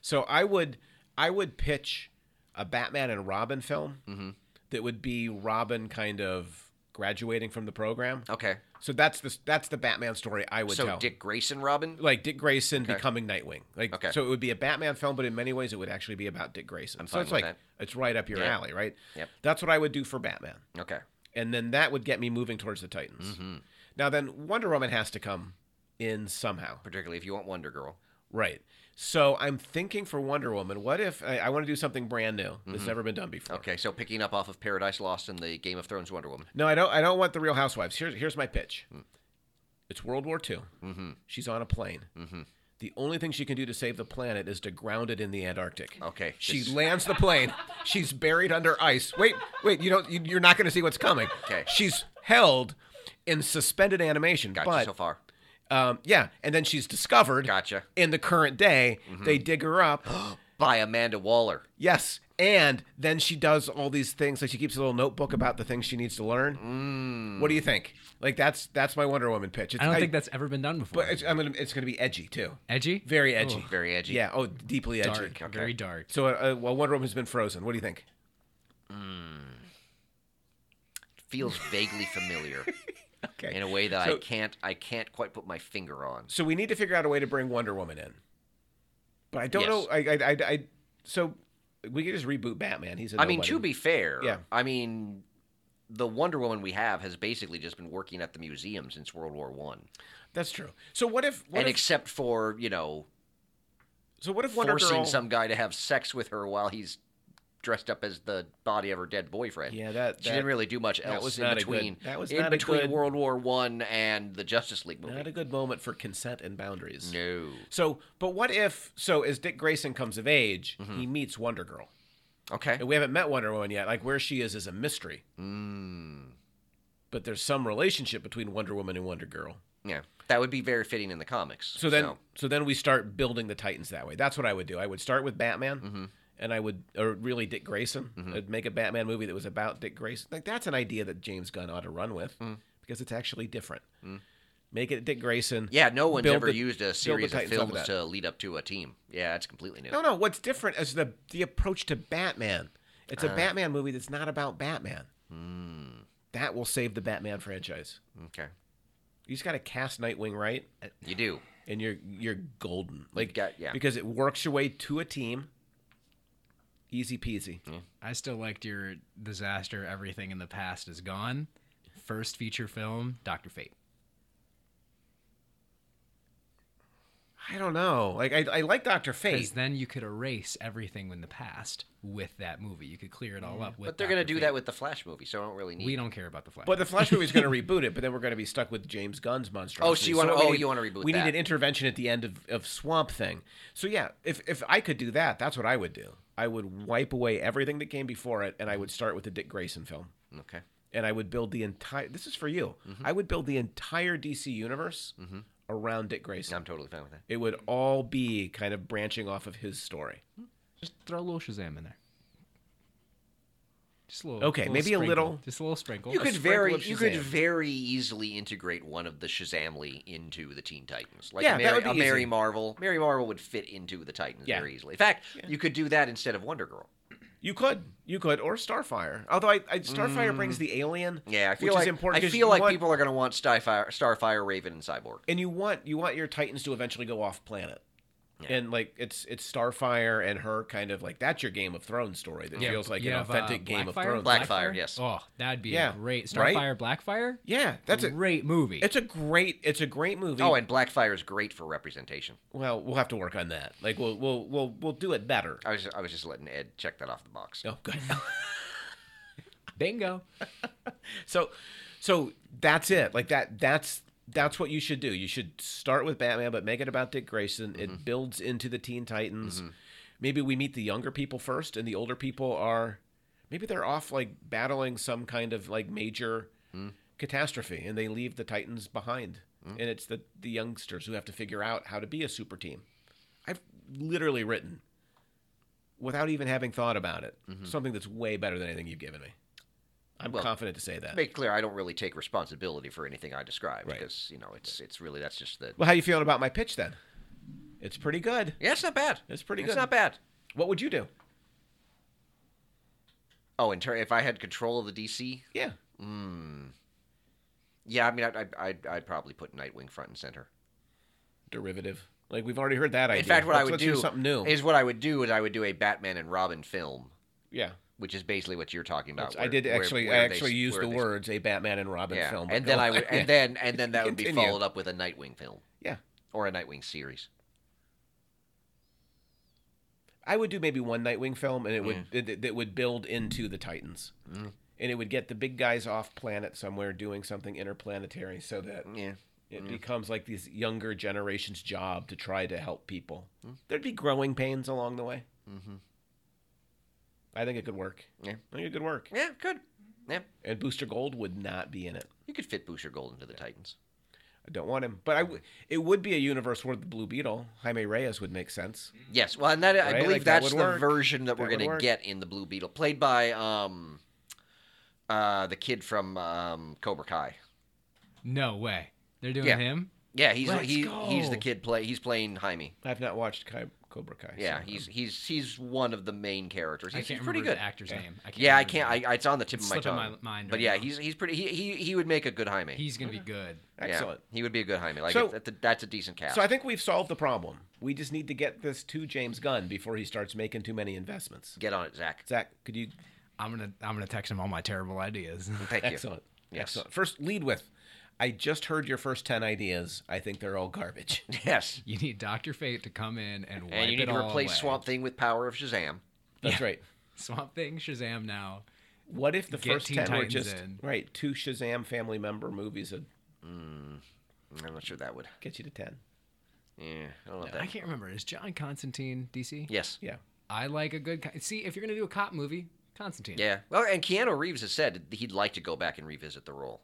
[SPEAKER 1] So I would I would pitch a Batman and Robin film
[SPEAKER 2] Mm-hmm.
[SPEAKER 1] that would be Robin kind of graduating from the program.
[SPEAKER 2] Okay.
[SPEAKER 1] So that's the that's the Batman story I would
[SPEAKER 2] So
[SPEAKER 1] tell.
[SPEAKER 2] Dick Grayson Robin?
[SPEAKER 1] like Dick Grayson becoming Nightwing. Like
[SPEAKER 2] Okay.
[SPEAKER 1] so it would be a Batman film, but in many ways it would actually be about Dick Grayson. so
[SPEAKER 2] fine
[SPEAKER 1] it's
[SPEAKER 2] with
[SPEAKER 1] like
[SPEAKER 2] that.
[SPEAKER 1] it's right up your
[SPEAKER 2] Yeah.
[SPEAKER 1] alley, right?
[SPEAKER 2] Yep.
[SPEAKER 1] That's what I would do for Batman.
[SPEAKER 2] Okay.
[SPEAKER 1] And then that would get me moving towards the Titans.
[SPEAKER 2] Mm-hmm.
[SPEAKER 1] Now then Wonder Woman has to come in somehow.
[SPEAKER 2] Particularly if you want Wonder Girl.
[SPEAKER 1] Right. So I'm thinking for Wonder Woman, what if I, I want to do something brand new that's never been done before?
[SPEAKER 2] Mm-hmm. Okay, so picking up off of Paradise Lost and the Game of Thrones Wonder Woman.
[SPEAKER 1] No, I don't. I don't want the Real Housewives. Here's here's my pitch.
[SPEAKER 2] Mm.
[SPEAKER 1] It's World War II.
[SPEAKER 2] Mm-hmm.
[SPEAKER 1] She's on a plane. The only thing she can do to save the planet is to ground it in the Antarctic.
[SPEAKER 2] Okay,
[SPEAKER 1] She
[SPEAKER 2] just-
[SPEAKER 1] lands the plane. She's buried under ice. Wait, wait. You don't. You, you're not going to see what's coming.
[SPEAKER 2] Okay.
[SPEAKER 1] She's held in suspended animation.
[SPEAKER 2] Gotcha
[SPEAKER 1] but,
[SPEAKER 2] so far.
[SPEAKER 1] Um, yeah, and then she's discovered.
[SPEAKER 2] Gotcha.
[SPEAKER 1] In the current day,
[SPEAKER 2] Mm-hmm.
[SPEAKER 1] they dig her
[SPEAKER 2] [GASPS]
[SPEAKER 1] up.
[SPEAKER 2] By Amanda Waller.
[SPEAKER 1] Yes. And then she does all these things. Like she keeps a little notebook about the things she needs to learn.
[SPEAKER 2] Mm.
[SPEAKER 1] What do you think? Like that's that's my Wonder Woman pitch. It's,
[SPEAKER 3] I don't think that's ever been done before.
[SPEAKER 1] But it's, I'm gonna, it's going to be edgy too.
[SPEAKER 3] edgy,
[SPEAKER 1] Very edgy.
[SPEAKER 2] Very edgy.
[SPEAKER 1] Yeah. Oh, deeply edgy.
[SPEAKER 3] dark, very dark.
[SPEAKER 1] So, uh, well, Wonder Woman's been frozen. What do you think?
[SPEAKER 2] Feels vaguely familiar
[SPEAKER 1] Okay.
[SPEAKER 2] in a way that I
[SPEAKER 1] So-
[SPEAKER 2] can't I can't quite put my finger on.
[SPEAKER 1] So we need to figure out a way to bring Wonder Woman in. But I don't
[SPEAKER 2] Yes.
[SPEAKER 1] know. I, I, I, I so we could just reboot Batman. He's. I
[SPEAKER 2] I mean, to be fair,
[SPEAKER 1] Yeah.
[SPEAKER 2] I mean the Wonder Woman we have has basically just been working at the museum since World War One.
[SPEAKER 1] That's true. So what if? What
[SPEAKER 2] And
[SPEAKER 1] if
[SPEAKER 2] except for, you know,
[SPEAKER 1] so what if Wonder
[SPEAKER 2] forcing
[SPEAKER 1] Girl?
[SPEAKER 2] some guy to have sex with her while he's dressed up as the body of her dead boyfriend.
[SPEAKER 1] Yeah, that-
[SPEAKER 2] she
[SPEAKER 1] that-
[SPEAKER 2] didn't really do much else
[SPEAKER 1] was
[SPEAKER 2] in
[SPEAKER 1] not a good-
[SPEAKER 2] between.
[SPEAKER 1] that was
[SPEAKER 2] in
[SPEAKER 1] not a
[SPEAKER 2] between
[SPEAKER 1] good-
[SPEAKER 2] World War One and the Justice League movie.
[SPEAKER 1] Not a good moment for consent and boundaries.
[SPEAKER 2] No.
[SPEAKER 1] So, but what if? So, as Dick Grayson comes of age,
[SPEAKER 2] Mm-hmm.
[SPEAKER 1] he meets Wonder Girl,
[SPEAKER 2] Okay.
[SPEAKER 1] and we haven't met Wonder Woman yet. Like where she is is a mystery.
[SPEAKER 2] Mm.
[SPEAKER 1] But there's some relationship between Wonder Woman and Wonder Girl.
[SPEAKER 2] Yeah. That would be very fitting in the comics.
[SPEAKER 1] So then, so, then we start building the Titans that way. That's what I would do. I would start with Batman, and I would, or really Dick Grayson. I'd make a Batman movie that was about Dick Grayson. Like that's an idea that James Gunn ought to run with because it's actually different. Make it Dick Grayson.
[SPEAKER 2] yeah, no one's
[SPEAKER 1] build
[SPEAKER 2] ever
[SPEAKER 1] the-
[SPEAKER 2] used
[SPEAKER 1] build
[SPEAKER 2] a
[SPEAKER 1] the
[SPEAKER 2] series of
[SPEAKER 1] Titans over
[SPEAKER 2] films
[SPEAKER 1] that.
[SPEAKER 2] to lead up to a team. Yeah, it's completely new.
[SPEAKER 1] No, no. What's different is the the approach to Batman. It's a Batman movie that's not about Batman. That will save the Batman franchise.
[SPEAKER 2] Okay.
[SPEAKER 1] You just got to cast Nightwing right,
[SPEAKER 2] You do.
[SPEAKER 1] and you're you're golden. Like
[SPEAKER 2] got- yeah.
[SPEAKER 1] because it works your way to a team. Easy peasy.
[SPEAKER 3] I still liked your disaster. Everything in the past is gone. First feature film, Doctor Fate.
[SPEAKER 1] I don't know. Like I, I like Doctor
[SPEAKER 3] Because
[SPEAKER 1] Fate.
[SPEAKER 3] then you could erase everything in the past with that movie. You could clear it all up with.
[SPEAKER 2] But they're going to do
[SPEAKER 3] Dr. Fate.
[SPEAKER 2] that with the Flash movie, so I don't really need.
[SPEAKER 3] We don't care about the Flash.
[SPEAKER 1] But the Flash movie's
[SPEAKER 2] [LAUGHS]
[SPEAKER 1] going to reboot it, but then we're going to be stuck with James Gunn's monstrosity.
[SPEAKER 2] Oh, so you wanna-
[SPEAKER 1] what we
[SPEAKER 2] oh,
[SPEAKER 1] need-
[SPEAKER 2] you wanna reboot
[SPEAKER 1] We
[SPEAKER 2] that.
[SPEAKER 1] need an intervention at the end of, of Swamp Thing. So yeah, if if I could do that, that's what I would do. I would wipe away everything that came before it, and I would start with the Dick Grayson film,
[SPEAKER 2] Okay.
[SPEAKER 1] and I would build the entire. This is for you.
[SPEAKER 2] Mm-hmm.
[SPEAKER 1] I would build the entire DC universe around Dick Grayson.
[SPEAKER 2] I'm totally fine with that.
[SPEAKER 1] It would all be kind of branching off of his story.
[SPEAKER 3] Just throw a little Shazam in there. Just a little.
[SPEAKER 1] Okay, maybe a
[SPEAKER 3] sprinkle.
[SPEAKER 1] little-
[SPEAKER 3] Just a little sprinkle.
[SPEAKER 2] You
[SPEAKER 1] a
[SPEAKER 2] could
[SPEAKER 1] sprinkle
[SPEAKER 2] very
[SPEAKER 1] of
[SPEAKER 2] you could
[SPEAKER 1] Shazam.
[SPEAKER 2] very easily integrate one of the Shazamly into the Teen Titans. Like
[SPEAKER 1] Yeah, that
[SPEAKER 2] a Mary,
[SPEAKER 1] would be
[SPEAKER 2] a Mary
[SPEAKER 1] easy.
[SPEAKER 2] Marvel. Mary Marvel would fit into the Titans
[SPEAKER 1] Yeah.
[SPEAKER 2] very easily. In fact, you could do that instead of Wonder Girl.
[SPEAKER 1] You could, you could, or Starfire. Although I, I Starfire brings the alien.
[SPEAKER 2] Yeah, I feel
[SPEAKER 1] which
[SPEAKER 2] like
[SPEAKER 1] is important
[SPEAKER 2] I
[SPEAKER 1] 'cause
[SPEAKER 2] feel
[SPEAKER 1] you
[SPEAKER 2] like
[SPEAKER 1] want-
[SPEAKER 2] people are going to want Starfire, Starfire, Raven, and Cyborg.
[SPEAKER 1] and you want you want your titans to eventually go off planet and like it's it's starfire and her kind of like that's your game of thrones story that feels like
[SPEAKER 3] you
[SPEAKER 1] an
[SPEAKER 3] have, uh,
[SPEAKER 1] authentic game of
[SPEAKER 3] Blackfire?
[SPEAKER 1] thrones
[SPEAKER 2] Black- Blackfire, yes.
[SPEAKER 3] Oh, that'd be
[SPEAKER 1] Yeah,
[SPEAKER 3] a great
[SPEAKER 1] right?
[SPEAKER 3] Starfire Blackfire.
[SPEAKER 1] yeah that's a
[SPEAKER 3] great movie.
[SPEAKER 1] it's a great it's a great movie
[SPEAKER 2] Oh, and Blackfire is great for representation.
[SPEAKER 1] well we'll have to work on that like we'll we'll we'll, we'll do it better
[SPEAKER 2] I was I was just letting Ed check that off the box.
[SPEAKER 1] oh good
[SPEAKER 3] Bingo.
[SPEAKER 1] so so that's it like that that's that's what you should do you should start with batman but make it about dick grayson it builds into the teen titans maybe we meet the younger people first and the older people are maybe they're off like battling some kind of like major catastrophe and they leave the titans behind and it's the the youngsters who have to figure out how to be a super team i've literally written without even having thought about it something that's way better than anything you've given me I'm
[SPEAKER 2] Well,
[SPEAKER 1] confident to say that.
[SPEAKER 2] Make clear, I don't really take responsibility for anything I describe
[SPEAKER 1] Right.
[SPEAKER 2] because you know it's it's really that's just the
[SPEAKER 1] well, how you feeling about my pitch then? It's pretty good.
[SPEAKER 2] yeah, it's not bad.
[SPEAKER 1] It's pretty
[SPEAKER 2] It's
[SPEAKER 1] good.
[SPEAKER 2] not bad.
[SPEAKER 1] What would you do?
[SPEAKER 2] Oh, in turn, if I had control of the DC,
[SPEAKER 1] Yeah.
[SPEAKER 2] yeah, I mean, I'd I'd, I'd, I'd probably put Nightwing front and center.
[SPEAKER 1] Derivative. Like we've already heard that idea.
[SPEAKER 2] In fact, what
[SPEAKER 1] Let's-
[SPEAKER 2] I would
[SPEAKER 1] let's
[SPEAKER 2] do
[SPEAKER 1] something new.
[SPEAKER 2] is what I would do is I would do a Batman and Robin film,
[SPEAKER 1] yeah.
[SPEAKER 2] which is basically what you're talking about.
[SPEAKER 1] That's- I
[SPEAKER 2] where-
[SPEAKER 1] did
[SPEAKER 2] where-
[SPEAKER 1] actually.
[SPEAKER 2] where
[SPEAKER 1] I
[SPEAKER 2] they-
[SPEAKER 1] actually used
[SPEAKER 2] where
[SPEAKER 1] the
[SPEAKER 2] they-
[SPEAKER 1] words a Batman and Robin
[SPEAKER 2] yeah.
[SPEAKER 1] film.
[SPEAKER 2] and
[SPEAKER 1] but
[SPEAKER 2] then
[SPEAKER 1] go
[SPEAKER 2] I
[SPEAKER 1] [LAUGHS]
[SPEAKER 2] would,
[SPEAKER 1] on.
[SPEAKER 2] and then and then that would be
[SPEAKER 1] Continue.
[SPEAKER 2] followed up with a Nightwing film
[SPEAKER 1] yeah,
[SPEAKER 2] or a Nightwing series.
[SPEAKER 1] I would do maybe one Nightwing film, and it would
[SPEAKER 2] Mm.
[SPEAKER 1] it, it would build into the Titans, and it would get the big guys off planet somewhere doing something interplanetary, so that
[SPEAKER 2] Yeah,
[SPEAKER 1] it becomes like these younger generation's job to try to help people.
[SPEAKER 2] Mm.
[SPEAKER 1] There'd be growing pains along the way.
[SPEAKER 2] Mm-hmm.
[SPEAKER 1] I think it could work.
[SPEAKER 2] Yeah.
[SPEAKER 1] I think it could work.
[SPEAKER 2] yeah, good. Yeah,
[SPEAKER 1] And Booster Gold would not be in it.
[SPEAKER 2] you could fit Booster Gold into the Titans.
[SPEAKER 1] I don't want him, but I w- it would be a universe where the Blue Beetle, Jaime Reyes, would make sense.
[SPEAKER 3] Mm-hmm.
[SPEAKER 2] Yes, well, and that I
[SPEAKER 1] Right?
[SPEAKER 2] believe
[SPEAKER 1] Like, that
[SPEAKER 2] that's the
[SPEAKER 1] would work.
[SPEAKER 2] version that, we're
[SPEAKER 1] That would
[SPEAKER 2] gonna
[SPEAKER 1] work.
[SPEAKER 2] get in the Blue Beetle, played by um, uh, the kid from um, Cobra Kai.
[SPEAKER 3] No way. They're doing
[SPEAKER 2] Yeah.
[SPEAKER 3] him.
[SPEAKER 2] Yeah, he's
[SPEAKER 1] Let's
[SPEAKER 2] he, he's the
[SPEAKER 1] go.
[SPEAKER 2] kid play. He's playing Jaime.
[SPEAKER 1] I've not watched Kai, Cobra Kai. so-
[SPEAKER 2] Yeah, he's he's he's one of the main characters.
[SPEAKER 3] um, I
[SPEAKER 2] He's,
[SPEAKER 3] can't
[SPEAKER 2] he's
[SPEAKER 3] remember
[SPEAKER 2] pretty good.
[SPEAKER 3] the actor's name. I can't
[SPEAKER 2] Yeah, I
[SPEAKER 3] remember his
[SPEAKER 2] can't.
[SPEAKER 3] name.
[SPEAKER 2] I, it's on the tip
[SPEAKER 3] It's
[SPEAKER 2] of my
[SPEAKER 3] slipping my
[SPEAKER 2] tongue.
[SPEAKER 3] mind
[SPEAKER 2] but
[SPEAKER 3] right
[SPEAKER 2] yeah,
[SPEAKER 3] now.
[SPEAKER 2] he's he's pretty. He he, he would make a good Jaime.
[SPEAKER 3] He's gonna be good.
[SPEAKER 1] excellent.
[SPEAKER 2] Yeah, he would be a good Jaime. Like
[SPEAKER 1] So-
[SPEAKER 2] if- that's, a, that's a decent cast.
[SPEAKER 1] So I think we've solved the problem. We just need to get this to James Gunn before he starts making too many investments.
[SPEAKER 2] Get on it,
[SPEAKER 3] [LAUGHS]
[SPEAKER 2] Zach.
[SPEAKER 1] Zach, could you?
[SPEAKER 3] I'm gonna I'm gonna text him all my terrible ideas. [LAUGHS]
[SPEAKER 2] Thank you.
[SPEAKER 1] Excellent.
[SPEAKER 2] Yes.
[SPEAKER 1] Excellent. First, lead with. I just heard your first ten ideas. I think they're all garbage. [LAUGHS]
[SPEAKER 2] Yes,
[SPEAKER 3] you need Doctor Fate to come in and wipe
[SPEAKER 2] and you need
[SPEAKER 3] it
[SPEAKER 2] to
[SPEAKER 3] all
[SPEAKER 2] replace
[SPEAKER 3] away.
[SPEAKER 2] Swamp Thing with Power of Shazam.
[SPEAKER 1] That's right.
[SPEAKER 3] Swamp Thing, Shazam now.
[SPEAKER 1] What if the
[SPEAKER 3] Get
[SPEAKER 1] first
[SPEAKER 3] Teen
[SPEAKER 1] ten were
[SPEAKER 3] Titans
[SPEAKER 1] just
[SPEAKER 3] in.
[SPEAKER 1] right? Two Shazam family member movies would
[SPEAKER 2] I'm not sure that would.
[SPEAKER 1] get you to ten.
[SPEAKER 2] Yeah, I don't know if
[SPEAKER 3] I
[SPEAKER 2] that.
[SPEAKER 3] can't remember. Is John Constantine DC?
[SPEAKER 2] Yes.
[SPEAKER 1] Yeah.
[SPEAKER 3] I like a good. co- See, if you're gonna do a cop movie, Constantine.
[SPEAKER 2] Yeah. Well, and Keanu Reeves has said he'd like to go back and revisit the role.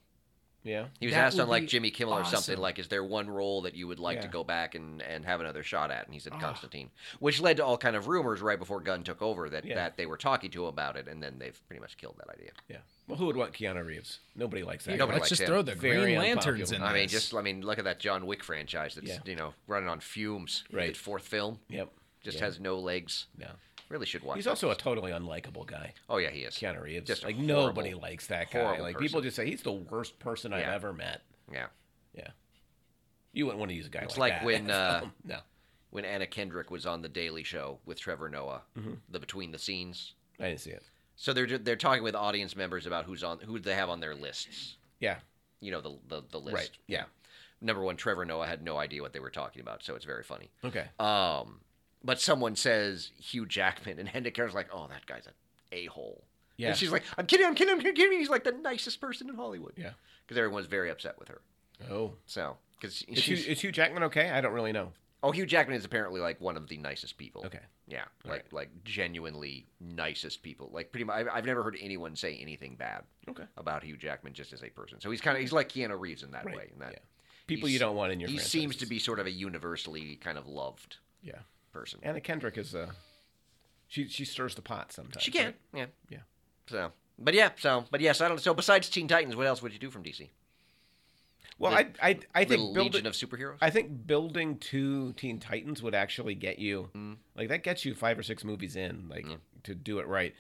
[SPEAKER 1] Yeah.
[SPEAKER 2] He was
[SPEAKER 3] That
[SPEAKER 2] asked on
[SPEAKER 3] would
[SPEAKER 2] like
[SPEAKER 3] be
[SPEAKER 2] Jimmy Kimmel or something
[SPEAKER 3] awesome.
[SPEAKER 2] like, "Is there one role that you would like to
[SPEAKER 1] Yeah.
[SPEAKER 2] go back and, and have another shot at?" And he said Constantine, which led to all kind of rumors right before Gunn took over that,
[SPEAKER 1] Yeah.
[SPEAKER 2] that they were talking to him about it, and then they've pretty much killed that idea.
[SPEAKER 1] Yeah. Well, who would want Keanu Reeves? Nobody likes that.
[SPEAKER 2] Yeah,
[SPEAKER 1] guy.
[SPEAKER 2] nobody likes
[SPEAKER 3] Let's just
[SPEAKER 2] him.
[SPEAKER 3] throw the
[SPEAKER 1] Very
[SPEAKER 3] Green Lanterns in.
[SPEAKER 1] unpopular.
[SPEAKER 2] I mean,
[SPEAKER 3] this.
[SPEAKER 2] just I mean, look at that John Wick franchise that's
[SPEAKER 1] Yeah.
[SPEAKER 2] you know running on fumes.
[SPEAKER 1] Right.
[SPEAKER 2] Its fourth film
[SPEAKER 1] Yep.
[SPEAKER 2] just
[SPEAKER 1] Yeah.
[SPEAKER 2] has no legs.
[SPEAKER 1] No.
[SPEAKER 2] Really should watch.
[SPEAKER 1] He's
[SPEAKER 2] that.
[SPEAKER 1] also a totally unlikable guy.
[SPEAKER 2] oh yeah, he is.
[SPEAKER 1] Keanu Reeves.
[SPEAKER 2] Just a
[SPEAKER 1] like
[SPEAKER 2] horrible-
[SPEAKER 1] nobody likes that guy.
[SPEAKER 2] horrible
[SPEAKER 1] Like people
[SPEAKER 2] person.
[SPEAKER 1] just say he's the worst person I've
[SPEAKER 2] Yeah.
[SPEAKER 1] ever met.
[SPEAKER 2] Yeah.
[SPEAKER 1] Yeah, you wouldn't want to use a guy
[SPEAKER 2] It's
[SPEAKER 1] like,
[SPEAKER 2] like
[SPEAKER 1] that. [LAUGHS]
[SPEAKER 2] when, uh,
[SPEAKER 1] no,
[SPEAKER 2] When Anna Kendrick was on the Daily Show with Trevor Noah,
[SPEAKER 1] Mm-hmm.
[SPEAKER 2] the between the scenes.
[SPEAKER 1] I didn't see it.
[SPEAKER 2] So they're ju- they're talking with audience members about who's on who they have on their lists.
[SPEAKER 1] Yeah,
[SPEAKER 2] You know the the, the list.
[SPEAKER 1] right. Yeah,
[SPEAKER 2] Number one, Trevor Noah had no idea what they were talking about, so it's very funny.
[SPEAKER 1] okay.
[SPEAKER 2] Um, but someone says Hugh Jackman, and Henry Carroll's like, "Oh, that guy's an a hole."
[SPEAKER 1] Yeah.
[SPEAKER 2] And she's like, "I'm kidding, I'm kidding, I'm kidding, kidding." He's like the nicest person in Hollywood.
[SPEAKER 1] Yeah.
[SPEAKER 2] Because everyone's very upset with her.
[SPEAKER 1] Oh,
[SPEAKER 2] So because
[SPEAKER 1] is Hugh, is Hugh Jackman okay? I don't really know.
[SPEAKER 2] oh Hugh Jackman is apparently like one of the nicest people.
[SPEAKER 1] Okay.
[SPEAKER 2] Yeah.
[SPEAKER 1] All
[SPEAKER 2] like like genuinely nicest people. Like pretty much, I've, I've never heard anyone say anything bad
[SPEAKER 1] Okay.
[SPEAKER 2] about Hugh Jackman just as a person. So he's kind of he's like Keanu Reeves in that
[SPEAKER 1] Right,
[SPEAKER 2] way. In that
[SPEAKER 1] yeah. People
[SPEAKER 2] he's-
[SPEAKER 1] you don't want in
[SPEAKER 2] he
[SPEAKER 1] your.
[SPEAKER 2] seems to
[SPEAKER 1] franchises.
[SPEAKER 2] be sort of a universally kind of loved
[SPEAKER 1] Yeah,
[SPEAKER 2] person.
[SPEAKER 1] Anna Kendrick is uh, she she stirs the pot sometimes.
[SPEAKER 2] She can,
[SPEAKER 1] right?
[SPEAKER 2] yeah,
[SPEAKER 1] Yeah.
[SPEAKER 2] So, but yeah, so, but yes, I don't. So, besides Teen Titans, what else would you do from DC?
[SPEAKER 1] Well, I I I
[SPEAKER 2] Little
[SPEAKER 1] think
[SPEAKER 2] Legion
[SPEAKER 1] building
[SPEAKER 2] of Superheroes.
[SPEAKER 1] I think building two Teen Titans would actually get you
[SPEAKER 2] Mm.
[SPEAKER 1] like that gets you five or six movies in like to do it right.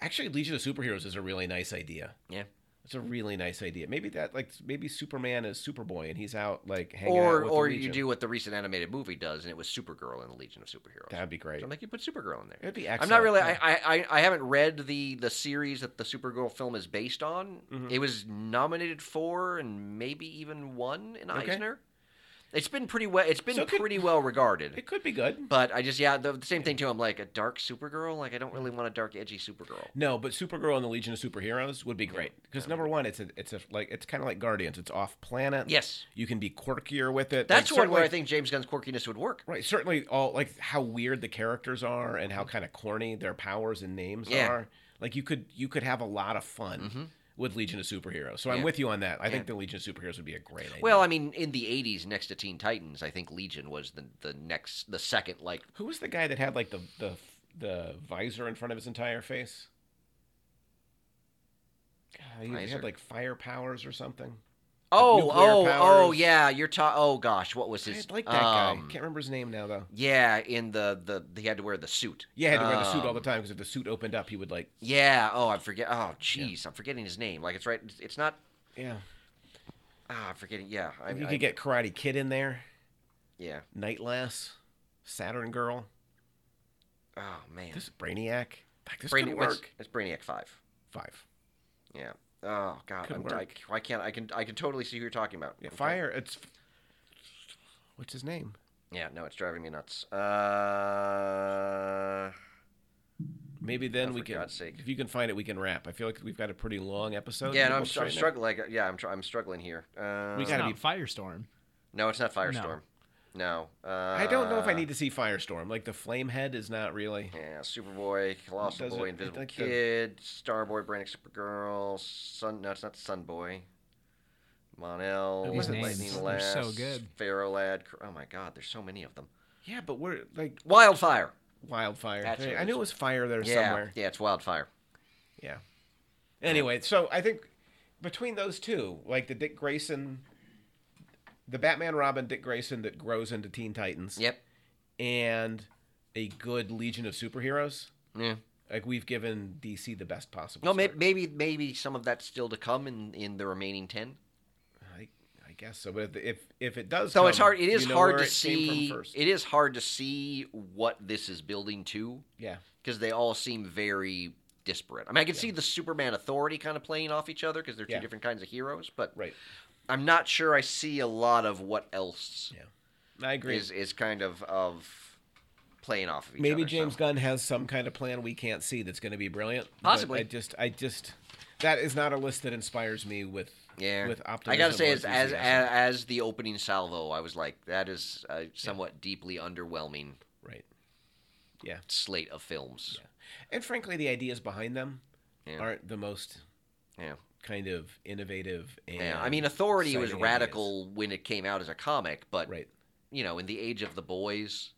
[SPEAKER 1] Actually, Legion of Superheroes is a really nice idea.
[SPEAKER 2] yeah.
[SPEAKER 1] It's a really nice idea. Maybe that like maybe Superman is Superboy and he's out like hanging out
[SPEAKER 2] Or,
[SPEAKER 1] with
[SPEAKER 2] or
[SPEAKER 1] the
[SPEAKER 2] you
[SPEAKER 1] Legion.
[SPEAKER 2] do what the recent animated movie does, and it was Supergirl in the Legion of Superheroes.
[SPEAKER 1] That'd be great.
[SPEAKER 2] So, like you put Supergirl in there.
[SPEAKER 1] It'd be
[SPEAKER 2] I'm not
[SPEAKER 1] excellent,
[SPEAKER 2] really.
[SPEAKER 1] yeah.
[SPEAKER 2] I, I, I- I haven't read the the series that the Supergirl film is based on.
[SPEAKER 1] Mm-hmm.
[SPEAKER 2] It was nominated for and maybe even won an
[SPEAKER 1] Okay.
[SPEAKER 2] Eisner. It's been pretty well. It's been
[SPEAKER 1] So it could-
[SPEAKER 2] pretty well regarded.
[SPEAKER 1] It could be good.
[SPEAKER 2] but I just yeah, the, the same thing too. I'm like a dark Supergirl. Like I don't really want a dark, edgy Supergirl.
[SPEAKER 1] No, but Supergirl and the Legion of Superheroes would be great because number one, it's a, it's a like it's kind of like Guardians. It's off planet.
[SPEAKER 2] Yes.
[SPEAKER 1] you can be quirkier with it.
[SPEAKER 2] That's
[SPEAKER 1] like,
[SPEAKER 2] one where
[SPEAKER 1] certainly-
[SPEAKER 2] I think James Gunn's quirkiness would work.
[SPEAKER 1] Right, certainly all like how weird the characters are and how kind of corny their powers and names
[SPEAKER 2] Yeah. Mm-hmm.
[SPEAKER 1] are. Like you could you could have a lot of fun with Legion of Superheroes. So I'm
[SPEAKER 2] Yeah.
[SPEAKER 1] with you on that. I think the Legion of Superheroes would be a great idea.
[SPEAKER 2] Well, I mean, in the '80s, next to Teen Titans, I think Legion was the the next, the second. Like,
[SPEAKER 1] who was the guy that had like the the the visor in front of his entire face? Uh, he
[SPEAKER 2] Kaiser.
[SPEAKER 1] had like fire powers or something.
[SPEAKER 2] Oh,
[SPEAKER 1] nuclear
[SPEAKER 2] oh, oh,
[SPEAKER 1] powers.
[SPEAKER 2] yeah. You're ta- Oh gosh, what was
[SPEAKER 1] I
[SPEAKER 2] his?
[SPEAKER 1] like that guy.
[SPEAKER 2] um,
[SPEAKER 1] Can't remember his name now though.
[SPEAKER 2] Yeah, in the the he had to wear the suit.
[SPEAKER 1] Yeah, he had to wear the suit all the
[SPEAKER 2] Um,
[SPEAKER 1] time because if the suit opened up, he would like.
[SPEAKER 2] Yeah. Oh, I forget. Oh, jeez, I'm forgetting his name. Like it's right. It's not.
[SPEAKER 1] Yeah,
[SPEAKER 2] Ah, I'm forgetting. Yeah. I,
[SPEAKER 1] you
[SPEAKER 2] I,
[SPEAKER 1] could get Karate Kid in there,
[SPEAKER 2] Yeah.
[SPEAKER 1] Nightlass, Saturn Girl,
[SPEAKER 2] Oh man.
[SPEAKER 1] this Brainiac. Like, this
[SPEAKER 2] Brain-
[SPEAKER 1] could
[SPEAKER 2] what's-
[SPEAKER 1] work.
[SPEAKER 2] It's Brainiac Five.
[SPEAKER 1] Five.
[SPEAKER 2] Yeah. Oh god.
[SPEAKER 1] Could
[SPEAKER 2] I'm, I,
[SPEAKER 1] work.
[SPEAKER 2] I can't. I can. I can totally see who you're talking about.
[SPEAKER 1] Yeah,
[SPEAKER 2] Okay.
[SPEAKER 1] fire. It's what's his name?
[SPEAKER 2] Yeah. No, it's driving me nuts. Uh.
[SPEAKER 1] Maybe then
[SPEAKER 2] Oh,
[SPEAKER 1] we
[SPEAKER 2] for
[SPEAKER 1] can.
[SPEAKER 2] God's sake.
[SPEAKER 1] If you can find it, we can wrap. I feel like we've got a pretty long episode.
[SPEAKER 2] Yeah.
[SPEAKER 1] Maybe
[SPEAKER 2] No, I'm,
[SPEAKER 1] we'll
[SPEAKER 2] str- I'm
[SPEAKER 1] straighten it.
[SPEAKER 2] struggling. Like, yeah, I'm. Tr- I'm struggling here. Uh,
[SPEAKER 1] We
[SPEAKER 3] It's
[SPEAKER 1] gotta
[SPEAKER 3] not
[SPEAKER 1] be-
[SPEAKER 3] Firestorm.
[SPEAKER 2] No, it's not Firestorm. No. Uh,
[SPEAKER 1] I don't know if I need to see Firestorm. Like the Flamehead is not really.
[SPEAKER 2] Yeah, Superboy, Colossal
[SPEAKER 1] Does it-
[SPEAKER 2] Boy,
[SPEAKER 1] it
[SPEAKER 2] Invisible
[SPEAKER 1] like the-
[SPEAKER 2] Kid, Starboy, Brainiac, Supergirl, Sun. No, it's not Sunboy. Monel,
[SPEAKER 1] These names,
[SPEAKER 2] Lightning
[SPEAKER 3] they're
[SPEAKER 2] Lass,
[SPEAKER 3] so good.
[SPEAKER 2] Pharaoh Lad. Cr- Oh my God, there's so many of them.
[SPEAKER 1] Yeah, but we're like
[SPEAKER 2] Wildfire.
[SPEAKER 1] wildfire.
[SPEAKER 2] That's
[SPEAKER 1] I-
[SPEAKER 2] what
[SPEAKER 1] I
[SPEAKER 2] it
[SPEAKER 1] knew
[SPEAKER 2] is.
[SPEAKER 1] it was fire there
[SPEAKER 2] yeah,
[SPEAKER 1] somewhere.
[SPEAKER 2] yeah, it's Wildfire.
[SPEAKER 1] Yeah. Anyway, so I think between those two, like the Dick Grayson, the Batman Robin Dick Grayson that grows into Teen Titans,
[SPEAKER 2] Yep.
[SPEAKER 1] and a good Legion of superheroes,
[SPEAKER 2] Yeah.
[SPEAKER 1] like we've given DC the best possible.
[SPEAKER 2] No, maybe,
[SPEAKER 1] start.
[SPEAKER 2] maybe maybe some of that's still to come in in the remaining ten.
[SPEAKER 1] I, I guess so. But if if, if it does,
[SPEAKER 2] So it's
[SPEAKER 1] come,
[SPEAKER 2] hard. It is
[SPEAKER 1] you know
[SPEAKER 2] hard
[SPEAKER 1] where
[SPEAKER 2] to
[SPEAKER 1] it Came
[SPEAKER 2] see.
[SPEAKER 1] from first.
[SPEAKER 2] It is hard to see what this is building to.
[SPEAKER 1] yeah,
[SPEAKER 2] because they all seem very disparate. I mean, I can see the Superman Authority kind of playing off each other because they're two
[SPEAKER 1] Yeah.
[SPEAKER 2] different kinds of heroes, but
[SPEAKER 1] right.
[SPEAKER 2] I'm not sure I see a lot of what else
[SPEAKER 1] I agree.
[SPEAKER 2] is is kind of of playing off of each other.
[SPEAKER 1] Maybe
[SPEAKER 2] so-
[SPEAKER 1] James Gunn has some kind of plan we can't see that's going to be brilliant. but
[SPEAKER 2] Possibly.
[SPEAKER 1] I just, I just, that is not a list that inspires me with,
[SPEAKER 2] yeah,
[SPEAKER 1] with optimism.
[SPEAKER 2] I gotta say,
[SPEAKER 1] or
[SPEAKER 2] as as, as
[SPEAKER 1] enthusiasm.
[SPEAKER 2] as the opening salvo, I was like, that is a somewhat deeply underwhelming
[SPEAKER 1] right.
[SPEAKER 2] slate of films.
[SPEAKER 1] And frankly, the ideas behind them
[SPEAKER 2] Yeah.
[SPEAKER 1] aren't the most
[SPEAKER 2] Yeah.
[SPEAKER 1] kind of innovative. And
[SPEAKER 2] Yeah, I mean, Authority was
[SPEAKER 1] exciting ideas.
[SPEAKER 2] radical when it came out as a comic, but
[SPEAKER 1] Right.
[SPEAKER 2] you know, in the age of the boys,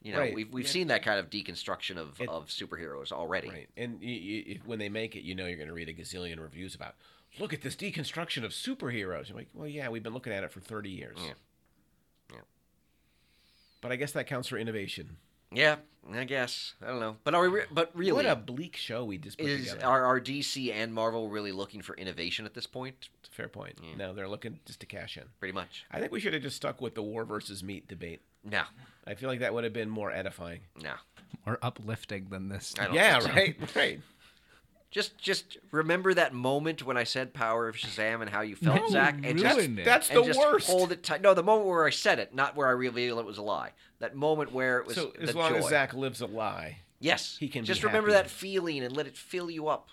[SPEAKER 2] you know,
[SPEAKER 1] Right,
[SPEAKER 2] we've we've
[SPEAKER 1] yeah.
[SPEAKER 2] seen that kind of deconstruction of,
[SPEAKER 1] It-
[SPEAKER 2] of superheroes already.
[SPEAKER 1] Right. And you, you, if- when they make it, you know, you're going to read a gazillion reviews about, look at this deconstruction of superheroes. You're like, well, yeah, we've been looking at it for 30 years.
[SPEAKER 2] Yeah. Yeah.
[SPEAKER 1] But I guess that counts for innovation.
[SPEAKER 2] Yeah, I guess I don't know, but are
[SPEAKER 1] [SIGHS]
[SPEAKER 2] we? Re- but really,
[SPEAKER 1] What a bleak show we just put
[SPEAKER 2] is
[SPEAKER 1] together.
[SPEAKER 2] are, are DC and Marvel really looking for innovation at this point?
[SPEAKER 1] It's a fair point.
[SPEAKER 2] Yeah.
[SPEAKER 1] No, they're looking just to cash in.
[SPEAKER 2] Pretty much.
[SPEAKER 1] I think we should have just stuck with the war versus meat debate.
[SPEAKER 2] No,
[SPEAKER 1] I feel like that would have been more edifying.
[SPEAKER 2] no.
[SPEAKER 3] More uplifting than this.
[SPEAKER 2] I don't
[SPEAKER 1] Yeah,
[SPEAKER 2] think so.
[SPEAKER 1] right, [LAUGHS] right.
[SPEAKER 2] Just just remember that moment when I said "Power of Shazam" and how you felt, Zach, and just
[SPEAKER 3] ruined it.
[SPEAKER 1] That's
[SPEAKER 2] and
[SPEAKER 1] the
[SPEAKER 2] just
[SPEAKER 1] worst.
[SPEAKER 2] hold it tight. No, the moment where I said it, not where I revealed it was a lie. That moment where it was
[SPEAKER 1] so
[SPEAKER 2] the
[SPEAKER 1] as long as
[SPEAKER 2] joy.
[SPEAKER 1] Zach lives a lie,
[SPEAKER 2] Yes.
[SPEAKER 1] He can be
[SPEAKER 2] just remember
[SPEAKER 1] happy.
[SPEAKER 2] that feeling and let it fill you up.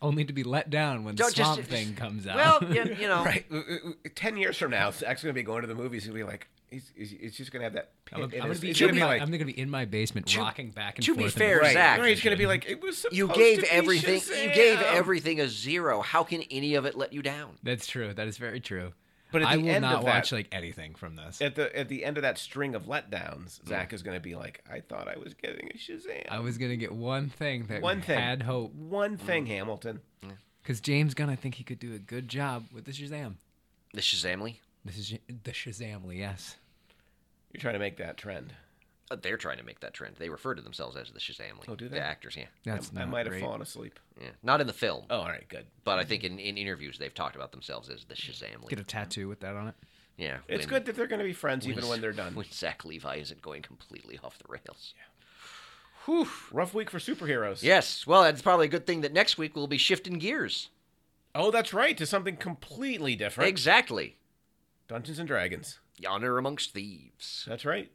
[SPEAKER 3] Only to be let down when the
[SPEAKER 2] Don't just-
[SPEAKER 3] swamp thing comes out.
[SPEAKER 2] Well, you,
[SPEAKER 1] [LAUGHS]
[SPEAKER 2] you know,
[SPEAKER 1] right? Uh, uh, uh, Ten years from now, Zach's gonna be going to the movies. He'll be like, he's, he's, he's just gonna have that. Pit
[SPEAKER 3] [LAUGHS] I'm, I'm
[SPEAKER 1] in
[SPEAKER 3] gonna
[SPEAKER 1] his,
[SPEAKER 3] be,
[SPEAKER 1] he's
[SPEAKER 3] in
[SPEAKER 1] gonna be
[SPEAKER 3] my,
[SPEAKER 1] like,
[SPEAKER 3] I'm gonna be in my basement, rocking back and
[SPEAKER 2] to be
[SPEAKER 3] forth. and-
[SPEAKER 2] fair,
[SPEAKER 1] right,
[SPEAKER 2] Zach.
[SPEAKER 1] right, He's gonna be like, it was.
[SPEAKER 2] you
[SPEAKER 1] supposed
[SPEAKER 2] gave
[SPEAKER 1] to be
[SPEAKER 2] everything. You gave
[SPEAKER 1] Shazam."
[SPEAKER 2] everything a zero. How can any of it let you down?
[SPEAKER 3] That's true. That is very true.
[SPEAKER 1] But at
[SPEAKER 3] I
[SPEAKER 1] the
[SPEAKER 3] will
[SPEAKER 1] end
[SPEAKER 3] not
[SPEAKER 1] of that-
[SPEAKER 3] watch like anything from this.
[SPEAKER 1] At the at the end of that string of letdowns, Zach is gonna be like, I thought I was getting a Shazam.
[SPEAKER 3] I was gonna get one thing that
[SPEAKER 1] One thing.
[SPEAKER 3] had hope
[SPEAKER 1] One thing, Hamilton.
[SPEAKER 3] because James Gunn, I think he could do a good job with the Shazam.
[SPEAKER 2] The Shazamly.
[SPEAKER 3] This is the Shazamly, yes.
[SPEAKER 1] You're trying to make that trend.
[SPEAKER 2] Uh, They're trying to make that trend. They refer to themselves as the Shazamly.
[SPEAKER 1] Oh, do they?
[SPEAKER 2] The actors, yeah,
[SPEAKER 3] That's
[SPEAKER 1] I, I
[SPEAKER 3] not
[SPEAKER 1] might have
[SPEAKER 3] great.
[SPEAKER 1] fallen asleep.
[SPEAKER 2] yeah. Not in the film,
[SPEAKER 1] Oh, all right, good.
[SPEAKER 2] but I think in, in interviews they've talked about themselves as the Shazamly.
[SPEAKER 3] Get a tattoo with that on it.
[SPEAKER 2] yeah,
[SPEAKER 1] It's
[SPEAKER 2] when-
[SPEAKER 1] good that they're going to be friends even when they're done.
[SPEAKER 2] When Zach Levi isn't going completely off the rails.
[SPEAKER 1] Whew. Rough week for superheroes.
[SPEAKER 2] Yes. Well, it's probably a good thing that next week we'll be shifting gears.
[SPEAKER 1] Oh, that's right. To something completely different.
[SPEAKER 2] Exactly.
[SPEAKER 1] Dungeons and Dragons.
[SPEAKER 2] Honor amongst thieves.
[SPEAKER 1] That's right.